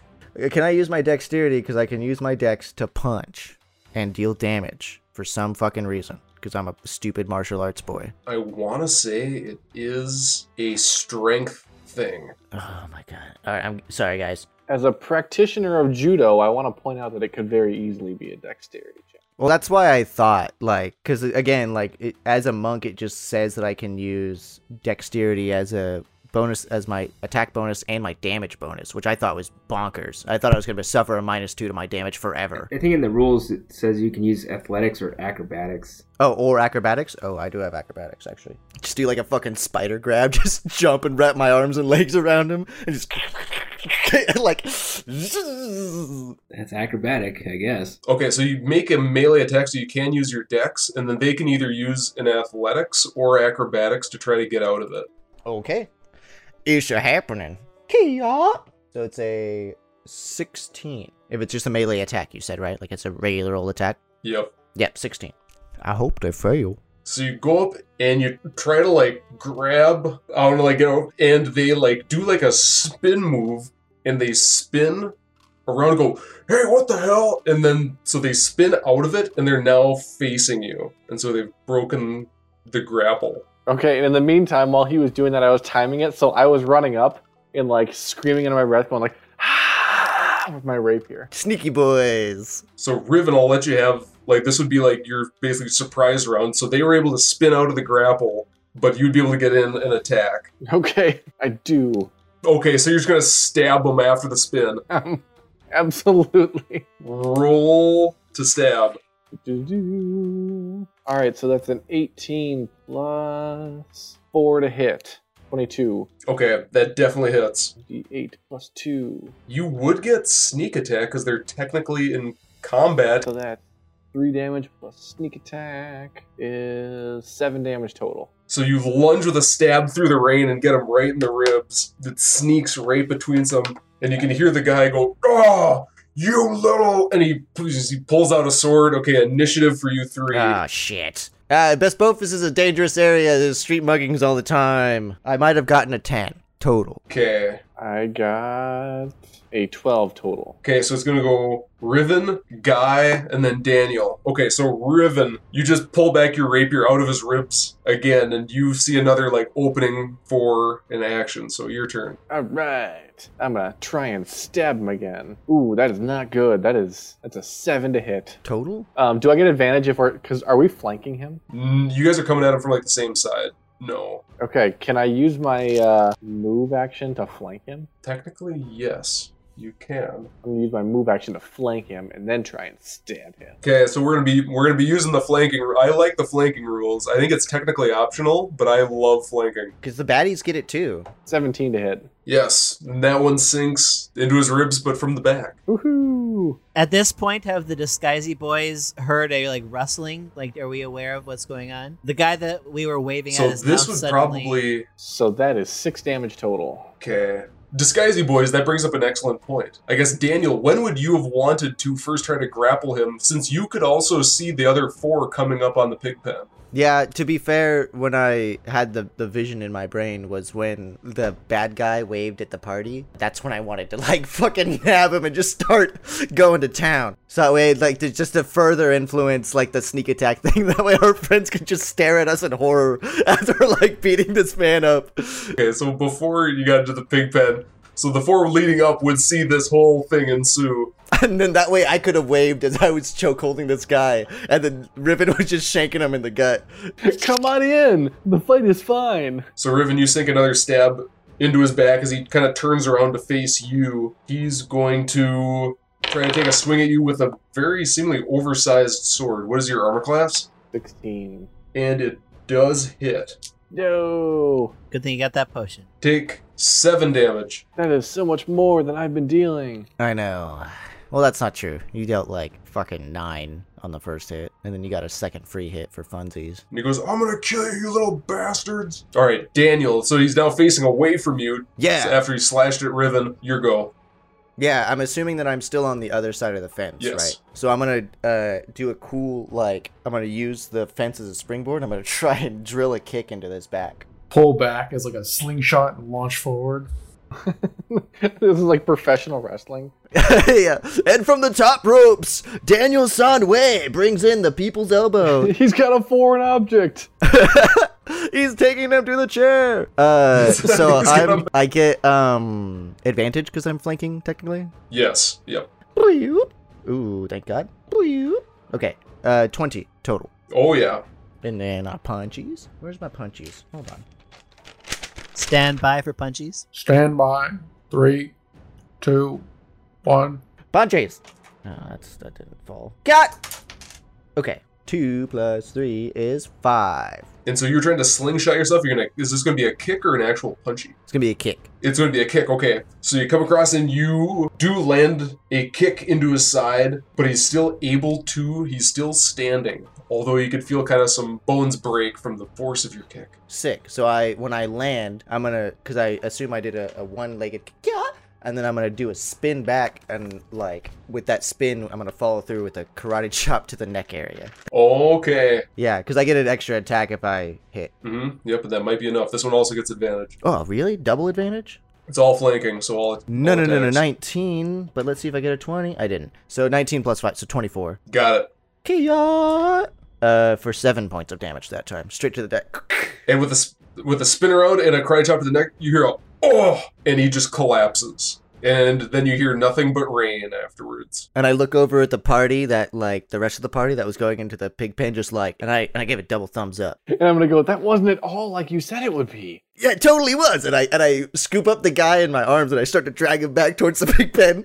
[SPEAKER 3] Can I use my dexterity because I can use my dex to punch and deal damage for some fucking reason because I'm a stupid martial arts boy.
[SPEAKER 7] I want to say it is a strength thing.
[SPEAKER 3] Oh my god. All right, I'm sorry guys.
[SPEAKER 6] As a practitioner of judo, I want to point out that it could very easily be a dexterity check.
[SPEAKER 3] Well, that's why I thought, like, because again, like, it, as a monk, it just says that I can use dexterity as a bonus, as my attack bonus and my damage bonus, which I thought was bonkers. I thought I was going to suffer a minus two to my damage forever.
[SPEAKER 5] I think in the rules it says you can use athletics or acrobatics.
[SPEAKER 3] Oh, or acrobatics? Oh, I do have acrobatics, actually. Just do like a fucking spider grab, just jump and wrap my arms and legs around him, and just. like.
[SPEAKER 5] That's acrobatic, I guess.
[SPEAKER 7] Okay, so you make a melee attack, so you can use your dex, and then they can either use an athletics or acrobatics to try to get out of it.
[SPEAKER 3] Okay. It's a happening. Kia. So it's a 16. If it's just a melee attack, you said, right? Like it's a regular old attack?
[SPEAKER 7] Yep.
[SPEAKER 3] Yep, 16. I hope they fail.
[SPEAKER 7] So you go up and you try to like grab, I don't know, like, you know, and they like do like a spin move and they spin around and go, hey, what the hell? And then, so they spin out of it and they're now facing you. And so they've broken the grapple.
[SPEAKER 6] Okay, and in the meantime, while he was doing that, I was timing it, so I was running up and like screaming into my breath, going like, ah, with my rapier.
[SPEAKER 3] Sneaky boys.
[SPEAKER 7] So Riven, I'll let you have like this would be like your basically surprise round. So they were able to spin out of the grapple, but you'd be able to get in and attack.
[SPEAKER 6] Okay, I do.
[SPEAKER 7] Okay, so you're just gonna stab them after the spin.
[SPEAKER 6] Um, absolutely.
[SPEAKER 7] Roll to stab.
[SPEAKER 6] Do-do-do. All right, so that's an 18 plus 4 to hit. 22.
[SPEAKER 7] Okay, that definitely hits.
[SPEAKER 6] D8 plus 2.
[SPEAKER 7] You would get sneak attack because they're technically in combat.
[SPEAKER 6] So that 3 damage plus sneak attack is 7 damage total.
[SPEAKER 7] So you lunge with a stab through the rain and get him right in the ribs. It sneaks right between them, and you can hear the guy go, "Oh, you little!" And he pushes- he pulls out a sword. Okay, initiative for you three.
[SPEAKER 3] Ah, shit. Uh, Best Bophus is a dangerous area. There's street muggings all the time. I might have gotten a 10 total.
[SPEAKER 7] Okay,
[SPEAKER 6] I got a 12 total.
[SPEAKER 7] okay. So it's gonna go Riven, Guy, and then Daniel. Okay, so Riven, you just pull back your rapier out of his ribs again, and you see another like opening for an action. So your turn.
[SPEAKER 6] All right. I'm going to try and stab him again. Ooh, that is not good. That is that's a 7 to hit.
[SPEAKER 3] Total?
[SPEAKER 6] Um, do I get advantage if we're cuz are we flanking him?
[SPEAKER 7] Mm, You guys are coming at him from like the same side. No,
[SPEAKER 6] Okay, can I use my uh, move action to flank him?
[SPEAKER 7] technically yes, you can.
[SPEAKER 6] I'm gonna use my move action to flank him and then try and stab him.
[SPEAKER 7] Okay, so we're gonna be we're gonna be using the flanking. ru- I like the flanking rules. I think it's technically optional, but I love flanking.
[SPEAKER 3] Because the baddies get it too.
[SPEAKER 6] 17 to hit.
[SPEAKER 7] Yes, and that one sinks into his ribs, but from the back.
[SPEAKER 6] Woohoo!
[SPEAKER 1] At this point, have the disguisey boys heard a like rustling? Like, are we aware of what's going on? The guy that we were waving
[SPEAKER 7] so
[SPEAKER 1] at is
[SPEAKER 7] this
[SPEAKER 1] now
[SPEAKER 7] would
[SPEAKER 1] suddenly-
[SPEAKER 7] probably
[SPEAKER 6] So that is six damage total.
[SPEAKER 7] okay. Disguisey boys, that brings up an excellent point. I guess Daniel, when would you have wanted to first try to grapple him, since you could also see the other four coming up on the pig pen?
[SPEAKER 3] Yeah, to be fair, when I had the, the vision in my brain was when the bad guy waved at the party. That's when I wanted to like fucking nab him and just start going to town. So that way, like, to, just to further influence like the sneak attack thing. That way, our friends could just stare at us in horror after like beating this man up.
[SPEAKER 7] Okay, so before you got into the pig pen, so the four leading up would see this whole thing ensue.
[SPEAKER 3] And then that way, I could have waved as I was choke holding this guy, and then Ribbon was just shanking him in the gut.
[SPEAKER 6] Come on in! The fight is fine!
[SPEAKER 7] So Riven, you sink another stab into his back as he kind of turns around to face you. He's going to try to take a swing at you with a very seemingly oversized sword. What is your armor class?
[SPEAKER 6] 16.
[SPEAKER 7] And it does hit.
[SPEAKER 6] No!
[SPEAKER 1] Good thing you got that potion.
[SPEAKER 7] Take seven damage.
[SPEAKER 6] That is so much more than I've been dealing.
[SPEAKER 3] I know. Well, that's not true. You dealt like fucking nine on the first hit, and then you got a second free hit for funsies.
[SPEAKER 7] And he goes, I'm gonna kill you, you little bastards. All right, Daniel. So he's now facing away from you. So
[SPEAKER 3] Yeah,
[SPEAKER 7] after he slashed at Riven, your go.
[SPEAKER 3] yeah. I'm assuming that I'm still on the other side of the fence,
[SPEAKER 7] Yes.
[SPEAKER 3] right? So I'm gonna uh, do a cool like I'm gonna use the fence as a springboard. I'm gonna try and drill a kick into this back.
[SPEAKER 4] Pull back as like a slingshot and launch forward.
[SPEAKER 6] this is like professional wrestling.
[SPEAKER 3] yeah, and from the top ropes, Daniel Sanway brings in the people's elbow.
[SPEAKER 6] He's got a foreign object!
[SPEAKER 3] He's taking him to the chair. Uh, so
[SPEAKER 7] He's got
[SPEAKER 3] I'm,
[SPEAKER 7] him.
[SPEAKER 3] I get um advantage because I'm flanking technically.
[SPEAKER 7] Yes. Yep.
[SPEAKER 3] Bleep. Ooh, thank God. Bleep. Okay, uh, 20 total.
[SPEAKER 7] Oh yeah.
[SPEAKER 3] And then our punchies. Where's my punchies? Hold on.
[SPEAKER 1] Stand by for punchies.
[SPEAKER 4] Stand by. Three, two, one.
[SPEAKER 3] Punchies! No, that's, that didn't fall. Got! Okay, 2 plus 3 is 5.
[SPEAKER 7] And so you're trying to slingshot yourself. You're gonna. Is this gonna be a kick or an actual punchy?
[SPEAKER 3] It's gonna be a kick.
[SPEAKER 7] it's going to be a kick. Okay. So you come across and you do land a kick into his side, but he's still able to, he's still standing. Although you could feel kind of some bones break from the force of your kick.
[SPEAKER 3] Sick. So I, when I land, I'm gonna, because I assume I did a, a one legged kick. Yeah! And then I'm gonna do a spin back, and like, with that spin, I'm gonna follow through with a karate chop to the neck area.
[SPEAKER 7] Okay.
[SPEAKER 3] Yeah, because I get an extra attack if I hit.
[SPEAKER 7] hmm Yep, and that might be enough. This one also gets advantage.
[SPEAKER 3] Oh, really? Double advantage?
[SPEAKER 7] It's all flanking, so all.
[SPEAKER 3] No,
[SPEAKER 7] all
[SPEAKER 3] no, no, no,
[SPEAKER 7] attacks.
[SPEAKER 3] 19. But let's see if I get a 20. I didn't. So 19 plus 5, so 24.
[SPEAKER 7] Got it.
[SPEAKER 3] Kia! Uh, for 7 points of damage that time. Straight to the deck.
[SPEAKER 7] And with a s- with a spin around and a cry chop to the neck, you hear a oh, and he just collapses. And then you hear nothing but rain afterwards.
[SPEAKER 3] And I look over at the party that, like, the rest of the party that was going into the pig pen, just like, and I and I gave it double thumbs up.
[SPEAKER 6] And I'm gonna go, that wasn't at all like you said it would be.
[SPEAKER 3] Yeah, it totally was. And I and I scoop up the guy in my arms and I start to drag him back towards the pig pen.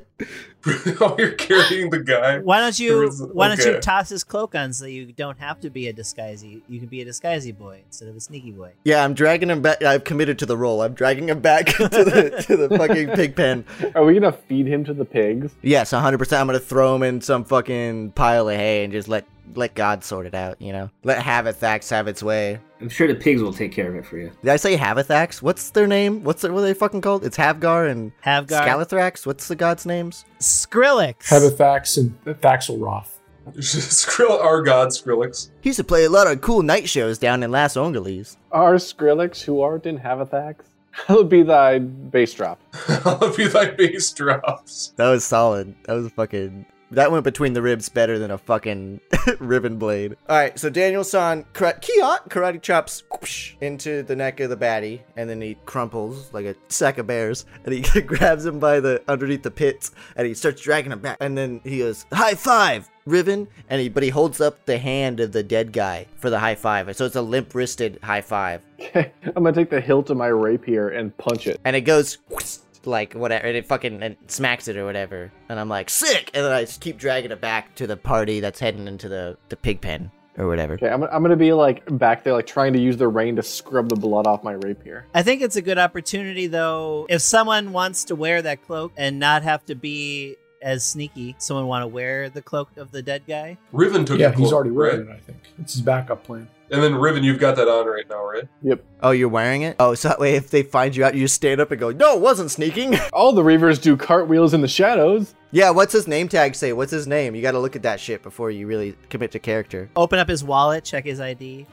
[SPEAKER 7] oh, you're carrying the guy.
[SPEAKER 1] Why don't you
[SPEAKER 7] There's-
[SPEAKER 1] Why don't you
[SPEAKER 7] okay.
[SPEAKER 1] toss his cloak on so you don't have to be a disguisey? You can be a disguisey boy instead of a sneaky boy.
[SPEAKER 3] Yeah, I'm dragging him back. I've committed to the role. I'm dragging him back to the to the fucking pig pen.
[SPEAKER 6] Are we gonna feed him to the pigs?
[SPEAKER 3] Yes, 100. percent I'm gonna throw him in some fucking pile of hay and just let let God sort it out. You know, let Havithax have its way.
[SPEAKER 5] I'm sure the pigs will take care of it for you.
[SPEAKER 3] Did I say Havithax? What's their name? What's their, what are they fucking called? It's Havgar and
[SPEAKER 1] Havgar,
[SPEAKER 3] Scalathrax. What's the god's names?
[SPEAKER 1] Skrillex.
[SPEAKER 4] Habithax and Thaxelroth.
[SPEAKER 7] Skrill, our god, Skrillex.
[SPEAKER 3] He used to play a lot of cool night shows down in Las Ongales.
[SPEAKER 6] Are Skrillex who art in Havithax? That'll be thy bass drop.
[SPEAKER 7] I'll be thy bass drops.
[SPEAKER 3] That was solid. That was fucking. That went between the ribs better than a fucking ribbon blade. All right, so Daniel San kara- kiot karate chops whoosh, into the neck of the baddie, and then he crumples like a sack of bears, and he grabs him by the underneath the pits, and he starts dragging him back, and then he goes high five, Riven, and he but he holds up the hand of the dead guy for the high five, so it's a limp wristed high five.
[SPEAKER 6] I'm gonna take the hilt of my rapier and punch it.
[SPEAKER 3] and it goes whoosh, like whatever and it fucking and smacks it or whatever and i'm like sick and then i just keep dragging it back to the party that's heading into the the pig pen or whatever
[SPEAKER 6] Okay, I'm, I'm gonna be like back there, like trying to use the rain to scrub the blood off my rapier.
[SPEAKER 1] I think it's a good opportunity, though. If someone wants to wear that cloak and not have to be as sneaky, someone want to wear the cloak of the dead guy?
[SPEAKER 7] Riven took
[SPEAKER 4] Yeah,
[SPEAKER 7] the
[SPEAKER 4] he's
[SPEAKER 7] cloak,
[SPEAKER 4] already
[SPEAKER 7] right?
[SPEAKER 4] wearing it, I think. It's his backup plan.
[SPEAKER 7] And then Riven, you've got that on right now, right?
[SPEAKER 3] oh you're wearing it oh so that way if they find you out you just stand up and go no it wasn't sneaking
[SPEAKER 6] All the reavers do cartwheels in the shadows.
[SPEAKER 3] yeah what's his name tag say what's his name you gotta look at that shit before you really commit to character
[SPEAKER 1] Open up his wallet, check his ID.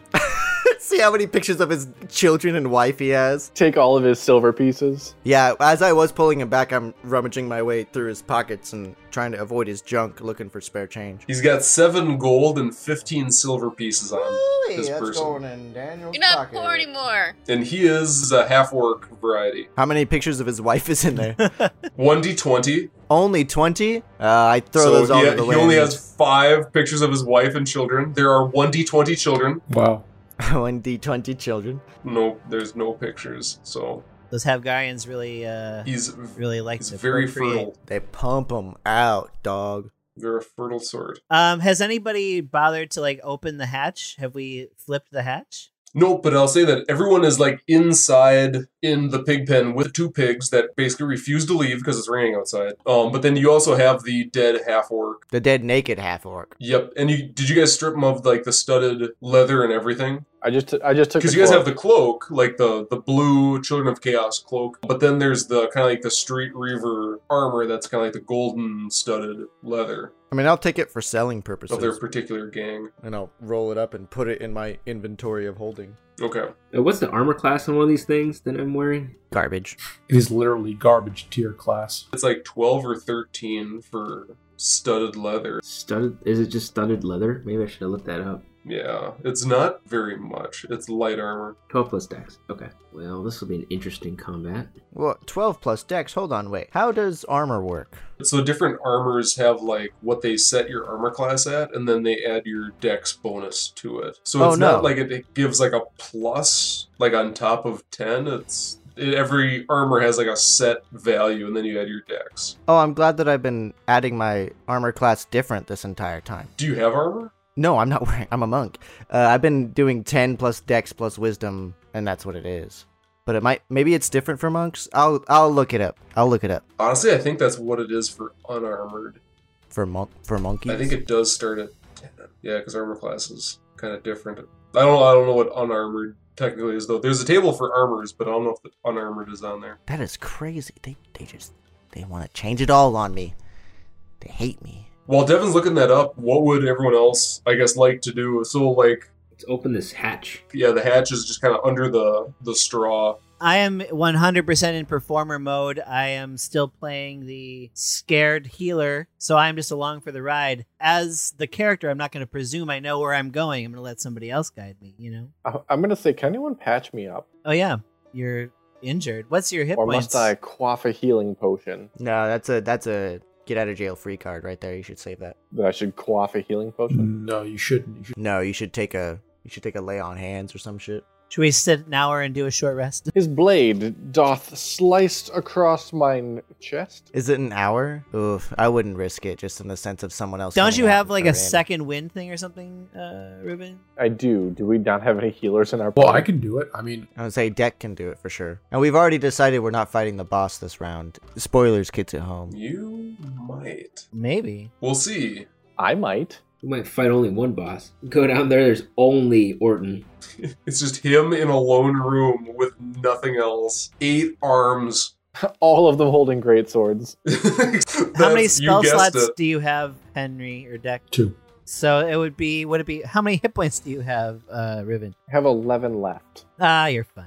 [SPEAKER 3] see how many pictures of his children and wife he has
[SPEAKER 6] Take all of his silver pieces.
[SPEAKER 3] yeah as i was pulling him back i'm rummaging my way through his pockets and trying to avoid his junk looking for spare change
[SPEAKER 7] He's got seven gold and 15 silver pieces on
[SPEAKER 3] Woo-wee,
[SPEAKER 7] this
[SPEAKER 3] that's
[SPEAKER 7] person.
[SPEAKER 3] going in Daniel's
[SPEAKER 2] You're not
[SPEAKER 3] pocket.
[SPEAKER 2] poor anymore.
[SPEAKER 7] And he is a half orc variety.
[SPEAKER 3] How many pictures of his wife is in there?
[SPEAKER 7] 1d20.
[SPEAKER 3] only 20? Uh, I throw
[SPEAKER 7] so
[SPEAKER 3] those all
[SPEAKER 7] he,
[SPEAKER 3] over the
[SPEAKER 7] he
[SPEAKER 3] way.
[SPEAKER 7] only has five pictures of his wife and children. There are 1d20 children.
[SPEAKER 4] Wow.
[SPEAKER 3] 1d20 children.
[SPEAKER 7] No, there's no pictures. So
[SPEAKER 1] Those Havgarians really, uh,
[SPEAKER 7] he's
[SPEAKER 1] really like
[SPEAKER 7] he's
[SPEAKER 1] to
[SPEAKER 7] very
[SPEAKER 1] procreate.
[SPEAKER 7] fertile.
[SPEAKER 3] They pump them out, dog.
[SPEAKER 7] They're a fertile sword.
[SPEAKER 1] Um, has anybody bothered to like open the hatch? Have we flipped the hatch?
[SPEAKER 7] Nope, but I'll say that everyone is like inside in the pig pen with two pigs that basically refuse to leave because it's raining outside. Um, but then you also have the dead half orc.
[SPEAKER 3] The dead naked half orc.
[SPEAKER 7] Yep, and you did you guys strip him of like the studded leather and everything?
[SPEAKER 6] I just I just took
[SPEAKER 7] Because
[SPEAKER 6] the
[SPEAKER 7] you guys have
[SPEAKER 6] cloak.
[SPEAKER 7] the cloak, like the the blue Children of Chaos cloak. But then there's the kind of like the Street Reaver armor that's kind of like the golden studded leather
[SPEAKER 3] I mean, I'll take it for selling
[SPEAKER 7] of their
[SPEAKER 3] purposes.
[SPEAKER 7] particular gang.
[SPEAKER 3] And I'll roll it up and put it in my inventory of holding.
[SPEAKER 7] Okay,
[SPEAKER 5] Uh, What's the armor class on one of these things that I'm wearing?
[SPEAKER 3] Garbage.
[SPEAKER 4] It is literally garbage tier class.
[SPEAKER 7] it's like twelve or thirteen for studded leather.
[SPEAKER 5] Studded? Is it just studded leather? Maybe I should have looked that up.
[SPEAKER 7] Yeah, it's not very much. It's light armor.
[SPEAKER 5] 12 plus dex. Okay. Well, this will be an interesting combat.
[SPEAKER 3] Well, 12 plus dex. Hold on, wait. How does armor work?
[SPEAKER 7] So different armors have like what they set your armor class at, and then they add your dex bonus to it. So
[SPEAKER 3] Oh,
[SPEAKER 7] it's
[SPEAKER 3] no.
[SPEAKER 7] not like it, it gives like a plus, like on top of ten. It's it, every armor has like a set value, and then you add your dex.
[SPEAKER 3] Oh, I'm glad that I've been adding my armor class different this entire time.
[SPEAKER 7] Do you have armor?
[SPEAKER 3] No, I'm not wearing. I'm a monk. Uh, I've been doing ten plus Dex plus Wisdom, and that's what it is. But it might, maybe it's different for monks. I'll, I'll look it up. I'll look it up
[SPEAKER 7] Honestly, I think that's what it is for unarmored.
[SPEAKER 3] for monk for monkeys.
[SPEAKER 7] I think it does start at ten. Yeah, because armor class is kind of different. I don't I don't know what unarmored technically is though. There's a table for armors, but I don't know if the unarmored is on there.
[SPEAKER 3] that is crazy. They, they just, they want to change it all on me. They hate me.
[SPEAKER 7] While Devin's looking that up, what would everyone else, I guess, like to do? So, like,
[SPEAKER 5] Let's open this hatch.
[SPEAKER 7] yeah, the hatch is just kind of under the the straw.
[SPEAKER 1] I am 100% in performer mode. I am still playing the scared healer, so I'm just along for the ride. As the character, I'm not going to presume I know where I'm going. I'm going to let somebody else guide me, you know?
[SPEAKER 6] I- I'm gonna say, can anyone patch me up,
[SPEAKER 1] Oh, yeah, you're injured. What's your hit
[SPEAKER 6] or
[SPEAKER 1] points?
[SPEAKER 6] must I quaff a healing potion?
[SPEAKER 3] No, that's a, that's a get out of jail free card right there. You should save that.
[SPEAKER 6] That I should quaff a healing potion.
[SPEAKER 4] Mm.
[SPEAKER 7] Mm.
[SPEAKER 4] No, you shouldn't. You should
[SPEAKER 3] No, you should take a, you should take a lay on hands or some shit.
[SPEAKER 1] Should we sit an hour and do a short rest?
[SPEAKER 6] His blade doth sliced across mine chest.
[SPEAKER 3] Is it an hour? Oof, I wouldn't risk it just in the sense of someone else.
[SPEAKER 1] Don't
[SPEAKER 3] coming
[SPEAKER 1] you
[SPEAKER 3] out
[SPEAKER 1] have
[SPEAKER 3] and
[SPEAKER 1] like a
[SPEAKER 3] hurrying.
[SPEAKER 1] second wind thing or something, uh, Ruben?
[SPEAKER 6] I do. Do we not have any healers in our
[SPEAKER 4] Well,
[SPEAKER 6] party?
[SPEAKER 4] I can do it. I mean,
[SPEAKER 3] I would say Deck can do it for sure. And we've already decided we're not fighting the boss this round. Spoilers, kids at home.
[SPEAKER 7] You might.
[SPEAKER 1] Maybe.
[SPEAKER 7] We'll see.
[SPEAKER 6] I might.
[SPEAKER 5] We might fight only one boss. Go down there, there's only Orton.
[SPEAKER 7] It's just him in a lone room with nothing else. Eight arms.
[SPEAKER 6] All of them holding great swords.
[SPEAKER 1] How
[SPEAKER 7] How
[SPEAKER 1] many spell slots do you have, Henry or Deck?
[SPEAKER 4] two.
[SPEAKER 1] So it would be. Would it be? How many hit points do you have, uh, Ruben?
[SPEAKER 6] I have 11 left.
[SPEAKER 1] Ah, you're fine.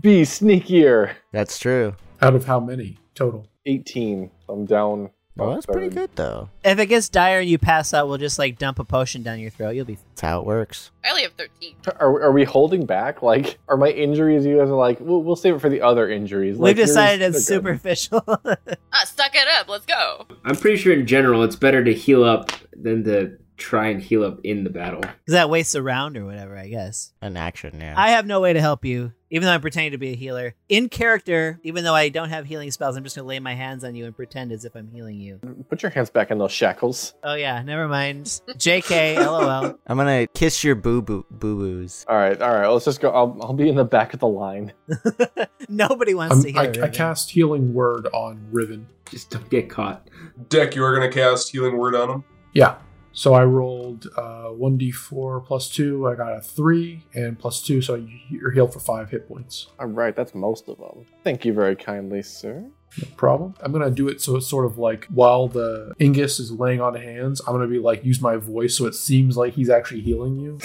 [SPEAKER 6] Be sneakier.
[SPEAKER 3] That's true.
[SPEAKER 4] Out of how many total?
[SPEAKER 6] 18. I'm down.
[SPEAKER 3] Well, Oh, that's pretty
[SPEAKER 6] third.
[SPEAKER 3] good though.
[SPEAKER 1] If it gets dire and you pass out, we'll just like dump a potion down your throat. You'll be.
[SPEAKER 3] That's how it works.
[SPEAKER 2] I only have 13.
[SPEAKER 6] Are, are we holding back? Like, are my injuries? You guys are like, we'll, we'll save it for the other injuries. Like,
[SPEAKER 1] We've
[SPEAKER 6] yours,
[SPEAKER 1] decided it's
[SPEAKER 6] they're good.
[SPEAKER 1] superficial.
[SPEAKER 2] Ah, suck it up. Let's go.
[SPEAKER 5] I'm pretty sure in general it's better to heal up than to try and heal up in the battle.
[SPEAKER 1] Because that wastes a round or whatever, I guess.
[SPEAKER 3] An action, yeah.
[SPEAKER 1] I have no way to help you, even though I'm pretending to be a healer. In character, even though I don't have healing spells, I'm just going to lay my hands on you and pretend as if I'm healing you.
[SPEAKER 6] Put your hands back in those shackles.
[SPEAKER 1] Oh, yeah, never mind. JK, lol.
[SPEAKER 3] I'm gonna kiss your boo boo boo boos.
[SPEAKER 6] All right, all right. Let's just go. I'll, I'll be in the back of the line.
[SPEAKER 1] Nobody wants
[SPEAKER 4] I'm,
[SPEAKER 1] to hear
[SPEAKER 4] Um, I, I cast Healing Word on Riven.
[SPEAKER 5] Just don't get caught.
[SPEAKER 7] Deck, you are going to cast Healing Word on him.
[SPEAKER 4] Yeah. So I rolled uh, 1d4 plus 2. I got a 3 and plus 2, so you're healed for 5 hit points.
[SPEAKER 6] All right, that's most of them. Thank you very kindly, sir.
[SPEAKER 4] No problem. I'm going to do it so it's sort of like while the Ingus is laying on hands, I'm going to be like, use my voice so it seems like he's actually healing you.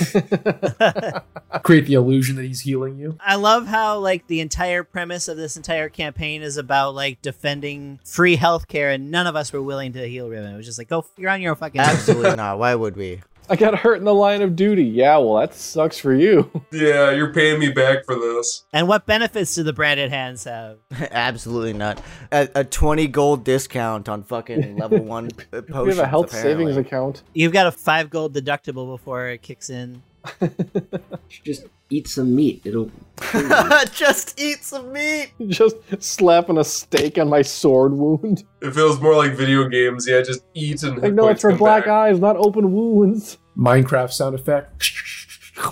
[SPEAKER 4] Create the illusion that he's healing you.
[SPEAKER 1] I love how like the entire premise of this entire campaign is about like defending free healthcare, and none of us were willing to heal Riven. It was just like, go, f- you're on your own fucking.
[SPEAKER 3] Absolutely not. Why would we?
[SPEAKER 6] I got hurt in the line of duty. Yeah, well, that sucks for you.
[SPEAKER 7] Yeah, you're paying me back for this.
[SPEAKER 1] and what benefits do the branded hands have?
[SPEAKER 3] Absolutely not. A, a 20 gold discount on fucking level 1 potions.
[SPEAKER 6] We have a health
[SPEAKER 3] apparently.
[SPEAKER 6] savings account.
[SPEAKER 1] You've got a five gold deductible before it kicks in.
[SPEAKER 5] Should Just eat some meat. It'll
[SPEAKER 3] Just eat some meat.
[SPEAKER 6] Just slapping a stake on my sword wound.
[SPEAKER 7] It feels more like video games. Yeah, just eat and
[SPEAKER 6] Like, no, it's for
[SPEAKER 7] come
[SPEAKER 6] black
[SPEAKER 7] back.
[SPEAKER 6] eyes, not open wounds.
[SPEAKER 4] Minecraft sound effect.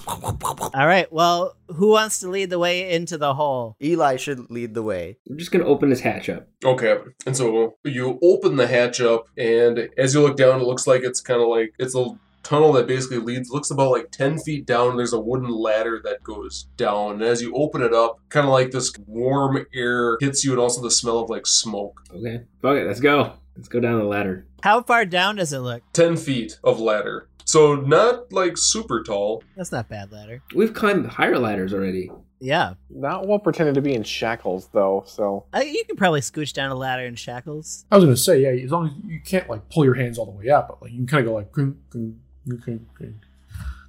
[SPEAKER 1] All right. Well, who wants to lead the way into the hole?
[SPEAKER 3] Eli should lead the way.
[SPEAKER 5] we're just gonna open this hatch up.
[SPEAKER 7] Okay, and so you open the hatch up, and as you look down, it looks like it's kind of like it's a tunnel that basically leads. Looks about like ten feet down. and There's a wooden ladder that goes down, and as you open it up, kind of like this warm air hits you, and also the smell of like smoke.
[SPEAKER 5] Okay. Fuck it, let's go. Let's go down the ladder.
[SPEAKER 1] How far down does it look?
[SPEAKER 7] Ten feet of ladder, so not like super tall.
[SPEAKER 1] That's not bad, ladder.
[SPEAKER 5] We've climbed higher ladders already.
[SPEAKER 1] Yeah,
[SPEAKER 6] Not while pretending to be in shackles, though, so.
[SPEAKER 1] I, you can probably scooch down a ladder in shackles.
[SPEAKER 4] I was going to say, yeah, as long as you can't like pull your hands all the way out, but like you can kind of go like, "Kring, kring, kring, kring, kring."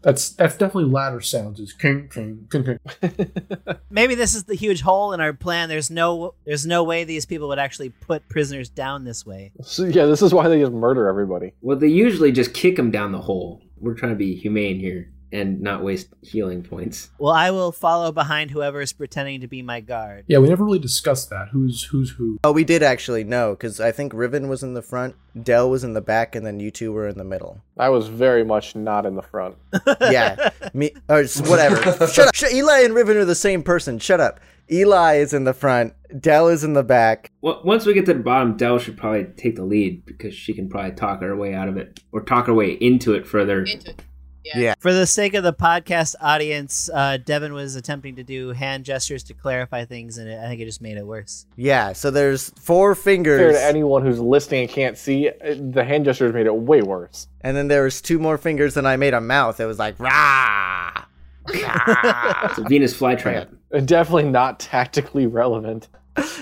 [SPEAKER 4] that's that's definitely ladder sounds is king, king, king, king.
[SPEAKER 1] Maybe this is the huge hole in our plan. There's no, there's no way these people would actually put prisoners down this way.
[SPEAKER 6] so yeah, this is why they just murder everybody.
[SPEAKER 5] Well, they usually just kick them down the hole. We're trying to be humane here and not waste healing points.
[SPEAKER 1] Well, I will follow behind whoever is pretending to be my guard.
[SPEAKER 4] Yeah, we never really discussed that. Who's who's who?
[SPEAKER 3] Oh, we did actually know because I think Riven was in the front, Dell was in the back, and then you two were in the middle.
[SPEAKER 6] I was very much not in the front.
[SPEAKER 3] Yeah, me or s- whatever. Shut up. Shut, Eli and Riven are the same person. Shut up. Eli is in the front. Dell is in the back.
[SPEAKER 5] Well, once we get to the bottom, Dell should probably take the lead because she can probably talk her way out of it or talk her way into it further.
[SPEAKER 2] Into it.
[SPEAKER 1] For the sake of the podcast audience, uh, Devin was attempting to do hand gestures to clarify things, and it, I think it just made it worse.
[SPEAKER 3] Yeah. So there's four
[SPEAKER 6] Fair
[SPEAKER 3] fingers,
[SPEAKER 6] to anyone who's listening and can't see, uh, the hand gestures made it way worse.
[SPEAKER 3] and then there was two more fingers, and I made a mouth. It was like rah. rah."
[SPEAKER 5] It's a Venus flytrap.
[SPEAKER 6] And Definitely not tactically relevant.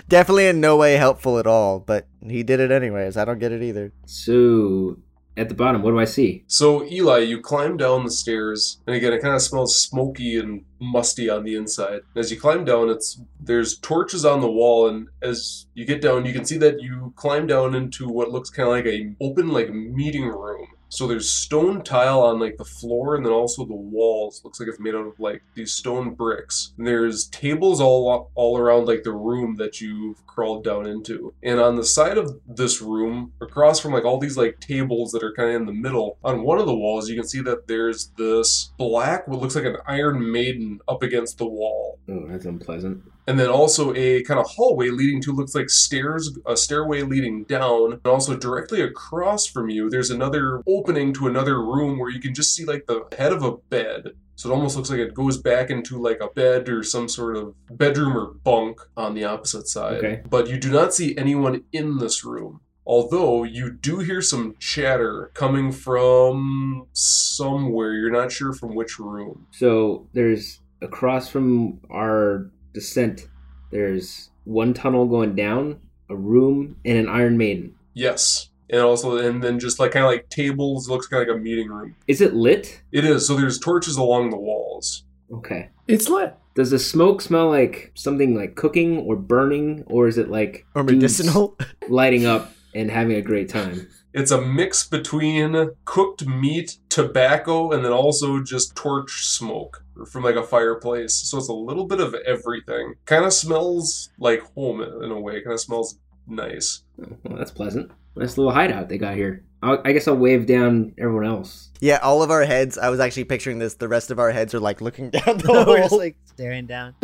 [SPEAKER 3] Definitely in no way helpful at all, but he did it anyways. I don't get it either.
[SPEAKER 5] So, at the bottom, what do I see?
[SPEAKER 7] So Eli, you climb down the stairs, and again, it kind of smells smoky and musty on the inside. As you climb down, it's there's torches on the wall, and as you get down, you can see that you climb down into what looks kind of like a open like meeting room. So there's stone tile on like the floor and then also the walls. Looks like it's made out of like these stone bricks. And there's tables all all around like the room that you've crawled down into. And on the side of this room, across from like all these like tables that are kind of in the middle, on one of the walls you can see that there's this black what looks like an iron maiden up against the wall
[SPEAKER 5] Oh, that's unpleasant.
[SPEAKER 7] and then also a kind of hallway leading to looks like stairs a stairway leading down and also directly across from you there's another opening to another room where you can just see like the head of a bed so it almost looks like it goes back into like a bed or some sort of bedroom or bunk on the opposite side
[SPEAKER 5] Okay.
[SPEAKER 7] but you do not see anyone in this room Although you do hear some chatter coming from somewhere, you're not sure from which room.
[SPEAKER 5] So there's across from our descent, there's one tunnel going down, a room, and an Iron Maiden.
[SPEAKER 7] Yes. And also, and then just like kind of like tables, looks kind of like a meeting room.
[SPEAKER 5] Is it lit?
[SPEAKER 7] It is. So there's torches along the walls.
[SPEAKER 5] Okay.
[SPEAKER 4] It's lit.
[SPEAKER 5] Does the smoke smell like something like cooking or burning, or is it like
[SPEAKER 3] Or
[SPEAKER 5] dudes
[SPEAKER 3] medicinal?
[SPEAKER 5] lighting up and having a great time?
[SPEAKER 7] It's a mix between cooked meat, tobacco, and then also just torch smoke from like a fireplace. So it's a little bit of everything. Kind of smells like home in a way. Kind of smells nice.
[SPEAKER 5] Oh, well, that's pleasant. Nice little hideout they got here. I'll, I guess I'll wave down everyone else.
[SPEAKER 3] yeah, all of our heads. I was actually picturing this. The rest of our heads are like looking down the
[SPEAKER 1] We're just
[SPEAKER 3] hole.
[SPEAKER 1] like staring down.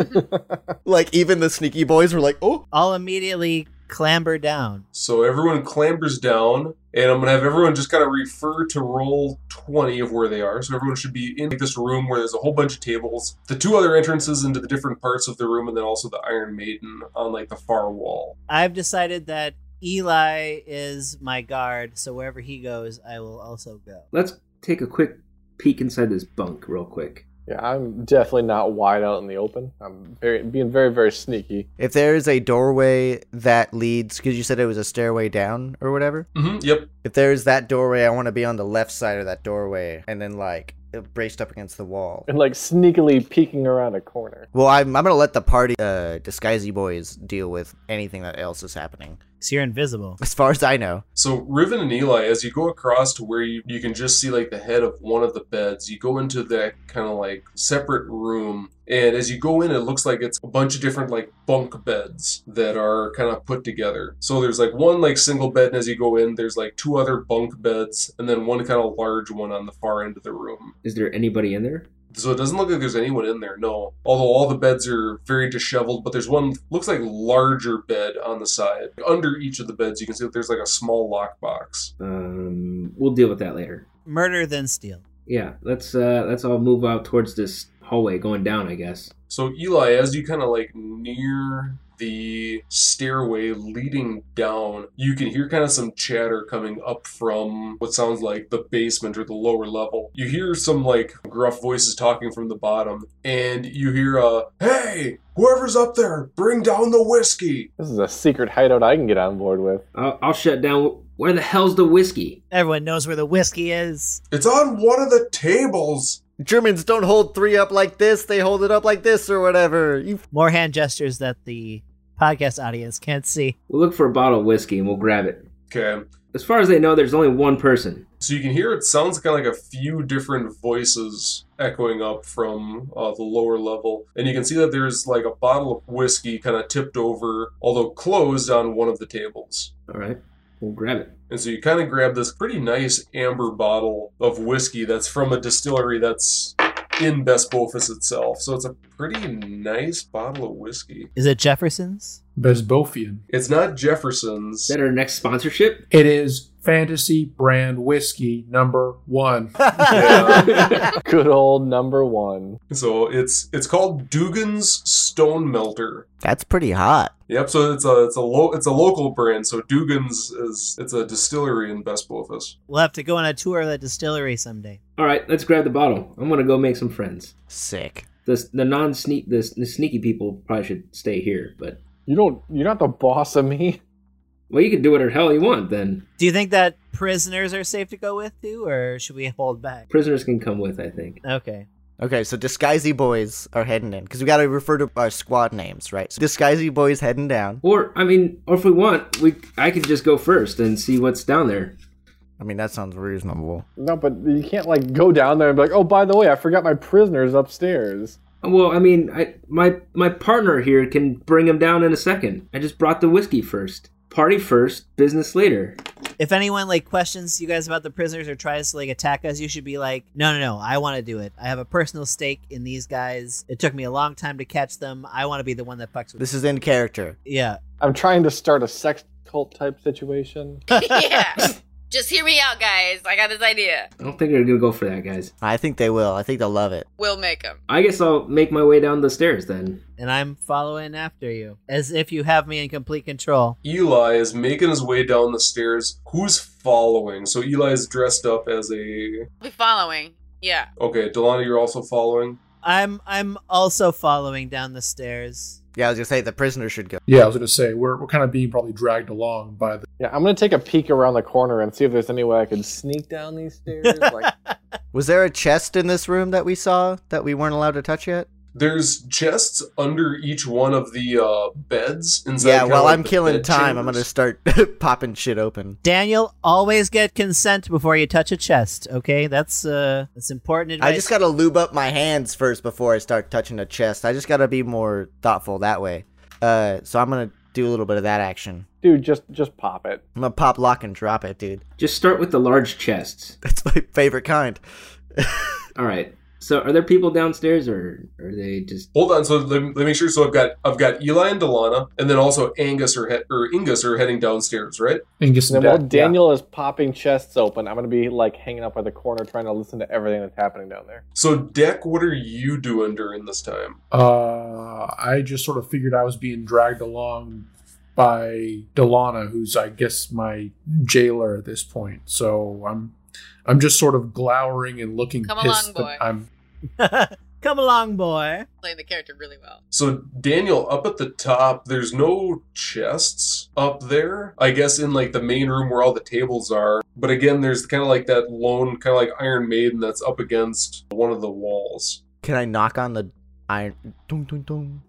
[SPEAKER 3] like even the sneaky boys were like, oh,
[SPEAKER 1] I'll immediately clamber down.
[SPEAKER 7] So everyone clambers down, and I'm gonna have everyone just kind of refer to roll 20 of where they are. So everyone should be in this room where there's a whole bunch of tables, the two other entrances into the different parts of the room, and then also the Iron Maiden on like the far wall.
[SPEAKER 1] I've decided that Eli is my guard, so wherever he goes, I will also go.
[SPEAKER 5] Let's take a quick peek inside this bunk real quick.
[SPEAKER 6] Yeah, I'm definitely not wide out in the open. I'm very being very very sneaky.
[SPEAKER 3] if there is a doorway that leads, because you said it was a stairway down or whatever.
[SPEAKER 7] hmm yep.
[SPEAKER 3] If there's that doorway, I want to be on the left side of that doorway, and then like uh, braced up against the wall.
[SPEAKER 6] and like sneakily peeking around a corner.
[SPEAKER 3] Well, I'm, I'm gonna let the party uh, disguisey boys deal with anything that else is happening.
[SPEAKER 1] So you're invisible.
[SPEAKER 3] As far as I know,
[SPEAKER 7] So Riven and Eli, as you go across to where you, you can just see like the head of one of the beds, you go into that kind of like separate room. And as you go in, it looks like it's a bunch of different like bunk beds that are kind of put together. So there's like one like single bed, and as you go in, there's like two other bunk beds, and then one kind of large one on the far end of the room.
[SPEAKER 5] Is there anybody in there?
[SPEAKER 7] So it doesn't look like there's anyone in there, no. Although all the beds are very disheveled, but there's one looks like larger bed on the side. Under each of the beds, you can see that there's like a small lockbox.
[SPEAKER 5] Um, we'll deal with that later.
[SPEAKER 1] Murder then steal.
[SPEAKER 5] Yeah, let's uh, let's all move out towards this hallway going down. I guess.
[SPEAKER 7] So Eli, as you kind of like near the stairway leading down, you can hear kind of some chatter coming up from what sounds like the basement or the lower level. You hear some like gruff voices talking from the bottom, and you hear a "Hey, whoever's up there, bring down the whiskey."
[SPEAKER 6] This is a secret hideout I can get on board with.
[SPEAKER 5] I'll, I'll shut down. Where the hell's the whiskey?
[SPEAKER 1] Everyone knows where the whiskey is.
[SPEAKER 7] It's on one of the tables.
[SPEAKER 3] Germans don't hold three up like this; they hold it up like this or whatever. You
[SPEAKER 1] More hand gestures that the podcast audience can't see.
[SPEAKER 5] We'll look for a bottle of whiskey and we'll grab it.
[SPEAKER 7] Okay.
[SPEAKER 5] As far as they know, there's only one person.
[SPEAKER 7] So you can hear it sounds kind of like a few different voices echoing up from uh, the lower level, and you can see that there's like a bottle of whiskey kind of tipped over, although closed on one of the tables.
[SPEAKER 5] All right, we'll grab it.
[SPEAKER 7] And so you kind of grab this pretty nice amber bottle of whiskey that's from a distillery that's in Best Bofus itself. So it's a pretty nice bottle of whiskey.
[SPEAKER 1] Is it Jefferson's?
[SPEAKER 4] Besbofian.
[SPEAKER 7] It's not Jefferson's.
[SPEAKER 5] Is that our next sponsorship?
[SPEAKER 4] It is fantasy brand whiskey number one.
[SPEAKER 7] Yeah.
[SPEAKER 6] Good old number one.
[SPEAKER 7] so it's it's called Dugan's Stone Melter.
[SPEAKER 3] That's pretty hot.
[SPEAKER 7] Yep, so it's a it's a lo- it's a local brand. So Dugan's is it's a distillery in Best Bluffus.
[SPEAKER 1] We'll have to go on a tour of the distillery someday.
[SPEAKER 5] All right, let's grab the bottle. I'm gonna go make some friends.
[SPEAKER 3] Sick.
[SPEAKER 5] The the non sneak the, the sneaky people probably should stay here. But
[SPEAKER 6] You don't. You're not the boss of me.
[SPEAKER 5] well, you can do whatever the hell you want. Then
[SPEAKER 1] Do you think that prisoners are safe to go with too, or should we hold back?
[SPEAKER 5] prisoners can come with. I think.
[SPEAKER 1] Okay.
[SPEAKER 3] Okay, so disguisey boys are heading in because we gotta refer to our squad names, right? So disguisey boys heading down.
[SPEAKER 5] Or I mean, or if we want, we I could just go first and see what's down there.
[SPEAKER 3] I mean, that sounds reasonable.
[SPEAKER 6] No, but you can't like go down there and be like, oh, by the way, I forgot my prisoners upstairs.
[SPEAKER 5] Well, I mean, I, my my partner here can bring him down in a second. I just brought the whiskey first. Party first, business later.
[SPEAKER 1] If anyone like questions you guys about the prisoners or tries to like attack us, you should be like, no, no, no, I want to do it. I have a personal stake in these guys. It took me a long time to catch them. I want to be the one that fucks with.
[SPEAKER 3] This is in character.
[SPEAKER 1] yeah,
[SPEAKER 6] I'm trying to start a sex cult type situation.
[SPEAKER 2] yeah. Just hear me out, guys. I got this idea.
[SPEAKER 5] I don't think they're gonna go for that, guys.
[SPEAKER 3] I think they will. I think they'll love it.
[SPEAKER 2] We'll make them.
[SPEAKER 5] I guess I'll make my way down the stairs then.
[SPEAKER 1] and I'm following after you as if you have me in complete control.
[SPEAKER 7] Eli is making his way down the stairs. Who's following? So Eli is dressed up as a.
[SPEAKER 2] We'll be following. Yeah.
[SPEAKER 7] Okay, Delana, you're also following.
[SPEAKER 1] I'm I'm also following down the stairs.
[SPEAKER 3] Yeah, I was gonna say the prisoners should go.
[SPEAKER 4] Yeah, I was going to say, we're, we're kind of being probably dragged along by the.
[SPEAKER 6] Yeah, I'm gonna take a peek around the corner and see if there's any way I can sneak down these stairs. Like,
[SPEAKER 3] Was there a chest in this room that we saw that we weren't allowed to touch yet?
[SPEAKER 7] There's chests under each one of the uh, beds inside.
[SPEAKER 3] yeah,
[SPEAKER 7] kinda
[SPEAKER 3] while
[SPEAKER 7] like
[SPEAKER 3] I'm
[SPEAKER 7] the
[SPEAKER 3] killing
[SPEAKER 7] bed
[SPEAKER 3] time, I'm gonna
[SPEAKER 7] chambers.
[SPEAKER 3] start popping shit open.
[SPEAKER 1] Daniel, always get consent before you touch a chest. Okay, that's uh that's important advice.
[SPEAKER 3] I just gotta lube up my hands first before I start touching a chest. I just gotta be more thoughtful that way. Uh, so I'm gonna do a little bit of that action.
[SPEAKER 6] dude, just just pop it.
[SPEAKER 3] I'm gonna pop, lock, and drop it, dude.
[SPEAKER 5] Just start with the large chests.
[SPEAKER 3] That's my favorite kind.
[SPEAKER 5] All right. So, are there people downstairs, or are they just?
[SPEAKER 7] Hold on, so let me, let me make sure. So I've got I've got Eli and Delana, and then also Angus or he- or Ingus are heading downstairs, right?
[SPEAKER 4] Angus
[SPEAKER 6] And then
[SPEAKER 4] and
[SPEAKER 6] while
[SPEAKER 4] Dad.
[SPEAKER 6] Daniel is popping chests open, I'm gonna be like hanging up by the corner trying to listen to everything that's happening down there.
[SPEAKER 7] So Deck, what are you doing during this time?
[SPEAKER 4] Uh, I just sort of figured I was being dragged along by Delana, who's I guess my jailer at this point. So I'm, I'm just sort of glowering and looking
[SPEAKER 2] Come
[SPEAKER 4] pissed.
[SPEAKER 2] along,
[SPEAKER 4] that
[SPEAKER 2] boy.
[SPEAKER 4] I'm
[SPEAKER 1] Come along, boy.
[SPEAKER 2] Playing the character really well.
[SPEAKER 7] So Daniel, up at the top, there's no chests up there. I guess in like the main room where all the tables are. But again, there's kind of like that lone kind of like Iron Maiden that's up against one of the walls.
[SPEAKER 3] Can I knock on the iron? Dun, dun, dun.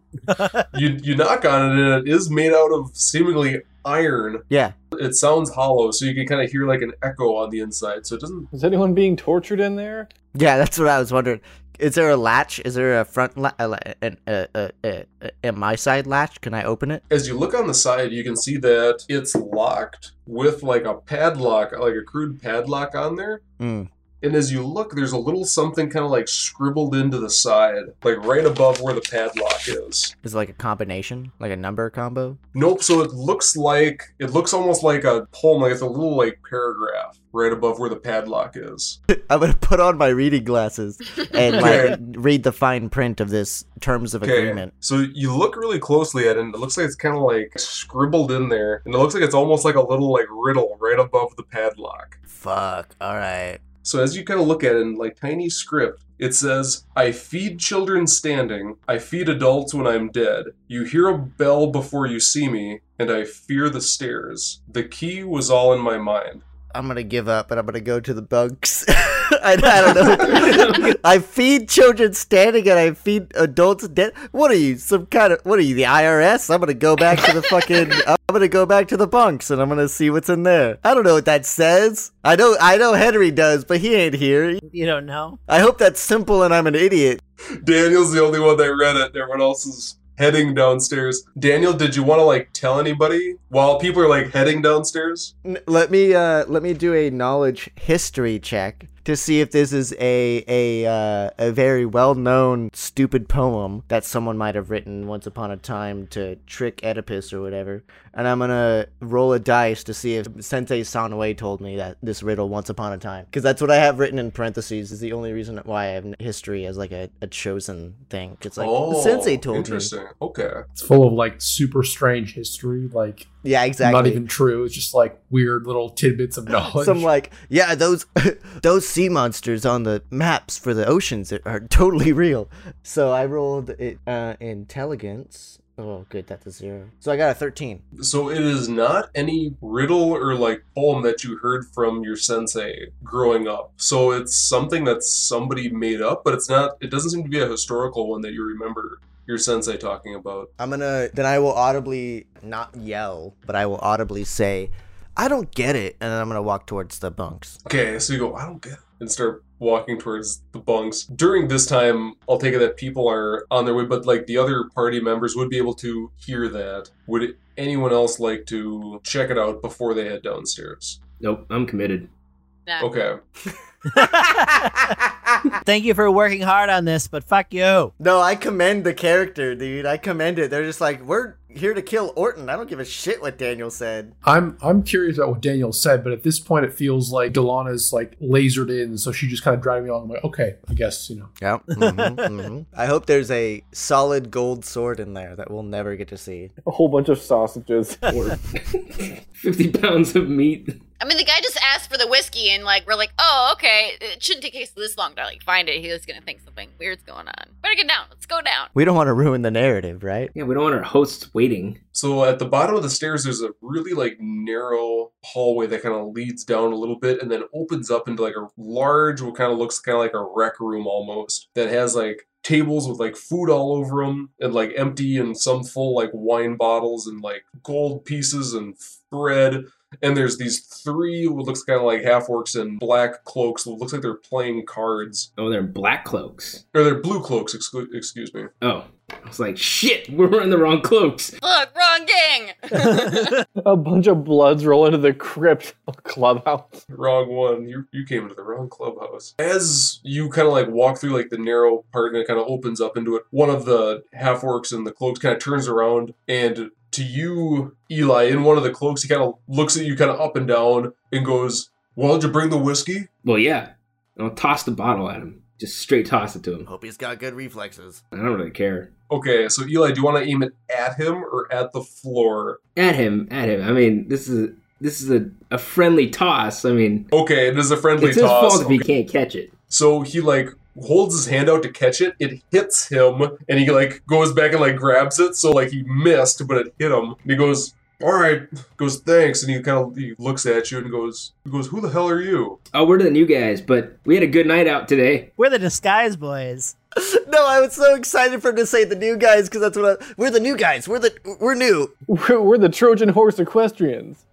[SPEAKER 7] You you knock on it, and it is made out of seemingly iron.
[SPEAKER 3] Yeah.
[SPEAKER 7] It sounds hollow, so you can kind of hear like an echo on the inside. So it doesn't
[SPEAKER 6] Is anyone being tortured in there?
[SPEAKER 3] Yeah, that's what I was wondering. Is there a latch? Is there a front la- a la- an, uh, uh, uh, uh, uh, my side latch? Can I open it?
[SPEAKER 7] as you look on the side, you can see that it's locked with like a padlock, like a crude padlock on there.
[SPEAKER 3] Mm.
[SPEAKER 7] And as you look, there's a little something kind of like scribbled into the side, like right above where the padlock is.
[SPEAKER 3] Is it like a combination, like a number combo?
[SPEAKER 7] Nope. So it looks like it looks almost like a poem, like it's a little like paragraph right above where the padlock is.
[SPEAKER 3] I'm gonna put on my reading glasses and
[SPEAKER 7] Okay.
[SPEAKER 3] like read the fine print of this terms of agreement.
[SPEAKER 7] So you look really closely at it, and it looks like it's kind of like scribbled in there, and it looks like it's almost like a little like riddle right above the padlock.
[SPEAKER 3] Fuck. All right.
[SPEAKER 7] So as you kind of look at it in like tiny script, it says, "I feed children standing. I feed adults when I'm dead. You hear a bell before you see me, and I fear the stairs. The key was all in my mind."
[SPEAKER 3] I'm gonna give up and I'm gonna go to the bunks. I, I don't know. I feed children standing and I feed adults dead. What are you? Some kind of what are you? The IRS? I'm gonna go back to the fucking. I'm gonna go back to the bunks and I'm gonna see what's in there. I don't know what that says. I know. I know Henry does, but he ain't here.
[SPEAKER 1] You don't know.
[SPEAKER 3] I hope that's simple and I'm an idiot.
[SPEAKER 7] Daniel's the only one that read it. Everyone else is heading downstairs. Daniel, did you want to like tell anybody while people are like heading downstairs?
[SPEAKER 3] N- let me uh let me do a knowledge history check to see if this is a a uh, a very well known stupid poem that someone might have written once upon a time to trick Oedipus or whatever. And I'm gonna roll a dice to see if Sensei Sanwei told me that this riddle once upon a time because that's what I have written in parentheses is the only reason why I have n- history as like a, a chosen thing. It's like Sensei told me.
[SPEAKER 7] interesting. Okay.
[SPEAKER 4] It's full of like super strange history, like
[SPEAKER 3] Yeah, exactly.
[SPEAKER 4] not even true. It's just like weird little tidbits of knowledge.
[SPEAKER 3] Some like, yeah, those those sea monsters on the maps for the oceans are, are totally real. So I rolled it, uh, intelligence. Oh, good, that's a zero. So I got a thirteen.
[SPEAKER 7] So it is not any riddle or like poem that you heard from your sensei growing up. So it's something that somebody made up, but it's not. It doesn't seem to be a historical one that you remember your sensei talking about.
[SPEAKER 3] I'm gonna then I will audibly not yell, but I will audibly say, I don't get it. And then I'm going to walk towards the bunks.
[SPEAKER 7] Okay, so you go, I don't get it. And start walking towards the bunks. During this time, I'll take it that people are on their way, but like the other party members would be able to hear that. Would anyone else like to check it out before they head downstairs?
[SPEAKER 5] Nope, I'm committed.
[SPEAKER 2] Nah.
[SPEAKER 7] Okay.
[SPEAKER 1] Thank you for working hard on this, but fuck you.
[SPEAKER 3] No, I commend the character, dude. I commend it. They're just like, we're here to kill Orton. I don't give a shit what Daniel said.
[SPEAKER 4] I'm I'm curious about what Daniel said, but at this point it feels like Delana's like lasered in, so she just kind of dragged me along. I'm like, okay, I guess you know.
[SPEAKER 3] Yeah. Mm-hmm, I hope there's a solid gold sword in there that we'll never get to see.
[SPEAKER 6] A whole bunch of sausages.
[SPEAKER 5] Or 50 pounds of meat.
[SPEAKER 2] I mean, the guy just asked for the whiskey, and like we're like, oh, okay. It shouldn't take us this long to like find it. He was gonna think something weird's going on. Better get down. Let's go down.
[SPEAKER 3] We don't want to ruin the narrative, right?
[SPEAKER 5] Yeah, we don't want our hosts waiting.
[SPEAKER 7] So at the bottom of the stairs, there's a really like narrow hallway that kind of leads down a little bit and then opens up into like a large, what kind of looks kind of like a rec room almost that has like tables with like food all over them and like empty and some full like wine bottles and like gold pieces and bread. And there's these three what looks kind of like half orcs in black cloaks. It looks like they're playing cards
[SPEAKER 5] Oh, they're in black cloaks.
[SPEAKER 7] or they're blue cloaks. Exclu- excuse me.
[SPEAKER 5] Oh, I was like, shit, we're wearing the wrong cloaks.
[SPEAKER 2] Look, wrong gang.
[SPEAKER 6] a bunch of bloods roll into the crypt clubhouse.
[SPEAKER 7] Wrong one. You you came into the wrong clubhouse. As you kind of like walk through like the narrow part and it kind of opens up into it, one of the half orcs in the cloaks kind of turns around and to you, Eli, in one of the cloaks, he kind of looks at you kind of up and down and goes, "Well, did you bring the whiskey?"
[SPEAKER 5] Well, yeah. And I'll toss the bottle at him. Just straight toss it to him.
[SPEAKER 3] Hope he's got good reflexes.
[SPEAKER 5] I don't really care.
[SPEAKER 7] Okay, so Eli, do you want to aim it at him or at the floor?
[SPEAKER 5] At him, at him. I mean, this is a, this is a, a friendly toss. I mean,
[SPEAKER 7] Okay, it is a friendly
[SPEAKER 5] it's his
[SPEAKER 7] toss.
[SPEAKER 5] fault if he
[SPEAKER 7] Okay.
[SPEAKER 5] can't catch it.
[SPEAKER 7] So he like holds his hand out to catch it. It hits him, and he like goes back and like grabs it. So like he missed, but it hit him. And he goes, "All right," goes, "Thanks," and he kind of he looks at you and goes, he "Goes, who the hell are you?"
[SPEAKER 5] Oh, we're the new guys, but we had a good night out today.
[SPEAKER 1] We're the disguise boys.
[SPEAKER 3] No, I was so excited for him to say the new guys because that's what I, we're the new guys. We're the we're new.
[SPEAKER 6] We're, we're the Trojan horse equestrians.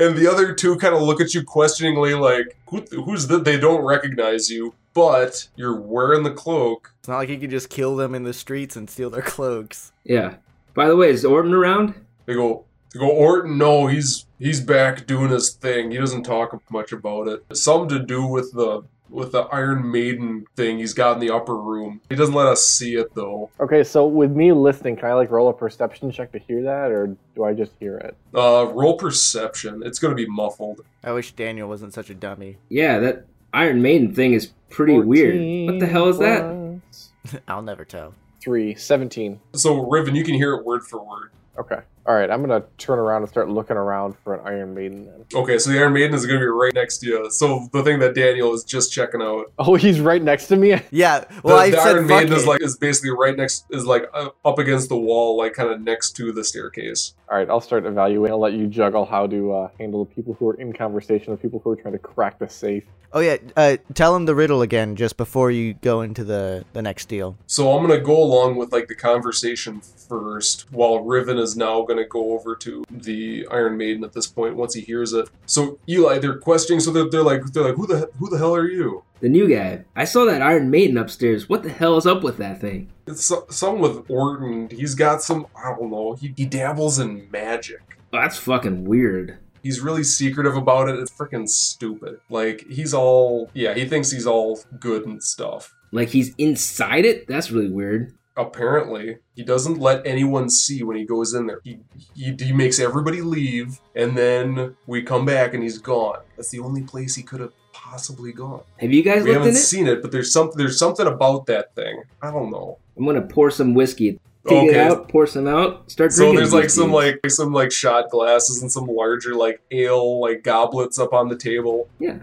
[SPEAKER 7] And the other two kind of look at you questioningly, like, who, "Who's that?" They don't recognize you, but you're wearing the cloak.
[SPEAKER 3] It's not like you can just kill them in the streets and steal their cloaks.
[SPEAKER 5] Yeah. By the way, is Orton around?
[SPEAKER 7] They go, they go, Orton, no, he's he's back doing his thing. He doesn't talk much about it. Something to do with the with the Iron Maiden thing he's got in the upper room. He doesn't let us see it though.
[SPEAKER 6] Okay, so with me listening, can I like roll a perception check to hear that, or do I just hear it?
[SPEAKER 7] Uh roll perception. It's gonna be muffled.
[SPEAKER 3] I wish Daniel wasn't such a dummy.
[SPEAKER 5] Yeah, that Iron Maiden thing is pretty weird. What the hell is that?
[SPEAKER 6] 14 plus
[SPEAKER 3] I'll never tell.
[SPEAKER 6] Three, 17.
[SPEAKER 7] So Riven, you can hear it word for word.
[SPEAKER 6] Okay. All right, I'm gonna turn around and start looking around for an Iron Maiden. Then.
[SPEAKER 7] Okay, so the Iron Maiden is gonna be right next to you. So the thing that Daniel is just checking out.
[SPEAKER 6] Oh, he's right next to me.
[SPEAKER 3] Yeah.
[SPEAKER 7] The,
[SPEAKER 3] Well, I
[SPEAKER 7] the
[SPEAKER 3] said
[SPEAKER 7] Iron
[SPEAKER 3] fuck
[SPEAKER 7] Maiden is
[SPEAKER 3] it.
[SPEAKER 7] like is basically right next is like uh, up against the wall, like kind of next to the staircase.
[SPEAKER 6] All right, I'll start evaluating. I'll let you juggle how to uh, handle the people who are in conversation, the people who are trying to crack the safe.
[SPEAKER 3] Oh yeah, uh, tell him the riddle again just before you go into the the next deal.
[SPEAKER 7] So I'm gonna go along with like the conversation first, while Riven is now gonna go over to the Iron Maiden at this point once he hears it. So Eli, they're questioning, so they're, they're like they're like, who the who the hell are you?
[SPEAKER 5] The new guy. I saw that Iron Maiden upstairs. What the hell is up with that thing?
[SPEAKER 7] It's so- some with Orton. He's got some I don't know. He, he dabbles in magic.
[SPEAKER 5] Oh, that's fucking weird.
[SPEAKER 7] He's really secretive about it. It's freaking stupid. Like he's all yeah. He thinks he's all good and stuff.
[SPEAKER 5] Like he's inside it? That's really weird.
[SPEAKER 7] apparently he doesn't let anyone see when he goes in there he, he he makes everybody leave and then we come back and he's gone that's the only place he could have possibly gone
[SPEAKER 5] Have you guys looked
[SPEAKER 7] we
[SPEAKER 5] in
[SPEAKER 7] haven't
[SPEAKER 5] it?
[SPEAKER 7] seen it but there's something there's something about that thing i don't know
[SPEAKER 5] I'm gonna pour some whiskey. Take it
[SPEAKER 7] Okay.
[SPEAKER 5] out, pour some out, start
[SPEAKER 7] so
[SPEAKER 5] drinking.
[SPEAKER 7] there's
[SPEAKER 5] these
[SPEAKER 7] like some
[SPEAKER 5] things.
[SPEAKER 7] like some like shot glasses and some larger like ale like goblets up on the table
[SPEAKER 5] Yeah.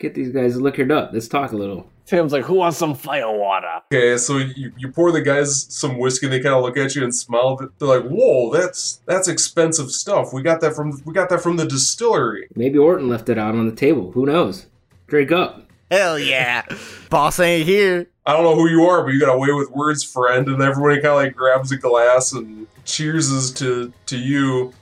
[SPEAKER 5] Get these guys liquored up. Let's talk a little.
[SPEAKER 6] Tim's like, "Who wants some fire water?"
[SPEAKER 7] okay so you, you pour the guys some whiskey and they kind of look at you and smile they're like whoa that's that's expensive stuff we got that from we got that from the distillery
[SPEAKER 5] Maybe Orton left it out on the table. Who knows? Drink up.
[SPEAKER 3] Hell yeah, boss ain't here.
[SPEAKER 7] I don't know who you are, but you got away with words, friend. And everybody kind of like grabs a glass and cheerses to to you.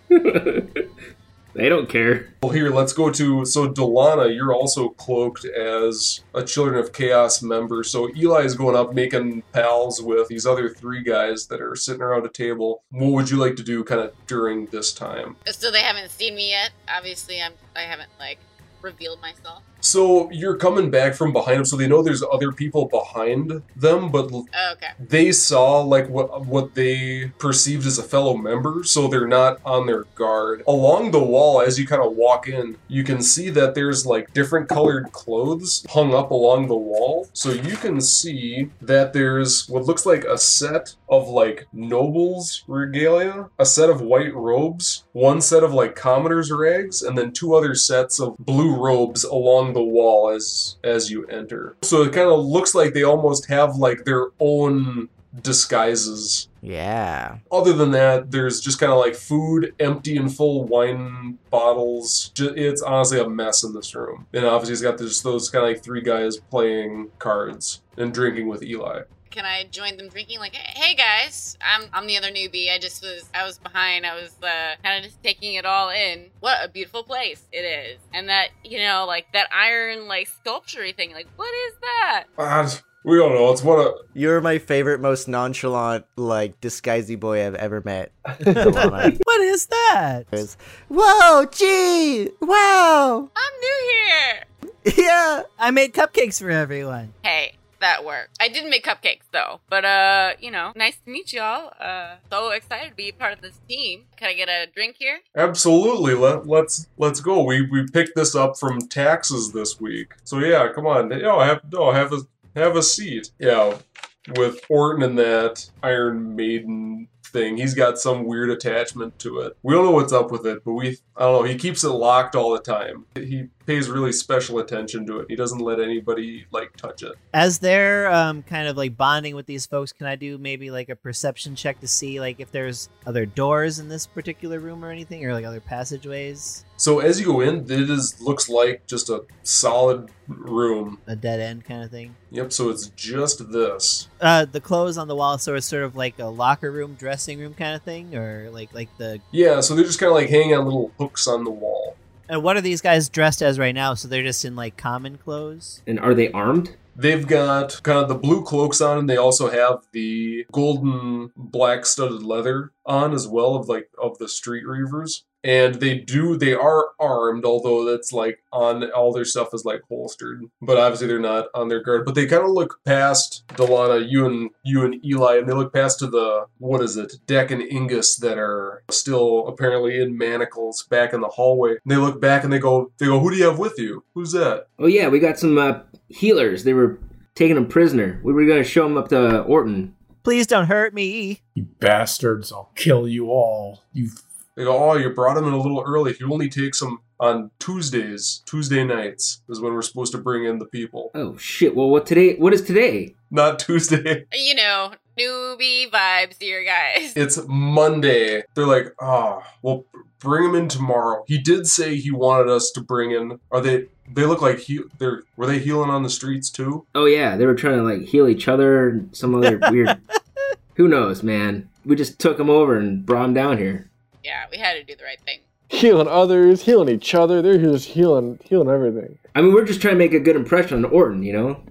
[SPEAKER 5] They don't care.
[SPEAKER 7] Well, here, let's go to. So, Delana, you're also cloaked as a Children of Chaos member. So, Eli is going up making pals with these other three guys that are sitting around a table. What would you like to do kind of during this time?
[SPEAKER 2] So they haven't seen me yet. Obviously, I'm. I haven't like revealed myself.
[SPEAKER 7] So, you're coming back from behind them, so they know there's other people behind them, but
[SPEAKER 2] Oh, okay.
[SPEAKER 7] they saw like what what they perceived as a fellow member so they're not on their guard along the wall as you kind of walk in you can see that there's like different colored clothes hung up along the wall so you can see that there's what looks like a set of like nobles regalia a set of white robes one set of like commoners rags and then two other sets of blue robes along the wall as as you enter so it kind of looks like they almost have like their own disguises
[SPEAKER 3] Yeah.
[SPEAKER 7] other than that, there's just kind of like food, empty and full wine bottles. Ju- It's honestly a mess in this room. And obviously, it's got just those kind of like three guys playing cards and drinking with Eli.
[SPEAKER 2] Can I join them drinking? Like, hey guys, I'm I'm the other newbie. I just was I was behind. I was uh, kind of just taking it all in. What a beautiful place it is, and that you know, like that iron like sculptury thing. Like, what is that?
[SPEAKER 7] Ah, we all know. It's one of
[SPEAKER 3] You're my favorite, most nonchalant, like disguisey boy I've ever met. Delana.
[SPEAKER 1] What is that?
[SPEAKER 3] It's, Whoa, gee, wow,
[SPEAKER 2] I'm new here.
[SPEAKER 3] yeah.
[SPEAKER 1] I made cupcakes for everyone.
[SPEAKER 2] Hey, that worked. I didn't make cupcakes though, but uh, you know, nice to meet y'all. Uh, so excited to be part of this team. Can I get a drink here?
[SPEAKER 7] absolutely. Let let's let's go. We we picked this up from taxes this week. So yeah, come on. No, have no have a have a seat. Yeah, with Orton and that Iron Maiden thing. He's got some weird attachment to it. We don't know what's up with it, but we I don't know, he keeps it locked all the time. He pays really special attention to it. He doesn't let anybody like touch it.
[SPEAKER 1] As they're um, kind of like bonding with these folks, can I do maybe like a perception check to see like if there's other doors in this particular room or anything, or like other passageways?
[SPEAKER 7] So as you go in, it is looks like just a solid room.
[SPEAKER 1] A dead end kind of thing.
[SPEAKER 7] Yep, so it's just this.
[SPEAKER 1] Uh, the clothes on the wall, so it's sort of like a locker room, dressing room kind of thing, or like like the.
[SPEAKER 7] Yeah, so they're just kind of like hanging on little hooks on the wall.
[SPEAKER 1] And uh, what are these guys dressed as right now? So they're just in like common clothes.
[SPEAKER 5] And are they armed?
[SPEAKER 7] They've got kind of the blue cloaks on, and they also have the golden black studded leather on as well of like of the street reavers. And they do they are armed, although that's like on all their stuff is like holstered. But obviously they're not on their guard. But they kind of look past Delana, you and you and Eli, and they look past to the what is it, Deck and Ingus that are still apparently in manacles back in the hallway. And they look back and they go, they go, who do you have with you? Who's that?
[SPEAKER 5] Oh yeah, we got some uh, healers. They were taking him prisoner. We were gonna show him up to Orton.
[SPEAKER 1] Please don't hurt me.
[SPEAKER 4] You bastards, I'll kill you all. You
[SPEAKER 7] They go, oh, you brought him in a little early. If you only take some on Tuesdays, Tuesday nights is when we're supposed to bring in the people.
[SPEAKER 5] Oh shit! Well, what today? What is today?
[SPEAKER 7] Not Tuesday.
[SPEAKER 2] You know, newbie vibes here, guys.
[SPEAKER 7] It's Monday. They're like, oh, well, bring him in tomorrow. He did say he wanted us to bring in. Are they? They look like he. They're were they healing on the streets too?
[SPEAKER 5] Oh yeah, they were trying to like heal each other and some other weird. Who knows, man? We just took him over and brought him down here.
[SPEAKER 2] Yeah, we had to do the right thing.
[SPEAKER 6] healing others, healing each other. They're just healing, healing everything.
[SPEAKER 5] I mean, we're just trying to make a good impression on Orton. You know,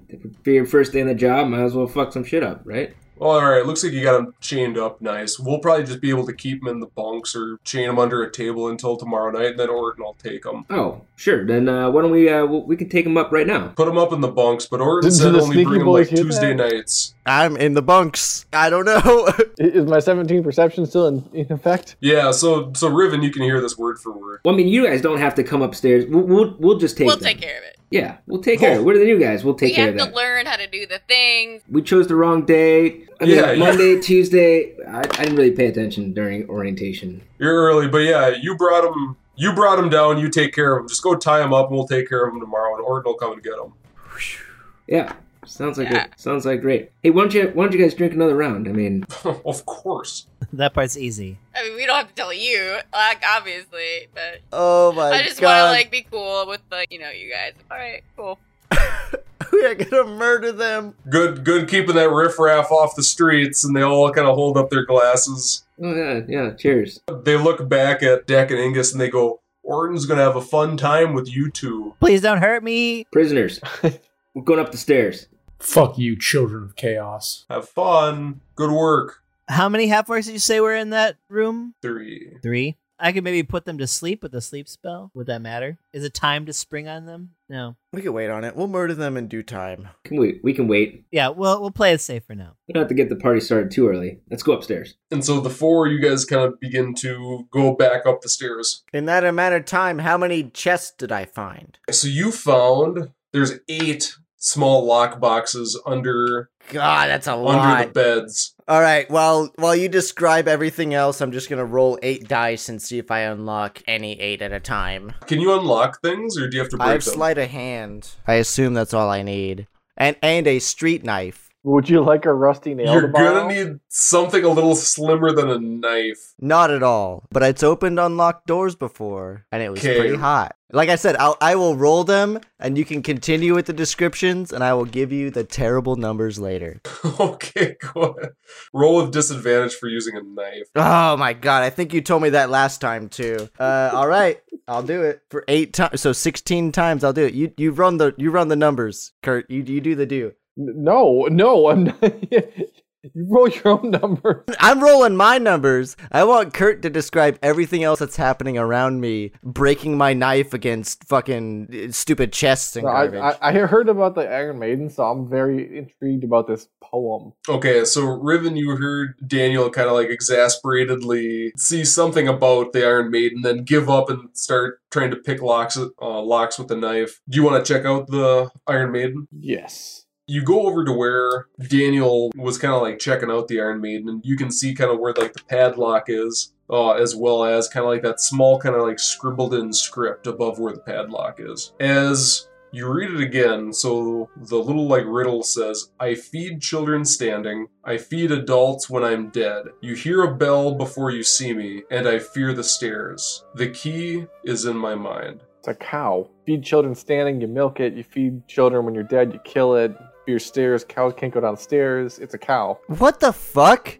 [SPEAKER 5] for your first day on the job, might as well fuck some shit up, right?
[SPEAKER 7] Well, all right. Looks like you got him chained up. Nice. We'll probably just be able to keep him in the bunks or chain him under a table until tomorrow night, and then Orton will take him.
[SPEAKER 5] Oh, sure. Then uh, why don't we? Uh, w- we can take him up right now.
[SPEAKER 7] Put him up in the bunks, but Orton
[SPEAKER 6] Did-
[SPEAKER 7] said
[SPEAKER 6] did the
[SPEAKER 7] only
[SPEAKER 6] sneaky
[SPEAKER 7] bring him
[SPEAKER 6] boys
[SPEAKER 7] like
[SPEAKER 6] hear
[SPEAKER 7] Tuesday
[SPEAKER 6] that?
[SPEAKER 7] nights.
[SPEAKER 3] I'm in the bunks. I don't know.
[SPEAKER 6] I- Is my 17 perception still in, in effect?
[SPEAKER 7] Yeah, so so Riven, you can hear this word for word.
[SPEAKER 5] Well, I mean, you guys don't have to come upstairs. We'll we'll, we'll just take.
[SPEAKER 2] we'll
[SPEAKER 5] them.
[SPEAKER 2] take care of it.
[SPEAKER 5] Yeah, we'll take care. of it. We're the new guys. We'll take
[SPEAKER 2] we
[SPEAKER 5] care
[SPEAKER 2] have
[SPEAKER 5] of
[SPEAKER 2] to
[SPEAKER 5] that.
[SPEAKER 2] learn how to do the things.
[SPEAKER 5] we chose the wrong day. I mean,
[SPEAKER 7] Yeah, yeah.
[SPEAKER 5] Monday, Tuesday. I, I didn't really pay attention during orientation.
[SPEAKER 7] You're early, but yeah, you brought him. You brought him down. You take care of him. Just go tie him up, and we'll take care of him tomorrow. And Orton will come and get him.
[SPEAKER 5] Yeah, sounds like
[SPEAKER 2] Yeah.
[SPEAKER 5] it. Sounds like great. Hey, why don't you why don't you guys drink another round? I mean,
[SPEAKER 7] of course.
[SPEAKER 1] That part's easy.
[SPEAKER 2] I mean, we don't have to tell you, like obviously, but
[SPEAKER 3] oh my
[SPEAKER 2] I just want to
[SPEAKER 3] god,
[SPEAKER 2] like be cool with like you know you guys. All right, cool.
[SPEAKER 3] we are gonna murder them.
[SPEAKER 7] Good, good keeping that riffraff off the streets, and they all kind of hold up their glasses.
[SPEAKER 5] oh yeah, yeah. Cheers.
[SPEAKER 7] They look back at Dak and Ingus, and they go, Orton's gonna have a fun time with you two.
[SPEAKER 1] Please don't hurt me.
[SPEAKER 5] Prisoners, we're going up the stairs.
[SPEAKER 4] Fuck you, children of chaos.
[SPEAKER 7] Have fun. Good work.
[SPEAKER 1] How many half orcs did you say were in that room?
[SPEAKER 7] Three.
[SPEAKER 1] Three. I could maybe put them to sleep with a sleep spell. Would that matter? Is it time to spring on them? No.
[SPEAKER 3] We can wait on it. We'll murder them in due time.
[SPEAKER 5] Can we? We can wait.
[SPEAKER 1] Yeah, we'll we'll play it safe for now.
[SPEAKER 5] We don't have to get the party started too early. Let's go upstairs.
[SPEAKER 7] And so the four you guys kind of begin to go back up the stairs.
[SPEAKER 3] In that amount of time, how many chests did I find?
[SPEAKER 7] So you found there's eight small lock boxes under
[SPEAKER 3] God, that's a
[SPEAKER 7] under the
[SPEAKER 3] lot.
[SPEAKER 7] beds.
[SPEAKER 3] All right, while while you describe everything else, I'm just gonna roll eight dice and see if I unlock any eight at a time.
[SPEAKER 7] Can you unlock things or do you have to break
[SPEAKER 3] I have
[SPEAKER 7] them?
[SPEAKER 3] sleight of hand. I assume that's all I need, and and a street knife.
[SPEAKER 6] Would you like a rusty nail?
[SPEAKER 7] You're
[SPEAKER 6] to borrow?
[SPEAKER 7] gonna need something a little slimmer than a knife.
[SPEAKER 3] Not at all. But it's opened unlocked doors before, and it was
[SPEAKER 7] Okay.
[SPEAKER 3] pretty hot. Like I said, I'll, I will roll them, and you can continue with the descriptions, and I will give you the terrible numbers later.
[SPEAKER 7] okay, go ahead. Roll with disadvantage for using a knife.
[SPEAKER 3] Oh my god, I think you told me that last time too. Uh, all right, I'll do it for eight times. So sixteen times, I'll do it. You you run the you run the numbers, Kurt. You you do the do.
[SPEAKER 6] No, no, I'm not. you roll your own number.
[SPEAKER 3] I'm rolling my numbers. I want Kurt to describe everything else that's happening around me, breaking my knife against fucking uh, stupid chests and
[SPEAKER 6] No, I,
[SPEAKER 3] garbage.
[SPEAKER 6] I, I heard about the Iron Maiden, so I'm very intrigued about this poem.
[SPEAKER 7] Okay, so Riven, you heard Daniel kind of like exasperatedly see something about the Iron Maiden, then give up and start trying to pick locks uh, locks with a knife. Do you want to check out the Iron Maiden?
[SPEAKER 6] Yes.
[SPEAKER 7] you go over to where Daniel was kind of like checking out the Iron Maiden, and you can see kind of where like the padlock is, uh, as well as kind of like that small kind of like scribbled in script above where the padlock is. As you read it again, so the little like riddle says, I feed children standing, I feed adults when I'm dead. You hear a bell before you see me, and I fear the stairs. The key is in my mind.
[SPEAKER 6] It's a cow. Feed children standing, you milk it. You feed children when you're dead, you kill it. Fear stairs, cows can't go downstairs. It's a cow.
[SPEAKER 3] what the fuck?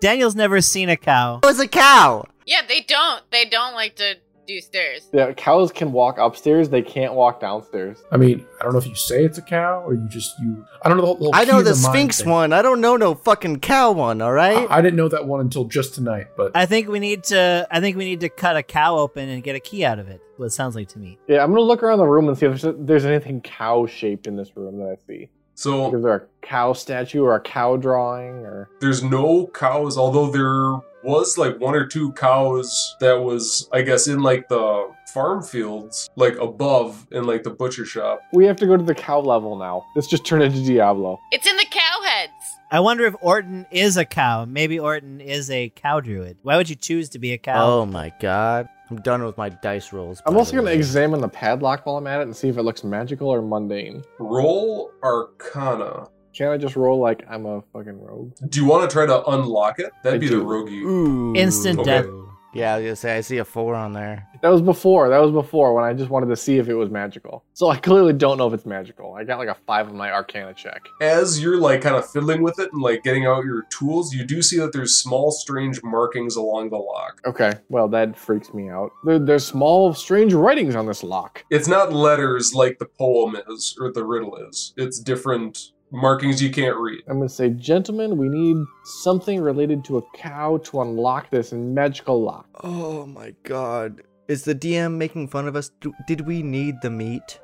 [SPEAKER 1] Daniel's never seen a cow.
[SPEAKER 3] It was a cow.
[SPEAKER 2] Yeah, they don't. They don't like to do stairs.
[SPEAKER 6] Yeah, cows can walk upstairs, they can't walk downstairs.
[SPEAKER 4] I mean, I don't know if you say it's a cow or you just you. I don't know the whole. whole
[SPEAKER 3] I know
[SPEAKER 4] key
[SPEAKER 3] the
[SPEAKER 4] of mind
[SPEAKER 3] Sphinx
[SPEAKER 4] thing.
[SPEAKER 3] one. I don't know no fucking cow one. All right.
[SPEAKER 4] I, I didn't know that one until just tonight, but
[SPEAKER 1] I think we need to. I think we need to cut a cow open and get a key out of it. What it sounds like to me.
[SPEAKER 6] Yeah, I'm gonna look around the room and see if there's, there's anything cow shaped in this room that I see.
[SPEAKER 7] So
[SPEAKER 6] Like, Is there a cow statue or a cow drawing or
[SPEAKER 7] there's no cows although there was like one or two cows that was i guess in like the farm fields like above in like the butcher shop
[SPEAKER 6] We have to go to the cow level now. This just turned into Diablo.
[SPEAKER 2] It's in the cow heads.
[SPEAKER 1] I wonder if Orton is a cow. Maybe Orton is a cow druid. Why would you choose to be a cow?
[SPEAKER 3] Oh my god. I'm done with my dice rolls. by
[SPEAKER 6] I'm
[SPEAKER 3] the
[SPEAKER 6] also gonna
[SPEAKER 3] way.
[SPEAKER 6] examine the padlock while I'm at it and see if it looks magical or mundane.
[SPEAKER 7] roll arcana
[SPEAKER 6] Can't I just roll like I'm a fucking rogue?
[SPEAKER 7] do you want to try to unlock it that'd
[SPEAKER 6] I
[SPEAKER 7] be the
[SPEAKER 6] do.
[SPEAKER 7] rogue you
[SPEAKER 3] Ooh.
[SPEAKER 1] Instant
[SPEAKER 7] Okay.
[SPEAKER 1] death.
[SPEAKER 3] Yeah, I was gonna say I see a four on there.
[SPEAKER 6] That was before. That was before when I just wanted to see if it was magical. So I clearly don't know if it's magical. I got like a five on my Arcana check.
[SPEAKER 7] as you're like kind of fiddling with it and like getting out your tools you do see that there's small strange markings along the lock
[SPEAKER 6] Okay, well that freaks me out. There, there's small, strange writings on this lock.
[SPEAKER 7] it's not letters like the poem is or the riddle is it's different markings you can't read
[SPEAKER 6] I'm gonna say, gentlemen, we need something related to a cow to unlock this magical lock.
[SPEAKER 3] Oh my god. Is the DM making fun of us? Do- did we need the meat?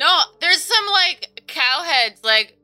[SPEAKER 2] No, there's some like cow heads like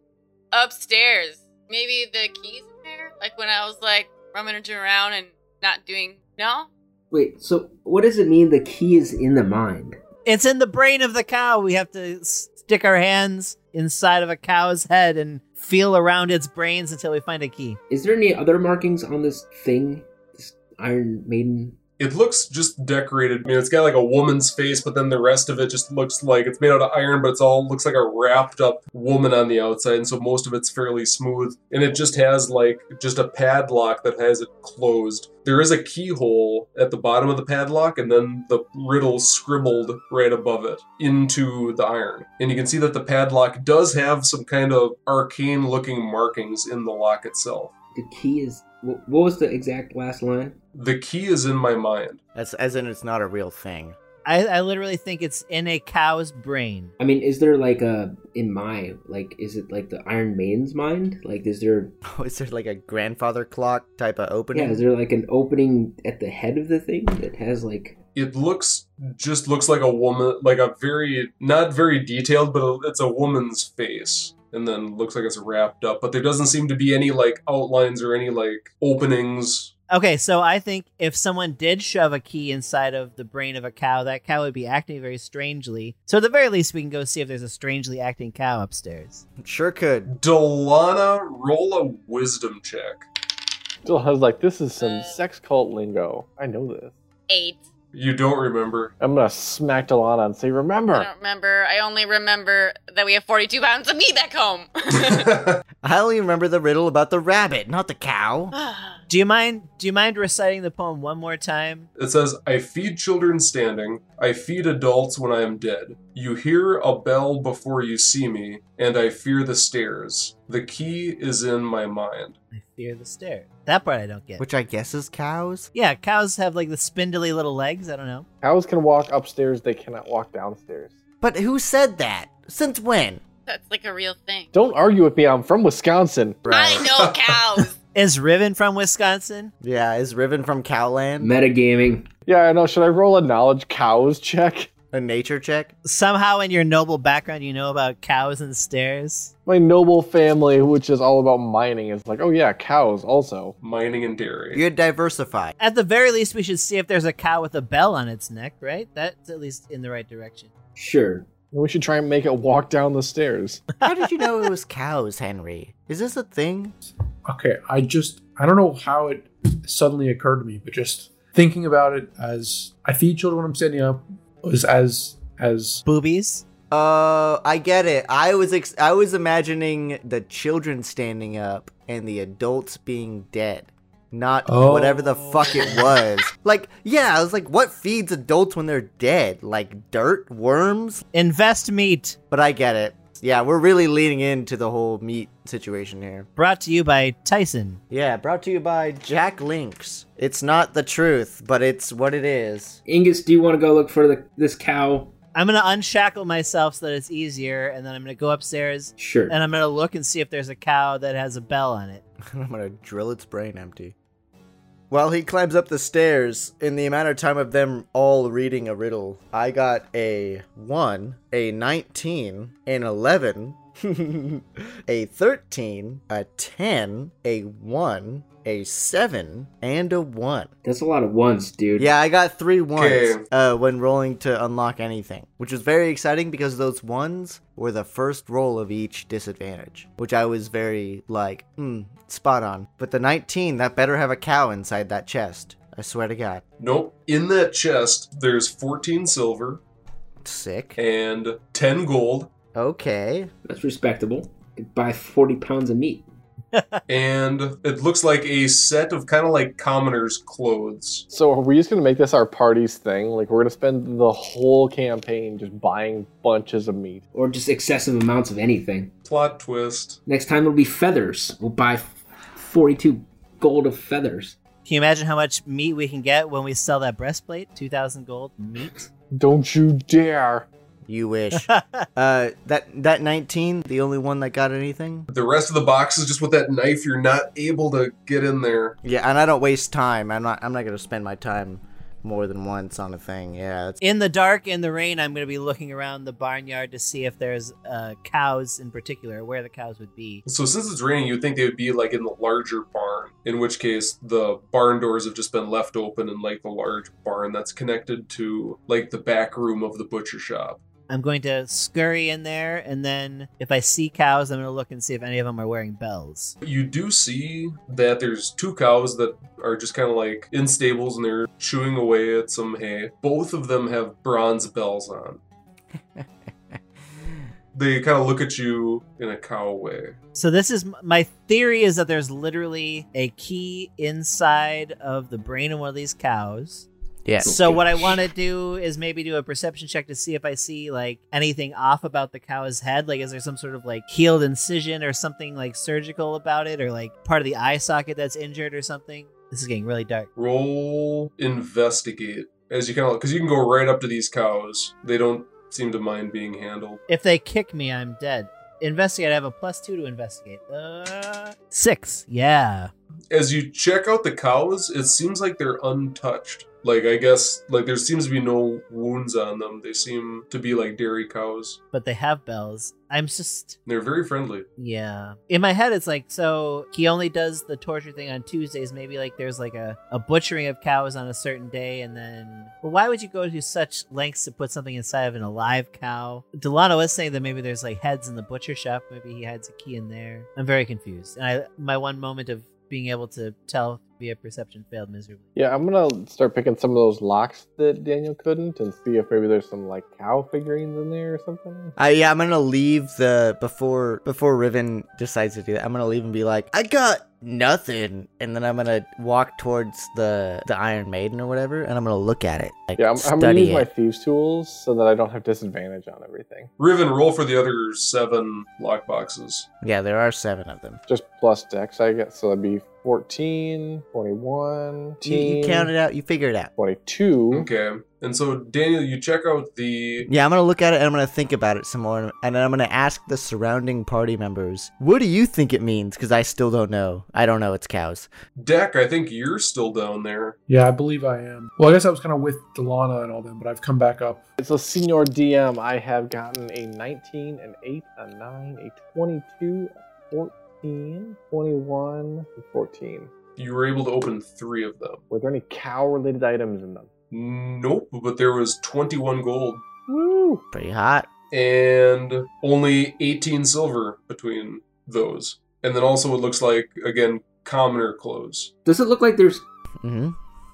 [SPEAKER 2] upstairs. Maybe the keys in there. Like when I was like rummaging around and not doing no.
[SPEAKER 5] Wait. So, what does it mean? The key is in the mind.
[SPEAKER 1] it's in the brain of the cow. We have to s- stick our hands inside of a cow's head and feel around its brains until we find a key.
[SPEAKER 5] Is there any other markings on this thing? This Iron Maiden.
[SPEAKER 7] It looks just decorated. I mean, it's got like a woman's face, but then the rest of it just looks like it's made out of iron, but it's all looks like a wrapped up woman on the outside, and so most of it's fairly smooth. And it just has like just a padlock that has it closed. There is a keyhole at the bottom of the padlock, and then the riddle scribbled right above it into the iron. And you can see that the padlock does have some kind of arcane looking markings in the lock itself.
[SPEAKER 5] The key is Wh- What was the exact last line?
[SPEAKER 7] The key is in my mind.
[SPEAKER 3] That's as in it's not a real thing.
[SPEAKER 1] I, I literally think it's in a cow's brain.
[SPEAKER 5] I mean, is there like a in my like? Is it like the Iron Maiden's mind? Like, is there
[SPEAKER 3] Oh, is there like a grandfather clock type of opening?
[SPEAKER 5] yeah? Is there like an opening at the head of the thing that has like?
[SPEAKER 7] It looks just looks like a woman, like a very not very detailed, but it's a woman's face, and then looks like it's wrapped up. But there doesn't seem to be any like outlines or any like openings.
[SPEAKER 1] Okay, so I think if someone did shove a key inside of the brain of a cow, that cow would be acting very strangely. So at the very least, we can go see if there's a strangely acting cow upstairs.
[SPEAKER 3] Sure could.
[SPEAKER 7] Delana, roll a wisdom check.
[SPEAKER 6] Still has like this is some sex cult lingo. I know this.
[SPEAKER 2] Eight.
[SPEAKER 7] You don't remember.
[SPEAKER 6] I'm gonna smack Delana and say, "Remember."
[SPEAKER 2] I don't remember. I only remember that we have 42 pounds of meat back home.
[SPEAKER 3] I only remember the riddle about the rabbit, not the cow.
[SPEAKER 5] Oh,
[SPEAKER 1] Do you mind? Do you mind reciting the poem one more time?
[SPEAKER 7] It says, I feed children standing, I feed adults when I am dead. You hear a bell before you see me, and I fear the stairs. The key is in my mind.
[SPEAKER 1] I fear the stare. That part I don't get.
[SPEAKER 3] Which I guess is cows.
[SPEAKER 1] yeah, cows have like the spindly little legs. I don't know.
[SPEAKER 6] Cows can walk upstairs; they cannot walk downstairs.
[SPEAKER 3] But who said that? Since when?
[SPEAKER 2] That's like a real thing.
[SPEAKER 6] Don't argue with me. I'm from Wisconsin.
[SPEAKER 2] I know cows.
[SPEAKER 1] Is Riven from Wisconsin?
[SPEAKER 3] Yeah, is Riven from Cowland?
[SPEAKER 5] Metagaming.
[SPEAKER 6] Yeah, I know. Should I roll a knowledge cows check?
[SPEAKER 3] A nature check?
[SPEAKER 1] Somehow, in your noble background, you know about cows and stairs.
[SPEAKER 6] My noble family, which is all about mining, is like, oh yeah, cows also.
[SPEAKER 7] Mining and dairy.
[SPEAKER 3] You're diversified.
[SPEAKER 1] At the very least, we should see if there's a cow with a bell on its neck, right? That's at least in the right direction.
[SPEAKER 5] Sure.
[SPEAKER 6] And we should try and make it walk down the stairs.
[SPEAKER 3] How did you know it was cows, Henry? Is this a thing?
[SPEAKER 4] Okay, I just I don't know how it suddenly occurred to me, but just thinking about it as I feed children when I'm standing up was as as
[SPEAKER 1] Boobies.
[SPEAKER 3] Uh, I get it. I was ex- I was imagining the children standing up and the adults being dead, not
[SPEAKER 4] Oh.
[SPEAKER 3] whatever the fuck it was. like, yeah, I was like, what feeds adults when they're dead? Like dirt, worms.
[SPEAKER 1] Invest meat.
[SPEAKER 3] But I get it. Yeah, we're really leaning into the whole meat situation here.
[SPEAKER 1] Brought to you by Tyson.
[SPEAKER 3] Yeah, brought to you by Jack Links. It's not the truth, but it's what it is.
[SPEAKER 5] Ingus, do you want to go look for the, this cow?
[SPEAKER 1] I'm gonna unshackle myself so that it's easier, and then I'm gonna go upstairs
[SPEAKER 5] Sure.
[SPEAKER 1] and I'm gonna look and see if there's a cow that has a bell on it.
[SPEAKER 3] I'm gonna drill its brain empty. While he climbs up the stairs, in the amount of time of them all reading a riddle, I got a 1, a 19, an 11, a 13, a 10, a 1, a 7, and a 1.
[SPEAKER 5] That's a lot of ones, dude.
[SPEAKER 3] Yeah, I got three ones
[SPEAKER 7] Okay.
[SPEAKER 3] uh, when rolling to unlock anything, which was very exciting because those ones were the first roll of each disadvantage, which I was very like, hmm, spot on. But the 19, that better have a cow inside that chest. I swear to God.
[SPEAKER 7] Nope. In that chest, there's 14 silver
[SPEAKER 3] Sick.
[SPEAKER 7] and 10 gold
[SPEAKER 3] Okay.
[SPEAKER 5] That's respectable. Could buy 40 pounds of meat.
[SPEAKER 7] and it looks like a set of kind of like commoners' clothes.
[SPEAKER 6] So are we just gonna make this our party's thing? Like we're gonna spend the whole campaign just buying bunches of meat.
[SPEAKER 5] Or just excessive amounts of anything.
[SPEAKER 7] Plot twist.
[SPEAKER 5] Next time it'll be feathers. We'll buy 42 gold of feathers.
[SPEAKER 1] Can you imagine how much meat we can get when we sell that breastplate? 2,000 gold meat?
[SPEAKER 6] Don't you dare!
[SPEAKER 3] You wish. uh, that that 19, the only one that got anything.
[SPEAKER 7] The rest of the box is just with that knife. You're not able to get in there.
[SPEAKER 3] Yeah, and I don't waste time. I'm not. I'm not gonna spend my time more than once on a thing. Yeah, that's
[SPEAKER 1] in the dark, in the rain, I'm going to be looking around the barnyard to see if there's uh, cows in particular, where the cows would be.
[SPEAKER 7] So since it's raining, you'd think they would be like in the larger barn, in which case the barn doors have just been left open in like the large barn that's connected to like the back room of the butcher shop.
[SPEAKER 1] I'm going to scurry in there, and then if I see cows, I'm going to look and see if any of them are wearing bells.
[SPEAKER 7] You do see that there's two cows that are just kind of like in stables and they're chewing away at some hay. Both of them have bronze bells on. they kind of look at you in a cow way.
[SPEAKER 1] So this is my theory is that there's literally a key inside of the brain of one of these cows.
[SPEAKER 3] Yeah.
[SPEAKER 1] So what I want to do is maybe do a perception check to see if I see like anything off about the cow's head. Like, is there some sort of like healed incision or something like surgical about it, or like part of the eye socket that's injured or something? This is getting really dark.
[SPEAKER 7] Roll investigate as you kind of because you can go right up to these cows. They don't seem to mind being handled.
[SPEAKER 1] If they kick me, I'm dead. Investigate. I have a plus two to investigate. Uh, six. Yeah.
[SPEAKER 7] As you check out the cows, it seems like they're untouched. Like I guess like there seems to be no wounds on them. They seem to be like dairy cows.
[SPEAKER 1] But they have bells. I'm just
[SPEAKER 7] They're very friendly.
[SPEAKER 1] Yeah. In my head, it's like, so he only does the torture thing on Tuesdays. Maybe like there's like a, a butchering of cows on a certain day. And then, well, why would you go to such lengths to put something inside of an alive cow? Delano was saying that maybe there's like heads in the butcher shop. Maybe he hides a key in there. I'm very confused. And I, my one moment of being able to tell via perception failed miserably.
[SPEAKER 6] Yeah, I'm gonna start picking some of those locks that Daniel couldn't and see if maybe there's some like cow figurines in there or something.
[SPEAKER 3] I, yeah, I'm gonna leave the before before Riven decides to do that. I'm gonna leave and be like, I got nothing, and then I'm gonna walk towards the the Iron Maiden or whatever, and I'm gonna look at it. Like,
[SPEAKER 6] Yeah, I'm, I'm gonna
[SPEAKER 3] study
[SPEAKER 6] use
[SPEAKER 3] it.
[SPEAKER 6] my thieves tools so that I don't have disadvantage on everything.
[SPEAKER 7] Riven, roll for the other seven lock boxes.
[SPEAKER 3] Yeah, there are seven of them.
[SPEAKER 6] Just plus dex, I guess. So that'd be 14, 21,
[SPEAKER 3] You, you count it out. You figure it out.
[SPEAKER 6] 22.
[SPEAKER 7] Okay. And so Daniel, you check out the
[SPEAKER 3] Yeah, I'm gonna look at it and I'm gonna think about it some more, and then I'm gonna ask the surrounding party members, "What do you think it means?" Because I still don't know. I don't know. It's cows.
[SPEAKER 7] deck. I think you're still down there.
[SPEAKER 4] Yeah, I believe I am. Well, I guess I was kind of with Delana and all them, but I've come back up.
[SPEAKER 6] So, Senior DM, I have gotten a 19, an 8, a 9, a 22, a 14, 21, and 14.
[SPEAKER 7] You were able to open three of them.
[SPEAKER 6] Were there any cow related items in them?
[SPEAKER 7] Nope, but there was 21 gold
[SPEAKER 6] Woo!
[SPEAKER 3] Pretty hot.
[SPEAKER 7] and only 18 silver between those. And then also it looks like again commoner clothes.
[SPEAKER 5] Does it look like there's
[SPEAKER 3] Mm-hmm.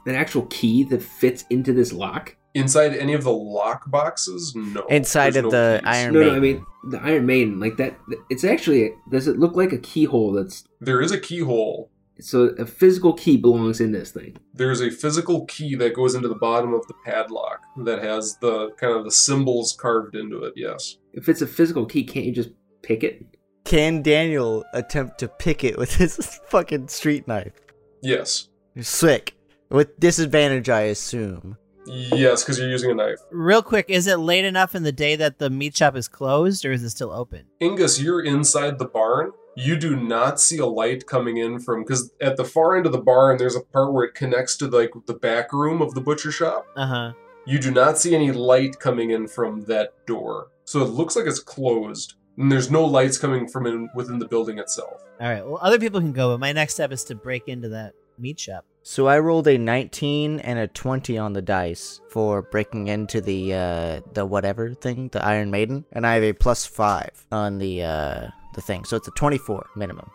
[SPEAKER 5] an actual key that fits into this lock?
[SPEAKER 7] Inside any of the lock boxes? No.
[SPEAKER 3] Inside
[SPEAKER 7] There's
[SPEAKER 3] of
[SPEAKER 7] no
[SPEAKER 3] the
[SPEAKER 7] keys.
[SPEAKER 3] Iron
[SPEAKER 5] no,
[SPEAKER 3] Maiden.
[SPEAKER 5] no, I mean the Iron Maiden, like that. It's actually. does it look like a keyhole? That's
[SPEAKER 7] There is a keyhole.
[SPEAKER 5] so a physical key belongs in this thing.
[SPEAKER 7] There is a physical key that goes into the bottom of the padlock that has the kind of the symbols carved into it. Yes.
[SPEAKER 5] If it's a physical key, can't you just pick it?
[SPEAKER 3] Can Daniel attempt to pick it with his fucking street knife?
[SPEAKER 7] Yes.
[SPEAKER 3] Slick. With disadvantage, I assume.
[SPEAKER 7] Yes, because you're using a knife.
[SPEAKER 1] Real quick, is it late enough in the day that the meat shop is closed or is it still open?
[SPEAKER 7] Ingus, you're inside the barn. You do not see a light coming in from because at the far end of the barn, there's a part where it connects to like the back room of the butcher shop.
[SPEAKER 1] Uh huh.
[SPEAKER 7] You do not see any light coming in from that door, so it looks like it's closed, and there's no lights coming from in, within the building itself.
[SPEAKER 1] All right. Well, other people can go, but my next step is to break into that meat shop.
[SPEAKER 3] So I rolled a 19 and a 20 on the dice for breaking into the uh, the whatever thing, the Iron Maiden, and I have a plus five on the uh, the thing, so it's a 24 minimum.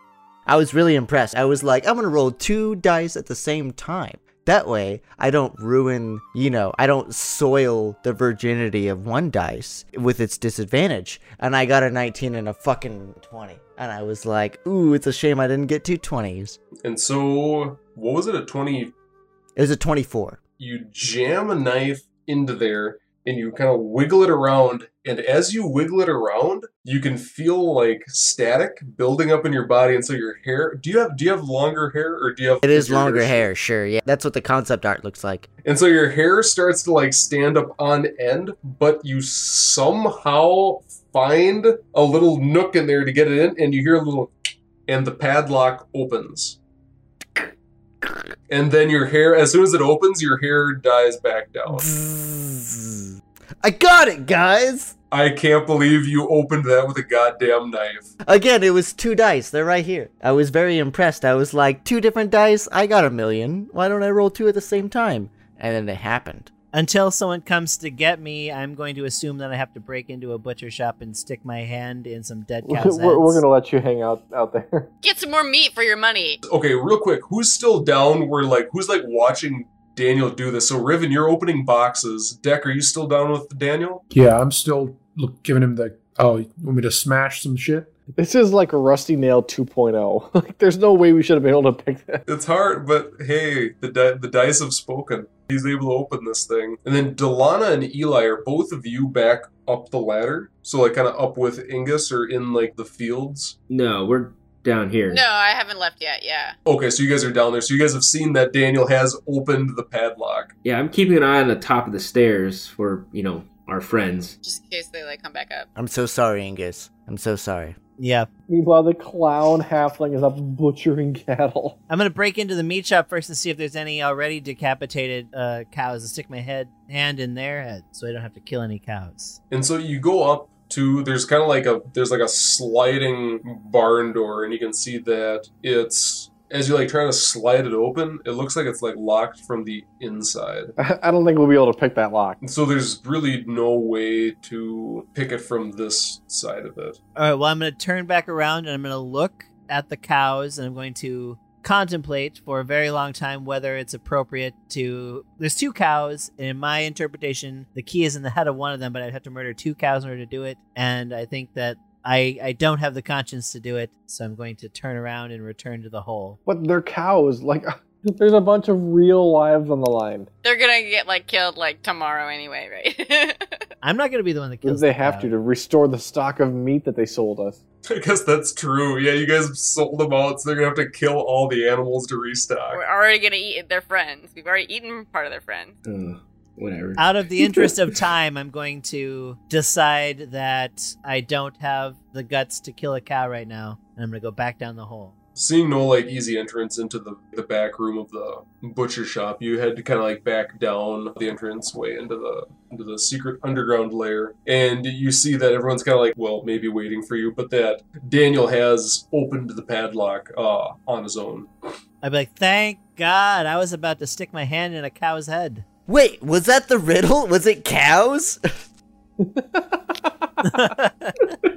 [SPEAKER 3] I was really impressed. I was like, I'm gonna roll two dice at the same time. That way, I don't ruin, you know, I don't soil the virginity of one dice with its disadvantage. And I got a 19 and a fucking 20. And I was like, ooh, it's a shame I didn't get two 20s.
[SPEAKER 7] And so, what was it? A twenty?
[SPEAKER 3] It was a 24.
[SPEAKER 7] You jam a knife into there, and you kind of wiggle it around. And as you wiggle it around, you can feel like static building up in your body, and so your hair. Do you have do you have longer hair, or do you have?
[SPEAKER 3] It is
[SPEAKER 7] your
[SPEAKER 3] longer hair, sure. Yeah, that's what the concept art looks like.
[SPEAKER 7] And so your hair starts to like stand up on end, but you somehow find a little nook in there to get it in, and you hear a little and the padlock opens. And then your hair, as soon as it opens, your hair dies back down.
[SPEAKER 3] I got it, guys.
[SPEAKER 7] I can't believe you opened that with a goddamn knife.
[SPEAKER 3] Again, it was two dice. They're right here. I was very impressed. I was like, two different dice. I got a million. Why don't I roll two at the same time? And then it happened.
[SPEAKER 1] Until someone comes to get me, I'm going to assume that I have to break into a butcher shop and stick my hand in some dead
[SPEAKER 6] We're,
[SPEAKER 1] cow's
[SPEAKER 6] we're, we're
[SPEAKER 1] heads.
[SPEAKER 6] gonna let you hang out out there.
[SPEAKER 2] Get some more meat for your money.
[SPEAKER 7] Okay, real quick, who's still down? We're like, who's like watching Daniel do this? So, Riven, you're opening boxes. Deck, are you still down with Daniel?
[SPEAKER 4] Yeah, I'm still look, giving him the Oh, you want me to smash some shit?
[SPEAKER 6] This is like a Rusty Nail 2.0. Like, there's no way we should have been able to pick that.
[SPEAKER 7] It's hard, but hey, the di- the dice have spoken. He's able to open this thing, and then Delana and Eli are both of you back up the ladder, so like kind of up with Ingus or in like the fields.
[SPEAKER 5] No, we're down here.
[SPEAKER 2] No, I haven't left yet. Yeah.
[SPEAKER 7] Okay, so you guys are down there. So you guys have seen that Daniel has opened the padlock.
[SPEAKER 5] Yeah, I'm keeping an eye on the top of the stairs for, you know, our friends.
[SPEAKER 2] Just in case they like come back up.
[SPEAKER 3] I'm so sorry, Ingus. I'm so sorry.
[SPEAKER 1] Yeah.
[SPEAKER 6] Meanwhile, the clown halfling is up butchering cattle.
[SPEAKER 1] I'm gonna break into the meat shop first and see if there's any already decapitated uh, cows and stick my head hand in their head so I don't have to kill any cows.
[SPEAKER 7] And so you go up to there's kind of like a there's like a sliding barn door, and you can see that it's as you like trying to slide it open, it looks like it's like locked from the inside.
[SPEAKER 6] I don't think we'll be able to pick that lock.
[SPEAKER 7] And so there's really no way to pick it from this side of it.
[SPEAKER 1] All right. Well, I'm gonna turn back around and I'm gonna look at the cows and I'm going to contemplate for a very long time whether it's appropriate to there's two cows and in my interpretation the key is in the head of one of them but i'd have to murder two cows in order to do it and i think that i i don't have the conscience to do it so i'm going to turn around and return to the hole
[SPEAKER 6] But they're cows. Like, there's a bunch of real lives on the line.
[SPEAKER 2] They're gonna get like killed like tomorrow anyway, right?
[SPEAKER 1] i'm not going to be the one that kills
[SPEAKER 6] they
[SPEAKER 1] the
[SPEAKER 6] have
[SPEAKER 1] cow.
[SPEAKER 6] to to restore the stock of meat that they sold us.
[SPEAKER 7] I guess that's true. Yeah, you guys sold them out, so they're gonna have to kill all the animals to restock.
[SPEAKER 2] We're already gonna eat their friends. We've already eaten part of their friends.
[SPEAKER 5] Uh, whatever.
[SPEAKER 1] out of the interest of time, I'm going to decide that I don't have the guts to kill a cow right now, and I'm going to go back down the hole.
[SPEAKER 7] Seeing no like easy entrance into the the back room of the butcher shop, you had to kind of like back down the entrance way into the into the secret underground lair, and you see that everyone's kind of like, well, maybe waiting for you, but that Daniel has opened the padlock uh, on his own.
[SPEAKER 1] I'd be like, "Thank God, I was about to stick my hand in a cow's head."
[SPEAKER 3] Wait, was that the riddle? Was it cows?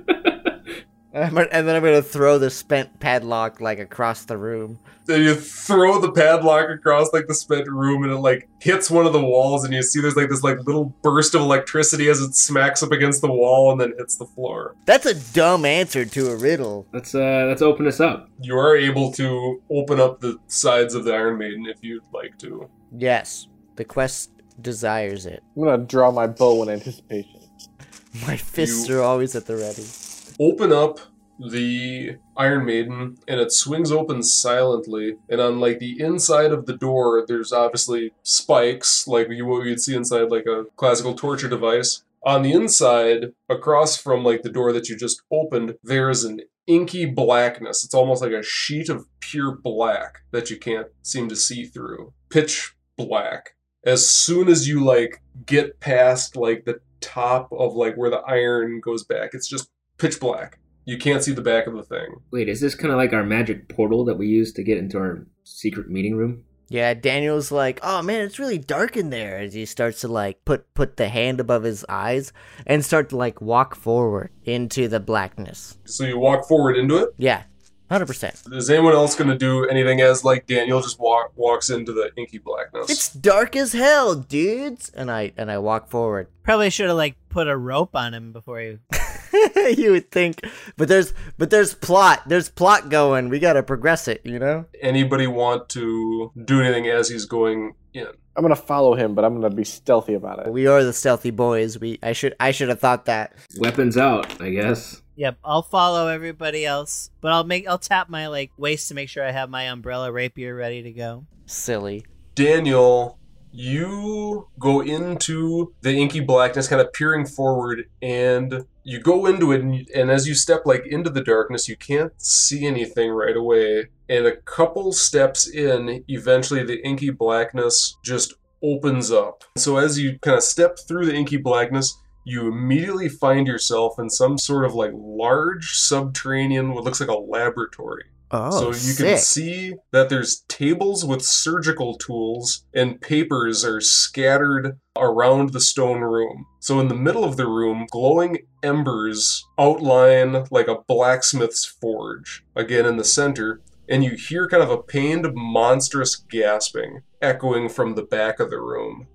[SPEAKER 3] I'm gonna- and then I'm gonna throw the spent padlock like across the room.
[SPEAKER 7] Then you throw the padlock across like the spent room, and it like hits one of the walls, and you see there's like this like little burst of electricity as it smacks up against the wall and then hits the floor.
[SPEAKER 3] That's a dumb answer to a riddle.
[SPEAKER 5] Let's uh let's open this up.
[SPEAKER 7] You are able to open up the sides of the Iron Maiden if you'd like to.
[SPEAKER 3] Yes, the quest desires it.
[SPEAKER 6] I'm gonna draw my bow in anticipation.
[SPEAKER 3] My fists
[SPEAKER 7] You-
[SPEAKER 3] are always at the ready.
[SPEAKER 7] open up the Iron Maiden and it swings open silently. And on like the inside of the door, there's obviously spikes, like you, what you'd see inside like a classical torture device. On the inside, across from like the door that you just opened, there is an inky blackness. It's almost like a sheet of pure black that you can't seem to see through. Pitch black. As soon as you like get past like the top of like where the iron goes back, it's just pitch black. You can't see the back of the thing.
[SPEAKER 5] Wait, is this kind of like our magic portal that we use to get into our secret meeting room?
[SPEAKER 3] Yeah, Daniel's like, "Oh man, it's really dark in there." As he starts to like put put the hand above his eyes and start to like walk forward into the blackness.
[SPEAKER 7] So you walk forward into it.
[SPEAKER 3] Yeah, hundred percent.
[SPEAKER 7] Is anyone else going to do anything as like Daniel just walk, walks into the inky blackness?
[SPEAKER 3] It's dark as hell, dudes. And I and I walk forward.
[SPEAKER 1] Probably should have like put a rope on him before he.
[SPEAKER 3] you would think, but there's but there's plot. There's plot going. We gotta progress it. You know.
[SPEAKER 7] Anybody want to do anything as he's going in?
[SPEAKER 6] I'm gonna follow him, but I'm gonna be stealthy about it.
[SPEAKER 3] We are the stealthy boys. We I should I should have thought that.
[SPEAKER 5] Weapons out, I guess.
[SPEAKER 1] Yep, I'll follow everybody else, but I'll make I'll tap my like waist to make sure I have my umbrella rapier ready to go.
[SPEAKER 3] Silly.
[SPEAKER 7] Daniel, you go into the inky blackness, kind of peering forward, and you go into it. And, and as you step like into the darkness, you can't see anything right away. And a couple steps in, eventually the inky blackness just opens up. So as you kind of step through the inky blackness, you immediately find yourself in some sort of like large subterranean, what looks like a laboratory
[SPEAKER 3] Oh,
[SPEAKER 7] so you can
[SPEAKER 3] sick.
[SPEAKER 7] see that there's tables with surgical tools and papers are scattered around the stone room. So in the middle of the room, glowing embers outline like a blacksmith's forge. Again in the center, and you hear kind of a pained, monstrous gasping echoing from the back of the room.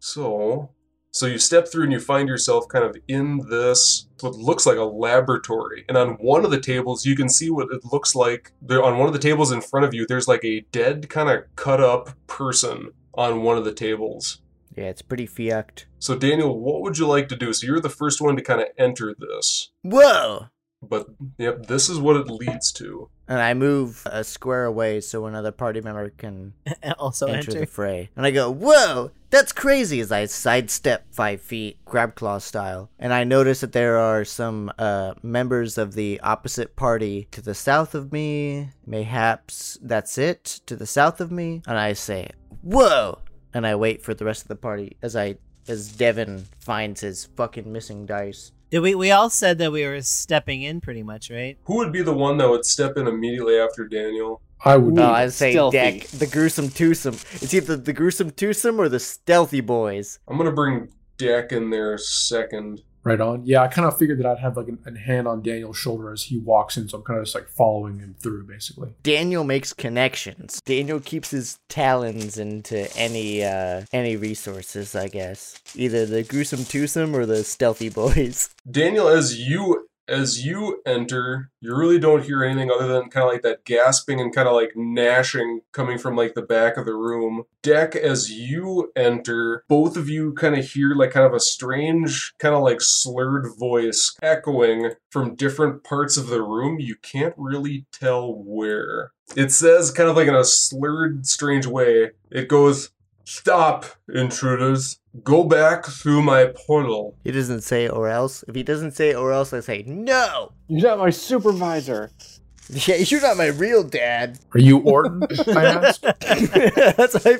[SPEAKER 7] So So you step through and you find yourself kind of in this what looks like a laboratory. And on one of the tables, you can see what it looks like. There, on one of the tables in front of you, there's like a dead, kind of cut up person on one of the tables.
[SPEAKER 3] Yeah, it's pretty fiact.
[SPEAKER 7] So Daniel, what would you like to do? So you're the first one to kind of enter this.
[SPEAKER 3] Whoa!
[SPEAKER 7] But yep, this is what it leads to.
[SPEAKER 3] And I move a square away so another party member can
[SPEAKER 1] also
[SPEAKER 3] enter
[SPEAKER 1] enter.
[SPEAKER 3] the fray. And I go, whoa, that's crazy, as I sidestep five feet, grab claw style. And I notice that there are some uh, members of the opposite party to the south of me. Mayhaps that's it, to the south of me. And I say, whoa. And I wait for the rest of the party as I as Devin finds his fucking missing dice.
[SPEAKER 1] Did we? We all said that we were stepping in, pretty much, right?
[SPEAKER 7] Who would be the one that would step in immediately after Daniel?
[SPEAKER 4] I would.
[SPEAKER 3] No,
[SPEAKER 8] Ooh,
[SPEAKER 3] I say
[SPEAKER 8] stealthy.
[SPEAKER 3] deck the gruesome twosome. It's either the gruesome twosome or the stealthy boys.
[SPEAKER 7] I'm gonna bring Dak in there second.
[SPEAKER 4] Right on. Yeah, I kind of figured that I'd have like an, a hand on Daniel's shoulder as he walks in, so I'm kind of just like following him through, basically.
[SPEAKER 3] Daniel makes connections. Daniel keeps his talons into any uh any resources, I guess. Either the gruesome twosome or the stealthy boys.
[SPEAKER 7] Daniel, as you as you enter, you really don't hear anything other than kind of like that gasping and kind of like gnashing coming from like the back of the room. Deck, as you enter, both of you kind of hear like kind of a strange, kind of like slurred voice echoing from different parts of the room. You can't really tell where. It says kind of like in a slurred, strange way. It goes, "Stop, intruders! Go back through my portal."
[SPEAKER 3] He doesn't say or else. If he doesn't say or else, I say no.
[SPEAKER 8] You're not my supervisor.
[SPEAKER 3] Yeah, you're not my real dad.
[SPEAKER 4] Are you Orton? I asked.
[SPEAKER 3] that's my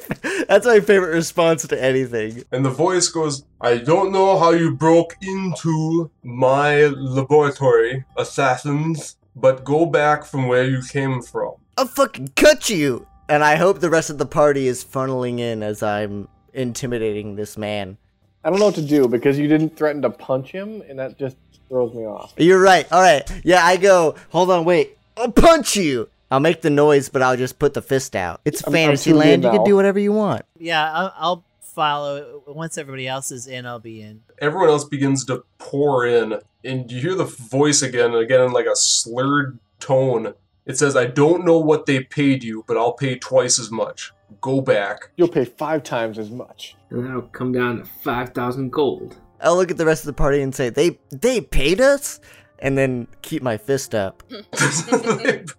[SPEAKER 3] that's my favorite response to anything.
[SPEAKER 7] And the voice goes, I don't know how you broke into my laboratory, assassins, but go back from where you came from.
[SPEAKER 3] I'll fucking cut you. And I hope the rest of the party is funneling in as I'm intimidating this man.
[SPEAKER 6] I don't know what to do because you didn't threaten to punch him, and that just throws me off.
[SPEAKER 3] You're right. All right. Yeah, I go. Hold on. Wait. I'll punch you. I'll make the noise, but I'll just put the fist out. It's
[SPEAKER 6] I'm- I'm
[SPEAKER 3] fantasy
[SPEAKER 6] too good
[SPEAKER 3] land. You
[SPEAKER 6] now.
[SPEAKER 3] can do whatever you want.
[SPEAKER 1] Yeah, I'll, I'll follow. Once everybody else is in, I'll be in.
[SPEAKER 7] Everyone else begins to pour in, and you hear the voice again and again in like a slurred tone. It says, I don't know what they paid you, but I'll pay twice as much. Go back.
[SPEAKER 6] You'll pay five times as much.
[SPEAKER 5] And that'll come down to 5,000 gold.
[SPEAKER 3] I'll look at the rest of the party and say, "They they paid us," and then keep my fist up.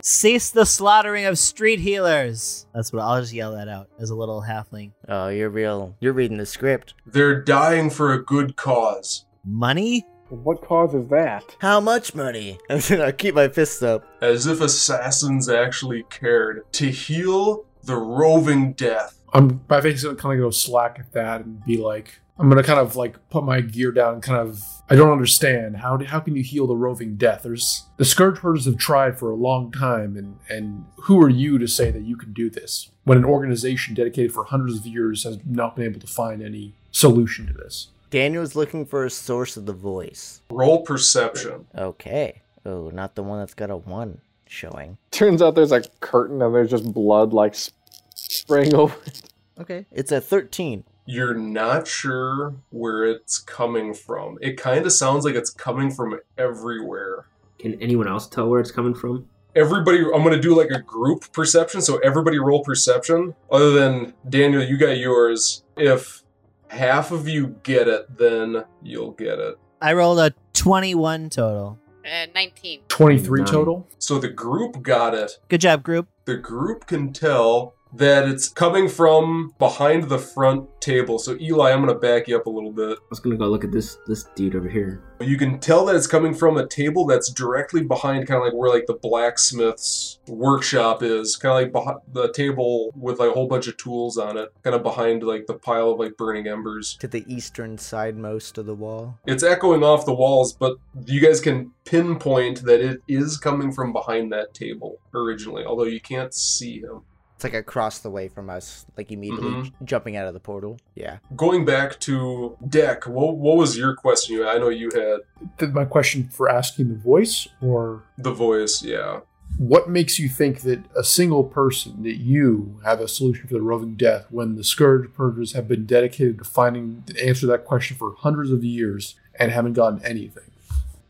[SPEAKER 1] Cease the slaughtering of street healers. That's what I'll just yell that out as a little halfling.
[SPEAKER 3] Oh, you're real. You're reading the script.
[SPEAKER 7] They're dying for a good cause.
[SPEAKER 1] Money?
[SPEAKER 6] What causes that?
[SPEAKER 3] How much money? And then I keep my fists up.
[SPEAKER 7] As if assassins actually cared. To heal the roving death.
[SPEAKER 4] I'm my face is gonna kind of go slack at that and be like, I'm gonna kind of like put my gear down. And kind of, I don't understand how do, how can you heal the roving death? There's the scourge herders have tried for a long time, and and who are you to say that you can do this when an organization dedicated for hundreds of years has not been able to find any solution to this?
[SPEAKER 3] Daniel's looking for a source of the voice.
[SPEAKER 7] Roll perception.
[SPEAKER 3] Okay. Oh, not the one that's got a one showing.
[SPEAKER 6] Turns out there's a curtain and there's just blood like sp- spraying over.
[SPEAKER 3] Okay. It's a thirteen.
[SPEAKER 7] You're not sure where it's coming from. It kind of sounds like it's coming from everywhere.
[SPEAKER 5] Can anyone else tell where it's coming from?
[SPEAKER 7] Everybody, I'm going to do like a group perception. So everybody roll perception. Other than Daniel, you got yours. If half of you get it, then you'll get it.
[SPEAKER 1] I rolled a 21 total.
[SPEAKER 2] Uh, 19.
[SPEAKER 4] Twenty three
[SPEAKER 5] Nine.
[SPEAKER 4] total.
[SPEAKER 7] So the group got it.
[SPEAKER 1] Good job, group.
[SPEAKER 7] the group can tell that it's coming from behind the front table. So Eli, I'm going to back you up a little bit.
[SPEAKER 5] I was gonna go look at this this dude over here.
[SPEAKER 7] You can tell that it's coming from a table that's directly behind, kind of like where like the blacksmith's workshop is, kind of like behind the table with like a whole bunch of tools on it, kind of behind like the pile of like burning embers.
[SPEAKER 3] to the eastern side most of the wall.
[SPEAKER 7] It's echoing off the walls, but you guys can pinpoint that it is coming from behind that table originally, although you can't see him.
[SPEAKER 3] It's like across the way from us, like immediately
[SPEAKER 7] Mhm.
[SPEAKER 3] j- jumping out of the portal. Yeah.
[SPEAKER 7] Going back to Deck, what, what was your question? You- I know you had
[SPEAKER 4] Th- My question for asking the voice, or
[SPEAKER 7] The voice, yeah.
[SPEAKER 4] What makes you think that a single person, that you, have a solution for the roving death when the Scourge Purgers have been dedicated to finding the answer to that question for hundreds of years and haven't gotten anything?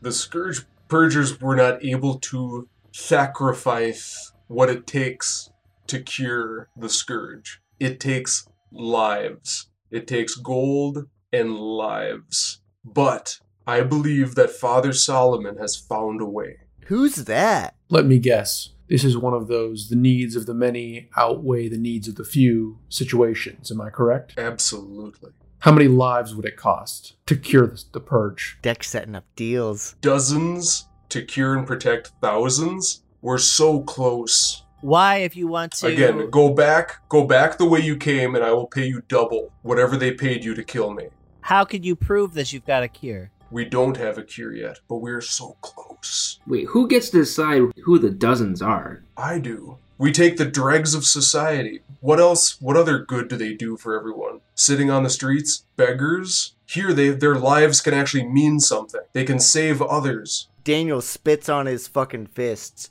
[SPEAKER 7] the scourge purgers were not able to sacrifice what it takes to cure the scourge it takes lives it takes gold and lives but i believe that father solomon has found a way
[SPEAKER 3] Who's that?
[SPEAKER 4] Let me guess. This is one of those the needs of the many outweigh the needs of the few situations. Am I correct?
[SPEAKER 7] absolutely
[SPEAKER 4] How many lives would it cost to cure the, the purge?
[SPEAKER 3] Deck setting up deals.
[SPEAKER 7] dozens to cure and protect thousands we're so close
[SPEAKER 1] Why, if you want to.
[SPEAKER 7] again go back go back the way you came and i will pay you double whatever they paid you to kill me
[SPEAKER 1] How could you prove that you've got a cure?
[SPEAKER 7] We don't have a cure yet, but we're so close.
[SPEAKER 5] Wait, who gets to decide who the dozens are?
[SPEAKER 7] I do. We take the dregs of society. What else? What other good do they do for everyone? Sitting on the streets, beggars. Here, they their lives can actually mean something. They can save others.
[SPEAKER 3] Daniel spits on his fucking fists.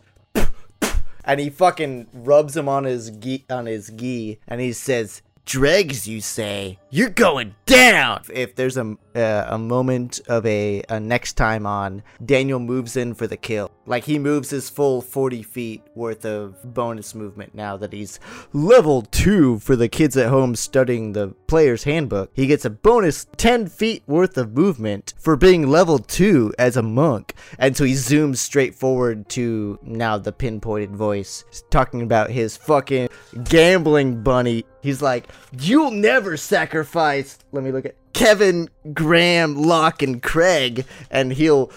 [SPEAKER 3] And he fucking rubs him on his gi on his gi, and he says, "Dregs, you say? You're going down." If there's a uh, a moment of a, a next time on, Daniel moves in for the kill. Like he moves his full 40 feet worth of bonus movement now that he's level two for the kids at home studying the player's handbook. He gets a bonus 10 feet worth of movement for being level two as a monk. And so he zooms straight forward to now the pinpointed voice talking about his fucking gambling bunny. He's like, You'll never sacrifice. Let me look at Kevin, Graham, Locke, and Craig. And he'll.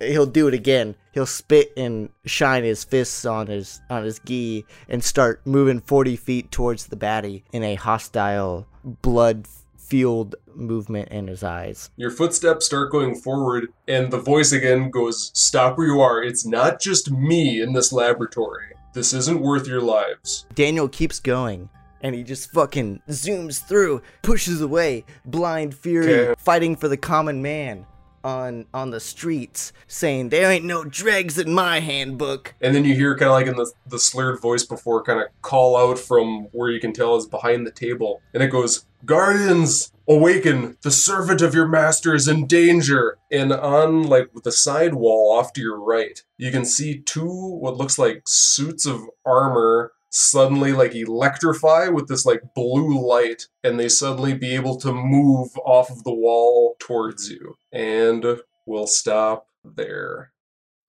[SPEAKER 3] He'll do it again. He'll spit and shine his fists on his on his gi and start moving 40 feet towards the baddie in a hostile, blood-fueled movement in his eyes.
[SPEAKER 7] Your footsteps start going forward, and the voice again goes, "Stop where you are. It's not just me in this laboratory. This isn't worth your lives."
[SPEAKER 3] Daniel keeps going and he just fucking zooms through, pushes away, blind fury,
[SPEAKER 7] Okay.
[SPEAKER 3] fighting for the common man on on the streets, saying there ain't no dregs in my handbook.
[SPEAKER 7] And then you hear kind of like in the, the slurred voice before kind of call out from where you can tell is behind the table. And it goes, Guardians, awaken! The servant of your master is in danger! And on like the side wall off to your right, you can see two what looks like suits of armor suddenly like electrify with this like blue light and they suddenly be able to move off of the wall towards you. And we'll stop there.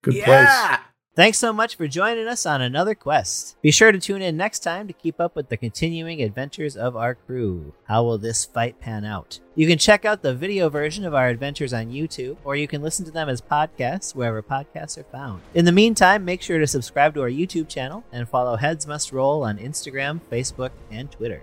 [SPEAKER 4] Good place.
[SPEAKER 1] Thanks so much for joining us on another quest. Be sure to tune in next time to keep up with the continuing adventures of our crew. How will this fight pan out? You can check out the video version of our adventures on YouTube, or you can listen to them as podcasts wherever podcasts are found. In the meantime, make sure to subscribe to our YouTube channel and follow Heads Must Roll on Instagram, Facebook, and Twitter.